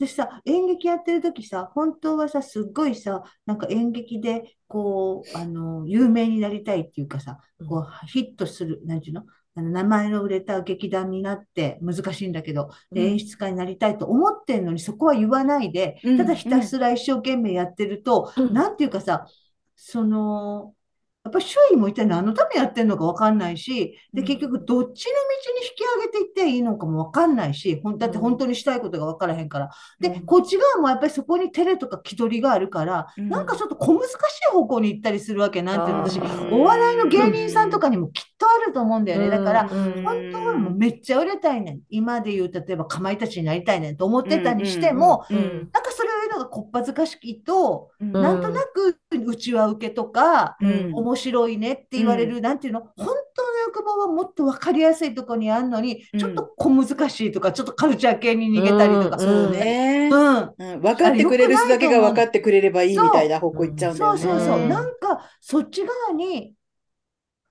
私さ、演劇やってる時さ、本当はさ、すっごいさ、なんか演劇で、こう、あの、有名になりたいっていうかさ、こう、ヒットする、なんていうのあの、名前の売れた劇団になって難しいんだけど、で演出家になりたいと思ってんのに、そこは言わないでうん、ただひたすら一生懸命やってると、うんなんていうかさ、その、やっぱり周囲も一体何のためやってるのかわかんないし、で、うん結局どっちの道に引き上げていっていいのかもわかんないし、ほんだって本当にしたいことがわからへんから。で、うんこっち側もやっぱりそこに照れとか気取りがあるから、うんなんかちょっと小難しい方向に行ったりするわけなんていうのあ私、ーお笑いの芸人さんとかにもきっとあると思うんだよね。だから、うん本当はもうめっちゃ売れたいねん。今で言う、例えばかまいたちになりたいねんと思ってたにしても、うんうんなんかそれを言うのがこっぱずかしいと、うんうんなんとなくうちは受けとか、うん面白いねって言われる、なんていうの、本当の欲望はもっと分かりやすいとこにあるのに、うんちょっと小難しいとか、ちょっとカルチャー系に逃げたりとか。うんそうね。うんうん分かってくれる人だけが分かってくれればいいみたいな方向行っちゃうんだそようね。そうそう、うんなんかそっち側に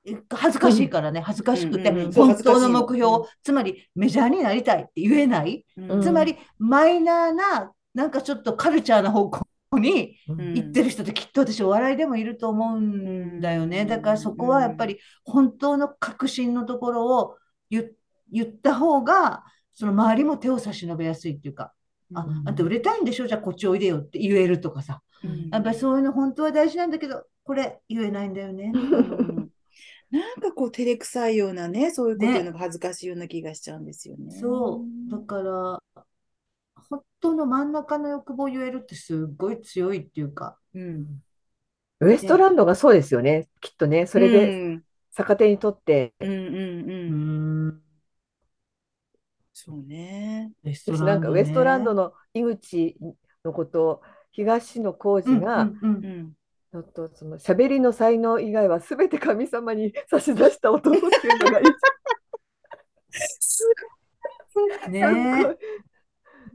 え恥ずかしいからね、恥ずかしくて、うんうんうんそう本当の目恥ず標、かしいのつまりメジャーになりたいって言えない、うんつまりマイナーな、なんかちょっとカルチャーな方向にうん行ってる人ってきっと私お笑いでもいると思うんだようね。んだからそこはやっぱり本当の確信のところを言言った方が、その周りも手を差し伸べやすいっていうか、あ、あんた売れたいんでしょじゃあこっちおいでよって言えるとかさ。うんやっぱりそういうの本当は大事なんだけど、これ言えないんだよね。うんなんかこう照れくさいようなね、そういうこと言うのが恥ずかしいような気がしちゃうんですよね。そう。だから、本当の真ん中の欲望を言えるってすっごい強いっていうか。うん。ウエストランドがそうですよね。きっとね、それで逆手にとって、うん、うんうんううん。ん。そうね。ウエスト私ラなンんかドウエストランねドの井口のことを東野幸うん治が、うん うんうん。のとその喋りの才能以外は全て神様に差し出した男っていうのがいいすねえ。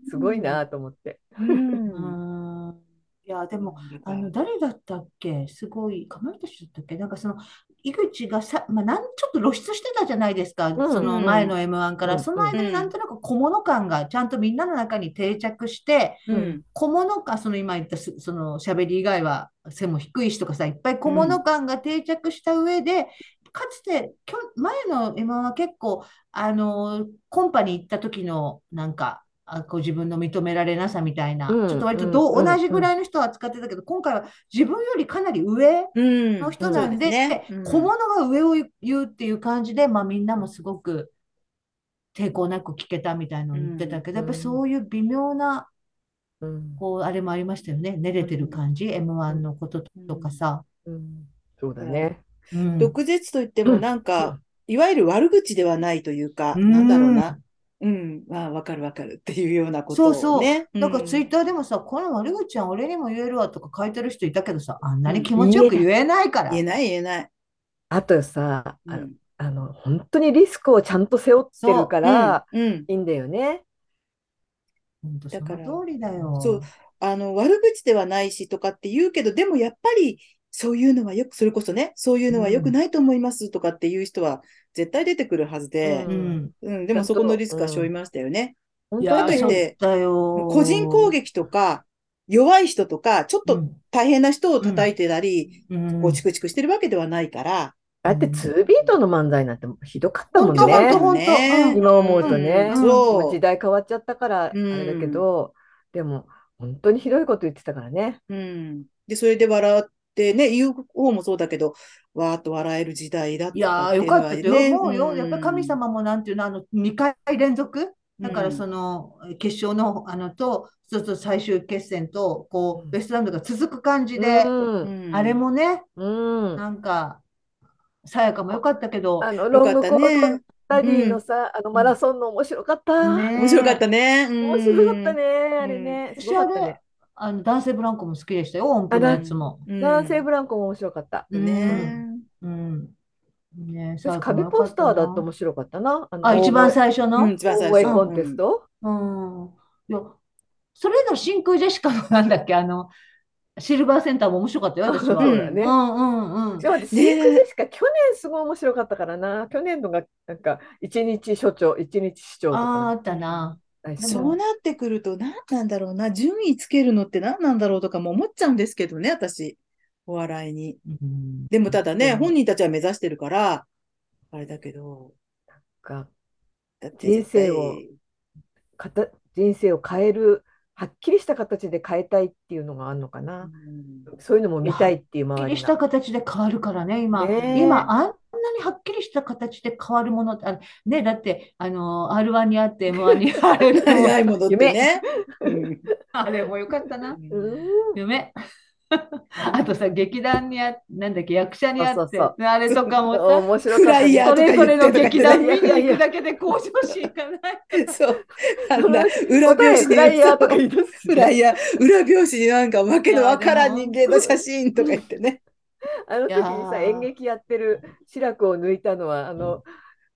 すごいなと思って。ごい。うん。いや、でも、あうのん誰だったっけすごい、かまいたちだったっけなんかその、井口がさ、まあ、なん、ちょっと露出してたじゃないですか、んその前の M1 かうら。んその間うんになんとなく小物感がちゃんとみんなの中に定着して、うん。小物感、その今言ったす、その喋り以外は背も低いしとかさ、いっぱい小物感が定着した上で、かつて、きょ、前の M1 は結構、あの、コンパに行った時の、なんか、あ、こう自分の認められなさみたいな、ちうんょっと割とどう、うん同じぐらいの人を扱ってたけど、今回は自分よりかなり上うん。の人なんで、そうです小ね物が上を言うっていう感じで、まあみんなもすごく抵抗なく聞けたみたいなのを言ってたけど、やうんっぱりそういう微妙な、うんこう、あれもありましたよね。寝れてる感じ、M1 のこととかさ。うんそうだね。うん毒舌といってもなんか、いわゆる悪口ではないというか、うんなんだろうな。うん、まあ、わかるわかるっていうようなことをそうそうね。なんかツイいッターでもさ、この悪口は俺にも言えるわとか書いてる人いたけどさ、あんなに気持ちよく言えないから。言えない言えない。あとさ、うんあのあの本当にリスクをちゃんと背負ってるからうんうんいいんだよね。本当そだのから通りだよ。そうあの、悪口ではないしとかって言うけど、でもやっぱり、そういうのはよく、それこそね、そういうのは良くないと思いますとかっていう人は絶対出てくるはずでう、ん。うん、でもそこのリスクは背負いましたよね。本い当や、かといそっうてだよ。個人攻撃とか、弱い人とか、ちょっうとん大変な人を叩いてたり、うんこうチクチクしてるわけではないから、だって2ビートの漫才なんてひどかったもん本当ね本。当本ね当今思うとねうんそもうう時。代変わっちゃったからあうんれだけど、でも本当にひどいこと言ってたからね。うん。で、それで笑ってね、言う方もそうだけど、わーっと笑える時代だったいやー、よかったと思うよ。やっぱり神も様もなんていうの、あの、2回連続だからその決勝のあのと、そうそう最終決戦と、こうんう、ベストラウンドが続く感じで、うんうんあれもね、うんなんか、さやかも良かったけど、あのよロかンっグコたーねト。ダディのさ、あのマラソンの面白かった。ね面白かったね。うん面白かった。ね、あれね。私すごかあったれね。、あの男性ブランコも好きでしたよ、音符のやつも。うん男性ブランコも面白かった。うんね。うん。ね、さ私、やかも壁良かポっスたターだってな面白かったな。あのあ、一番最初うのん、一番最大声初。コンテスト。うん。いや、それの真空ジェシカのなんだっけ、あの、シルバーセンターも面白かったよ、私 そうは。うんだね。うんうん。でも私シークジェシカ、去年すごい面白かったからな。去年のが、なんか、一日所長、一日市長とああ、あかったな。大好き。そうなってくると何なんだろうな順位つけるのって何なんだろうとかも思っちゃうんですけどね私お笑いにでもただね、本人たちは目指してるからあれだけどかだって絶対人生をかた人生を変える、はっきりした形で変えたいっていうのがあるのかうな。んそういうのも見たいっていうはっき周りりしたが。形で変わるからね、今。ねえ今、あんなにはっきりした形で変わるものって、あね、だって、あの、R1 にあって、M1 にある早 いものってね。あれもよかったな。うん夢。あとさ、劇団にあ、なんだっけ、役者にあそうっそて、うそあれとかもさ、面白かっフラたイね。ヤーそとか言ってれぞれの劇団見いやいにやい行やくだけで向上心がない。そう。あんな裏答え表紙フにライヤーとかそう言い出すフライヤー、裏表紙になんかわけのわからん人間の写真とか言ってね。あの時にさいやー演劇やってる志らくを抜いたのはあの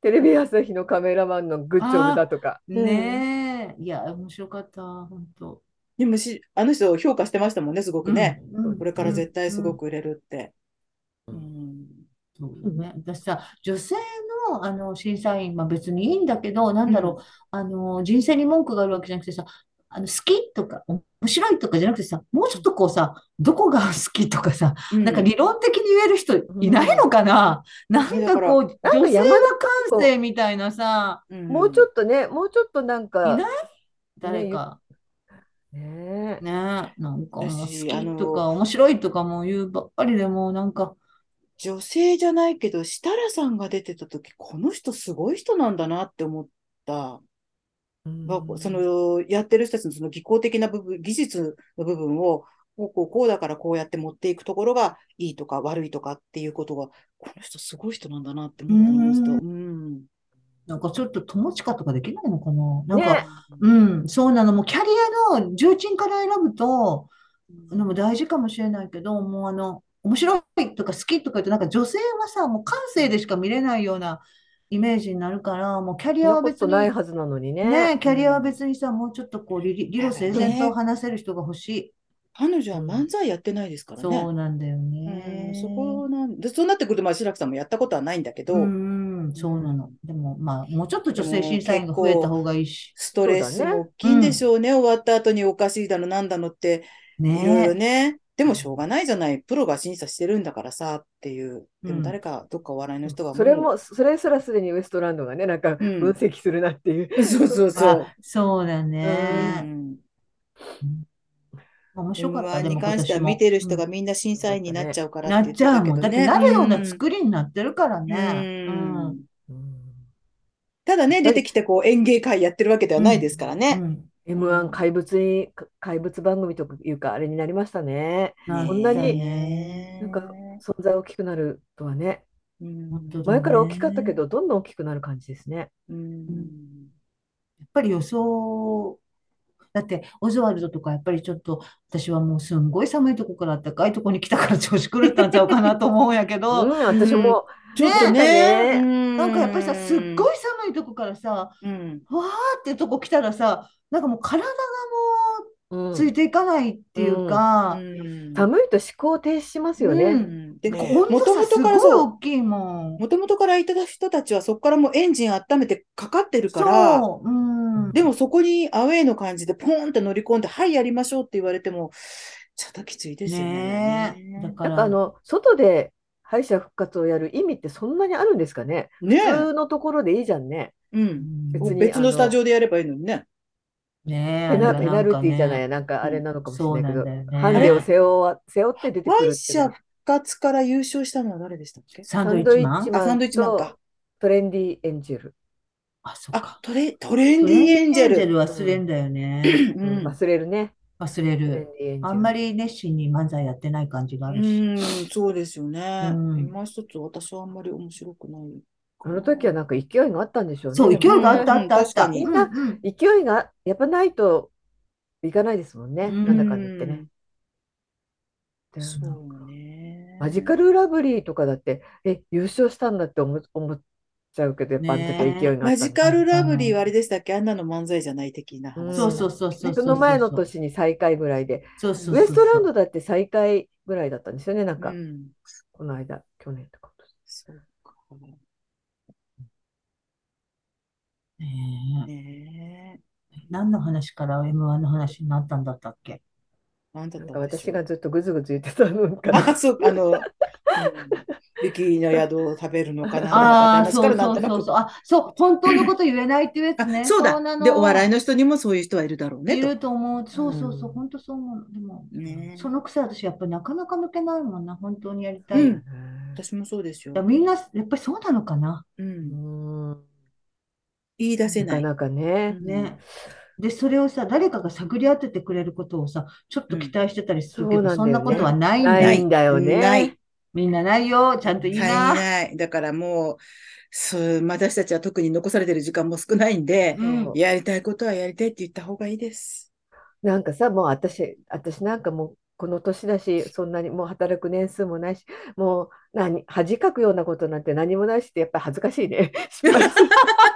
テレビ朝日のカメラマンのグッジョブだとかうんねえ、いや、面白かった、本当。でもし、あの人を評価してましたもんね、すごくね。うんこれから絶対すご。うんく売れるって。うんそうよね、私さ、女性の、あの審査員、まあ、別にいいんだけど、なんだろう、あの人生に文句があるわけじゃなくてさ、あの好きとか面白いとかじゃなくてさ、もうちょっとこうさ、どこが好きとかさ、なんか理論的に言える人いないのかな、なんかこう、から女性なんか山田は感性みたいなさ、もうちょっっとねもうちょっとなんいかない誰か。ねえねえ、なんかもう好私きあのとか面白いとかも言うばっかりでもうなんか、女性じゃないけど、設楽さんが出てた時、この人すごい人なんだなって思った。がうんそのやってる人たちのその技巧的な部分、技術の部分を、こうこうこうだからこうやって持っていくところがいいとか悪いとかっていうことが、この人すごい人なんだなって思ったのうでんすと。うん。なんかちょっと友近とかできないのかななんねか、うん、そうなの。もうキャリアの重鎮から選ぶと、のも大事かもしれないけど、もうあの、面白いとか好きとか言って、なんか女性はさ、もう感性でしか見れないようなイメージになるから、もうキャリそんアなはこ別とないに、はずなのにねねえ、キャリアは別にさ、もうちょっとこう、理、理路整然と話せる人が欲しい。彼女は漫才やってないですからそね。うなんだようんね。そこなんで、そうなってくると、まあ、白木さんもやったことはないんだけど、うんうん、そうなの。でも、まあ、もうちょっと女性審査員が増えた方がいいし。ストレスも大きいんでしょうね。終わった後におかしいだの、なんだのって、いろいろねね。でもしょうがないじゃない。プロが審査してるんだからさ、っていう。でも誰か、どっかお笑いの人がそれもそれすらすでにウエストランドがねなんかうん分析するなっていう、そうそうえ。そうあ、。そうだうね。ん面白かった、 M1 でにも関しては今年見てる人もがみんな審査員になっちゃうかうんらなっちゃうもん。だってなるようなり作りになってるからね。うんただね、出てきてこう演芸会やってるわけではないですからうね。ん M1 怪物に怪物番組というかあれになりましたねなこんんだなねになんか存在大きくなるとはねうん本当だ前から大きかったねけどどんどん大きくなる感じですね。うんやっぱり予想、だってオズワルドとかやっぱりちょっと私はもうすんごい寒いとこからあったかいとこに来たから調子狂ったんちゃうかなと思うんやけうど、ん、私もちょっとねね、なんかやっぱりさ、すっごい、い寒いとこからさ、わうんーってとこ来たらさ、なんかもう体がもうんうついていかないっていうか、うん寒いと思考停止しますようね。うんで、ねほんともとさもとすかごいらそう、大きいもん。もともとからいた人たちはそこからもうエンジン温めてかかってるから、そう、うん。でもそこにアウェイの感じでポーンって乗り込んで、はい、やりましょうって言われても、ちょっときついですよねね。え、だか、なんからあの外で敗者復活をやる意味ってそんなにあるんですかね。ね普え通のところでいいじゃんね。う。うんん別に別のあのスタジオでやればいいのにね。ねえ、ペナあペれがナなんルかティじゃなね、い、なんかあれなのかもしそうれないけなどん、だよね。ハンデを背負わ背負って出てくる敗ってね、者復活から優勝したのは誰でしたっけサンサドイッンドチイマッンチあ、サマンンドイッチマンとか。トレンディエンジェル。あ、そっあか。トレ、トレンディエンジェル。忘れんだよね。うん忘れるね。忘れる。あんまり熱心に漫才やってない感じがあるし。うん、そうですよね。うん今一つ私はあんまり面白くない。この時はなんか勢いがあったんでしょうね。そう、勢いでもがあったあったあった。うん確かにうんうん勢いがやっぱないといかないですもんね。うんなんだかんだ言ってね。でそうね。マジカルラブリーとかだって、え、優勝したんだって思う思っちゃうけど、やっぱあの時は勢いがマあったジんだ。カルラブリーはあれでしたっけあんなの漫才じゃない的な話。そうそうそうそう。その前の。年に最下位ぐらいで、そうそうそう。ウエストランドだって最下位ぐらいだったんですよね、なんうか、ん。この間、去年とか。そうか。ねねえ何の話から M1 の話になったんだったっけえ。なんだなっんたかんでし私ょうがずっとぐずぐず言ってたのかあ、そう、 あの、うん雪の宿を食べるのかなんああ、だかそうって話からそなんうとそうそう。なく。あ、そう、本当のこと言えないっていうやつね。あ、そうだ。なので、お笑いの人にもそういう人はいるだろうね、いと。ると思う。そうそうそうう。ん本当そう思うの。でも、ねえそのくせ私、やっぱりなかなか抜けないもんな。本当にやりたうい。んい私もそうですよ。やみんな、やっぱりそうなのかな。うん。うん言い出せななかい。なかね。ね。で、それをさ、誰かが探り当ててくれることをさ、ちょっと期待してたりするけうんど、そんなことはないんだなよ。いんだよね。ない。みんなないよ。ちゃんと絶言い対な。ない。だからもう、そう、まあ私たちは特に残されてる時間も少ないんで、うん。やりたいことはやりたいって言った方がいいです。なんかさ、もう私、私なんかもうこの年だし、そんなにもう働く年数もないし、もう何、恥かくようなことなんて何もないしって、やっぱり恥ずかし いね。失敗する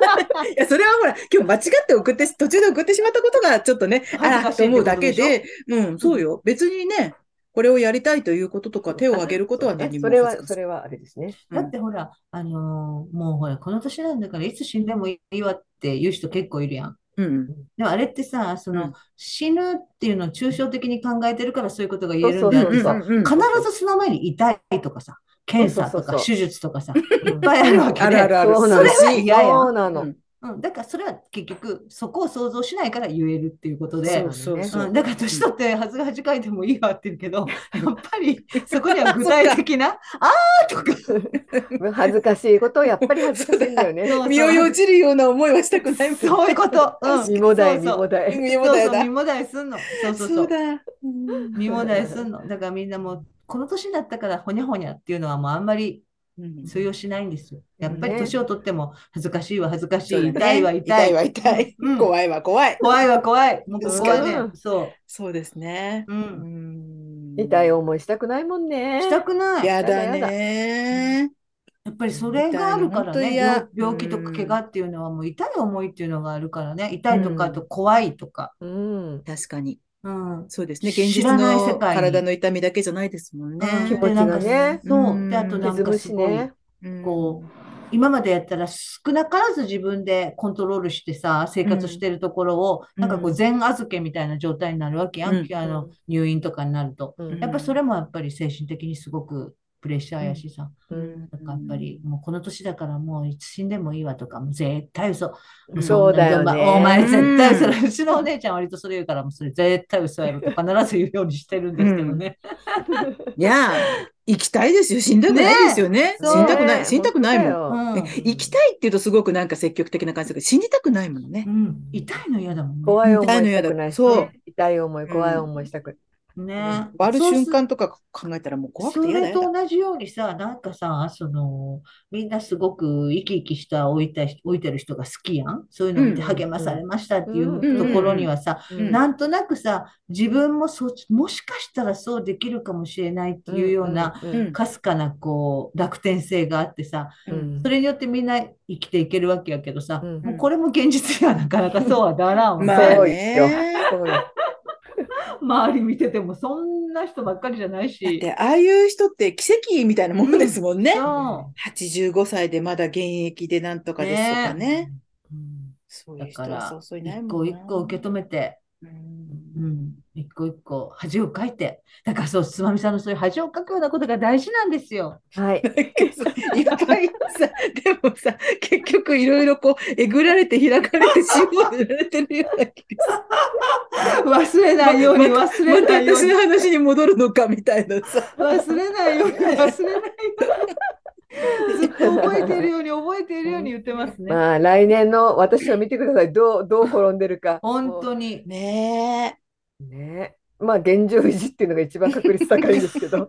いや、それはほら、今日間違って送って、途中で送ってしまったことがちょっとね、あ恥ずらかしいと思うだけっで、うん、そうよ。別にね、これをやりたいということとか、手を挙げることは何もそれ恥ずは、かしそれはあれですね。 だってほら、あのーもうほら、この年なんだから、いつ死んでもいいわって言う人結構いるやん。うん。でもあれってさ、その、うん死ぬっていうのを抽象的に考えてるからそういうことが言えるそんうであそっうてそさ、う。うんうんうん必ずその前に痛いとかさ、検査とそうそうかそう手術とかさ、いいっぱいあるわけあるあで、るある。そうなのそれは嫌やそうなの。うん、だからそれは結局、そこを想像しないから言えるっていうことでそう、そうねそうそううん、だから年取って恥ずかしかいてもいいわって言うけど、やっぱりそこには具体的な、あーとか、恥ずかしいことをやっぱり恥ずかしいんだよね。そう身をよじるような思いはしたくないもんねそういうこと。うん、身もだい、身そうそうもだい。身もだよそうそうだ身。もだえすんの。そうそうそう。そうだ。うん身もだえすんの。だからみんなもう、この年になったからほにゃほにゃっていうのはもうあんまりうん通用しないんですよ。やっぱりね年を取っても恥ずかしいわ恥ずかしそうだい、ね痛いわ痛痛いい。わ痛いうん。怖いわ怖い。怖いわ怖い。もうここはうね、んそそうですね。う。う。うんん痛い思いしたくないもんね。したくない。ややだね。っぱりそれがあるから痛いね、や病病気とか怪我っていうのはもう痛い思いっていうのがあるからね、痛いとかあと怖いとか。うん。確かに。うん。そうですね。現知実らない世界のに体の痛みだけじゃないですもんね。うん気持ちがねでなんかうそんう。で、あとなん傷かむすしごい。ね。うんこ今までやったら少なからず自分でコントロールしてさ、生活してるところを、うんなんかこう全預けみたいな状態になるわけやん、うんあうのん入院とかになると。うんやっぱそれもやっぱり精神的にすごくプレッシャーやしさ、うんなんかやっぱりもうこの年だからもういつ死んでもいいわとか、もう絶対嘘。もうそそんうだなよのね。お前絶対それ、ううちのお姉ちゃん割とそれ言うから、もうそれ絶対嘘やろって必ず言うようにしてるんですけどね。いや、行きたいですよ。死んだくないですよね。ね死んだくなねい。死にたくないもん。う本ん。え行きたいっていうとすごくなんか積極的な感じだけど、死にたくないものねう。ん。痛いの嫌だもんね。当よ。怖い思い痛いのしやただくないしそねう。痛い思い、怖い思いしたくない。ね。割るそう瞬す間とか考えたらもう怖くて嫌だそれよと。同じようにさ、なんかさ、その、みんなすごく生き生きした老いた人、老いてる人が好きやん。そういうの見てうん励まされましたっていんうところにはさ、うんなんとなくさ、自分もそ、もしかしたらそうできるかもしれないっていうような、うんうんかすかなこう、楽天性があってさ、うんそれによってみんな生きていけるわけやけどさ、うんもうこれも現実にはなかなかそうはならんわね。まあそうよね。そうよ周り見ててもそんな人ばっかりじゃなだいっし。て、ああいう人って奇跡みたいなものですもんね。そう85歳でまだ現役でなんとかですとかね。うんそういだう人はからそうそういない一も個んな一個受け止めて、うんうん、一個一個恥をかいて、だからそう、つまみさんのそういう恥をかくようなことが大事なんですよ。はい。いっぱいさ、でもさ、結局いろいろこう、えぐられて開かれて絞られてるような気がする。忘れないように、忘れまたないよう私に、の話に戻るのかみたいなさ。忘れないように、忘れないよずっと覚えているように覚えているように言ってますね。まあ来年の私を見てください。どうどう転んでるか。本当 に。ねね。まあ現状維持っていうのが一番確率高いんですけ ど。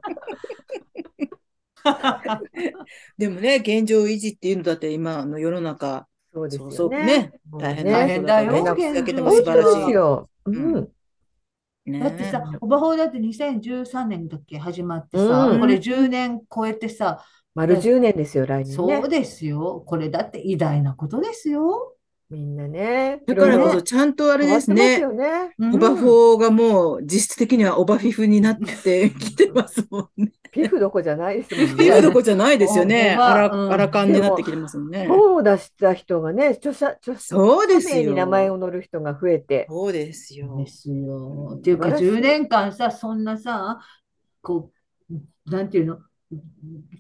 でもね、現状維持っていうのだって今の世の中、そうですそうそよね。うね、もう大変ねなことだよ大変だよね。だけでも素現状晴らし本当ですい。よ。う。うんねだってさ、オバホーだって2013年だっけ始まってうさん、これ10年超えてさ、丸10年ですよ、来年ねそう。ですよ。これだって偉大なことですよ。みんなね。だからこいろいそ、ろちゃんとあれ変でわっすてますね。よね。うんオバフォーがもう実質的にはオバフィフになってきてますもんね。ピフどこじゃないですもんピフどね。こじゃないですよね。オバあうんら、あらかんになってきてますもんね。本を出した人がね、著者、著者そうです名よ。に名前を載る人が増えて、そうですでよ。すよ。っていうか、素晴らしい10年間さ、そんなさ、こう、なんていうの、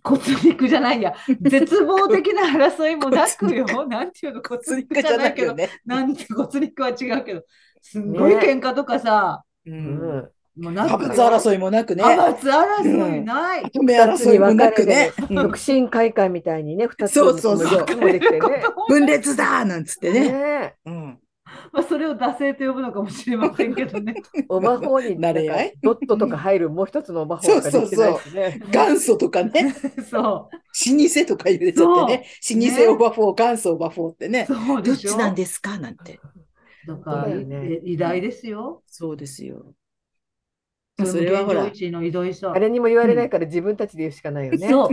骨肉じゃないや、絶望的な争いもな くよ、なんていうの、骨骨肉肉じじゃゃなないいけよど、ね。なんて骨肉は違うけど、すんごい喧嘩とかさ、う。うんん、もうな派く閥よ。争いもなくね。派閥争いない。まとめ争いもなくね。うん独身会館みたいにね、二つそうそうもそうもできてね。分裂だなんつってね。ねうん。まあ、それを惰性と呼ぶのかもしれませんけど ね。オバホーに慣れ合なんいかドットとか入るもう一つのオバホーとかできてないしね。元祖とかね。そ老舗とか入れちゃってね。そう老舗オバフォー、元祖オバフォーってう、ね。そうどでっしょ。ちなんですかなんて。だから、本当だよねえ偉大ですよ。そうですよ。そそれれははほほら。ら現状維持の偉大さ。誰にも言われないから自分たちで言うしかないよね。そう。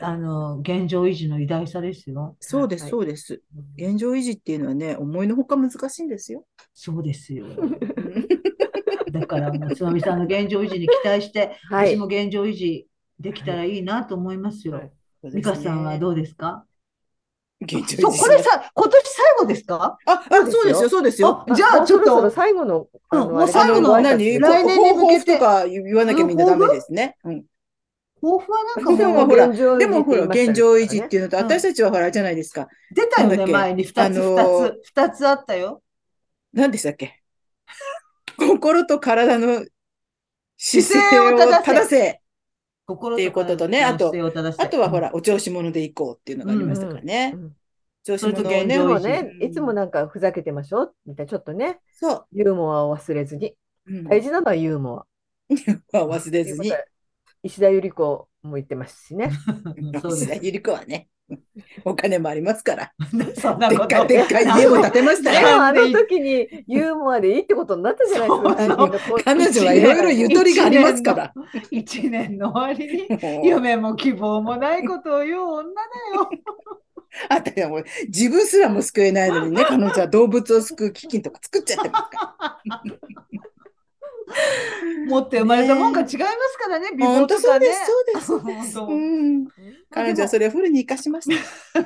あの、現状維持の偉大さですよ。そうではす、いそうです。現状維持っていうのはね、思いのほか難しいんですよ。そうですよ。だから、もうつまみさんの現状維持に期待して、は私いも。現状維持できたらいいなと思いますよ。はい美香さんはどうですか現状維そう、持これさ、今年最後ですかあ、あ、そうですよ、そうですよ。あじゃあ、ちょっもうそろそろと、最後の、あのうんもうあれ最後のご挨拶何来年に向抱けて負とか言わなきゃみんなダメですね。うん抱負はなんか普段はもうほら現状維持でもほら、って言いましたね現状維持っていうのと、うん私たちはほら、じゃないですか。出たよなね、んだっけ前に2あつ、の2ーつ、二つあったよ。何でしたっけ心と体の姿勢を姿勢を正せ正せ。心っていうこととね体のあと姿勢を正せあとはほら、お調子者で行こうっていうのがありましたからねう。ん調子者をそれと現ね、状維でも持ね、いつもなんかふざけてましょうみたいな、ちょっとね、そう。ユーモアを忘れずに。うん大事なのはユーモア。は忘れずに。石田ゆり子も言ってますしね。 うんそう石で田す。ゆり子はね、お金もありますから。そんなでこっかといでっかい家を建てましたでよ。もあの時にユーモアでいいってことになったじゃないですか。そう彼女はいろいろゆとりがありますから。一年の終わりにもう夢も希望もないことを言う女だよ。あたりはもう自分すらも救えないの にね、彼女は動物を救う基金とか作っちゃってますから。持って生まれたもんが違いますからね、美貌 本当とそかうねです、。そうで本す。当うん。彼女はそれれ。をフルに生かしま した。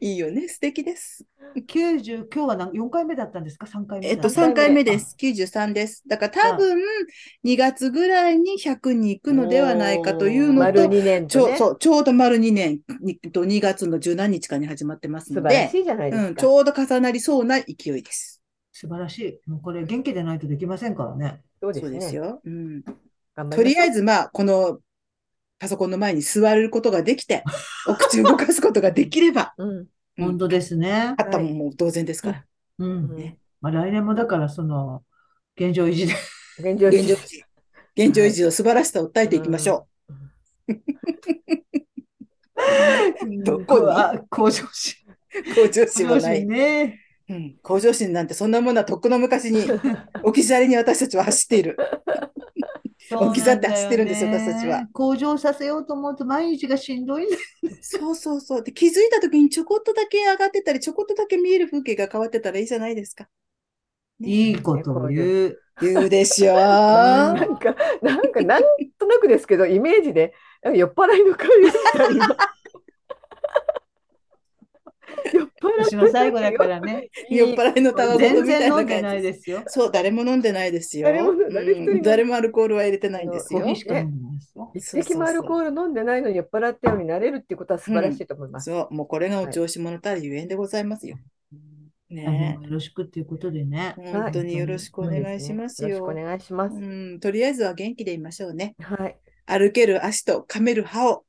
いいよね、素敵です。九十今日は何四回目だったんですか、三回目えだっと、た3回目です。93です。だから多分、2月ぐらいに100に行くのではないかというの丸と、 2年ちょとね。そうちょうど丸2年にと2月の十何日かに始まってます素の晴らでし、いじゃないでうん、すちか。ょうど重なりそうな勢いです。素晴らしい。もうこれ元気でないとできませんからね。そうそうですね。よ。うん、頑張とりあえず。ず、まあ、このパソコンの前に座ることができ て、お口動かすことができれば、うん。うん本当ですね。あったもんもう当然ですから。うん。うんまあ来年もだからその現状維持で。現状現維状持維。持。現状維持の素晴らしさを訴えていきましょ どこには向上心。う。向上心は ない。ね。うん、向上心なんてそんなものはとっくの昔 に置き去りに私たちは走っている。置き去って走ってるんですよ私たちは。向上させようと思うと毎日がしんどいんだよそうそうそう。で気づいた時にちょこっとだけ上がってたり、ちょこっとだけ見える風景が変わってたらいいじゃないですか。ねいいことを言う。言うでし ょう。なあんか、なんか、なんとなくですけど、 イメージで、なんか酔っ払いの会みたいな。 酔っ払って私たの最後だからね。酔っ払いのたわごと全みたい然飲なんでな感いじ。ですよ。そう、誰も飲んでないですよ。誰も誰一人もうん誰もアルコールは入れてないんですコよーヒ。ーしか飲んでないですよ。一滴もアルコール飲んでないのに酔っ払ったようになれるっていうことは素晴らしいと思います。そう、もうこれがお調子者たるゆえんでございますよ。来年ねもよろしくっていうことでね。え本当によろしくお願いしますよろしくよ。お願いします。うん、とりあえずは元気でいましょうね。はい。歩ける足と噛める歯を。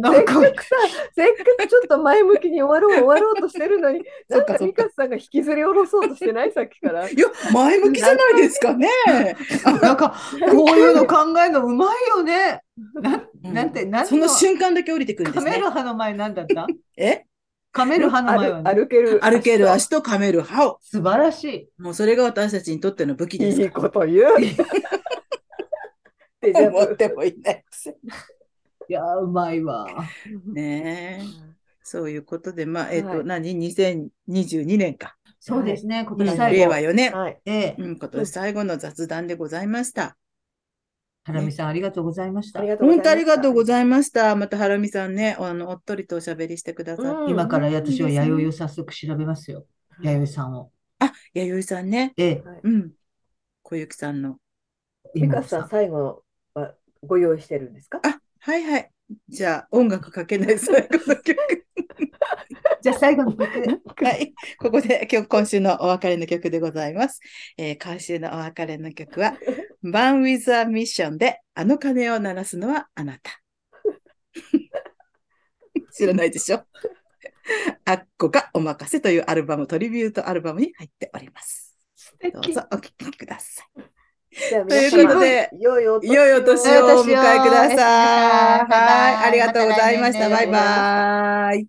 なせんっかかくさ、せっかくちょっと前向きに終わろう、終わろうとしてるのに、 そなっんかかそっ美か香さんが引きずり下ろそうとしてない、さっき から。いや、前向きじゃないですかね。なんかこういうの考えるのうまいよね。なんなんてなんそのの瞬間だけ降りてくるんでカすメねル。ハの前なんだった？えカメルハの前は歩ね、歩ける。歩ける足と噛める歯を。素晴らしい。もうそれが私たちにとっての武器いですいかこと言 う。デジら。ャ思っブてもいないくせにいやーうまいわ。ねえ。そういうことで、まあ、えっ、はと、い何 ?2022 年か。そうですね、今うん年最令後。和4年。はい。ええ、うん、今年最後の雑談でございました。ハラミさんありがとうございました。が本当ありがとうごいざいました。また、ハラミさんね、あの、おっとりとおしゃべりしてくださって。うん今から私は弥生を早速調べますよ。弥生さんを。あ、弥生さんね。ええ、はいうん。小雪さんの。美今香のさん、さ。最後はご用意してるんですかあ、はいはい。じゃあ、音楽かけない最後の曲。じゃあ最後の曲。はい。ここで今日、今週のお別れの曲でございます。えー今週のお別れの曲 は、バン・ウィズ・ア・ミッションで、あの鐘を鳴らすのはあなた。 知らないでしょ あっこがお任せというアルバム、トリビュートアルバムに入っております。どうぞお聴きくださじゃあということ皆様で良いおい。年いよいよ年をお迎えください。お年をお迎えくださいはい。ありがとうございました。まバた来イ年ねバイ。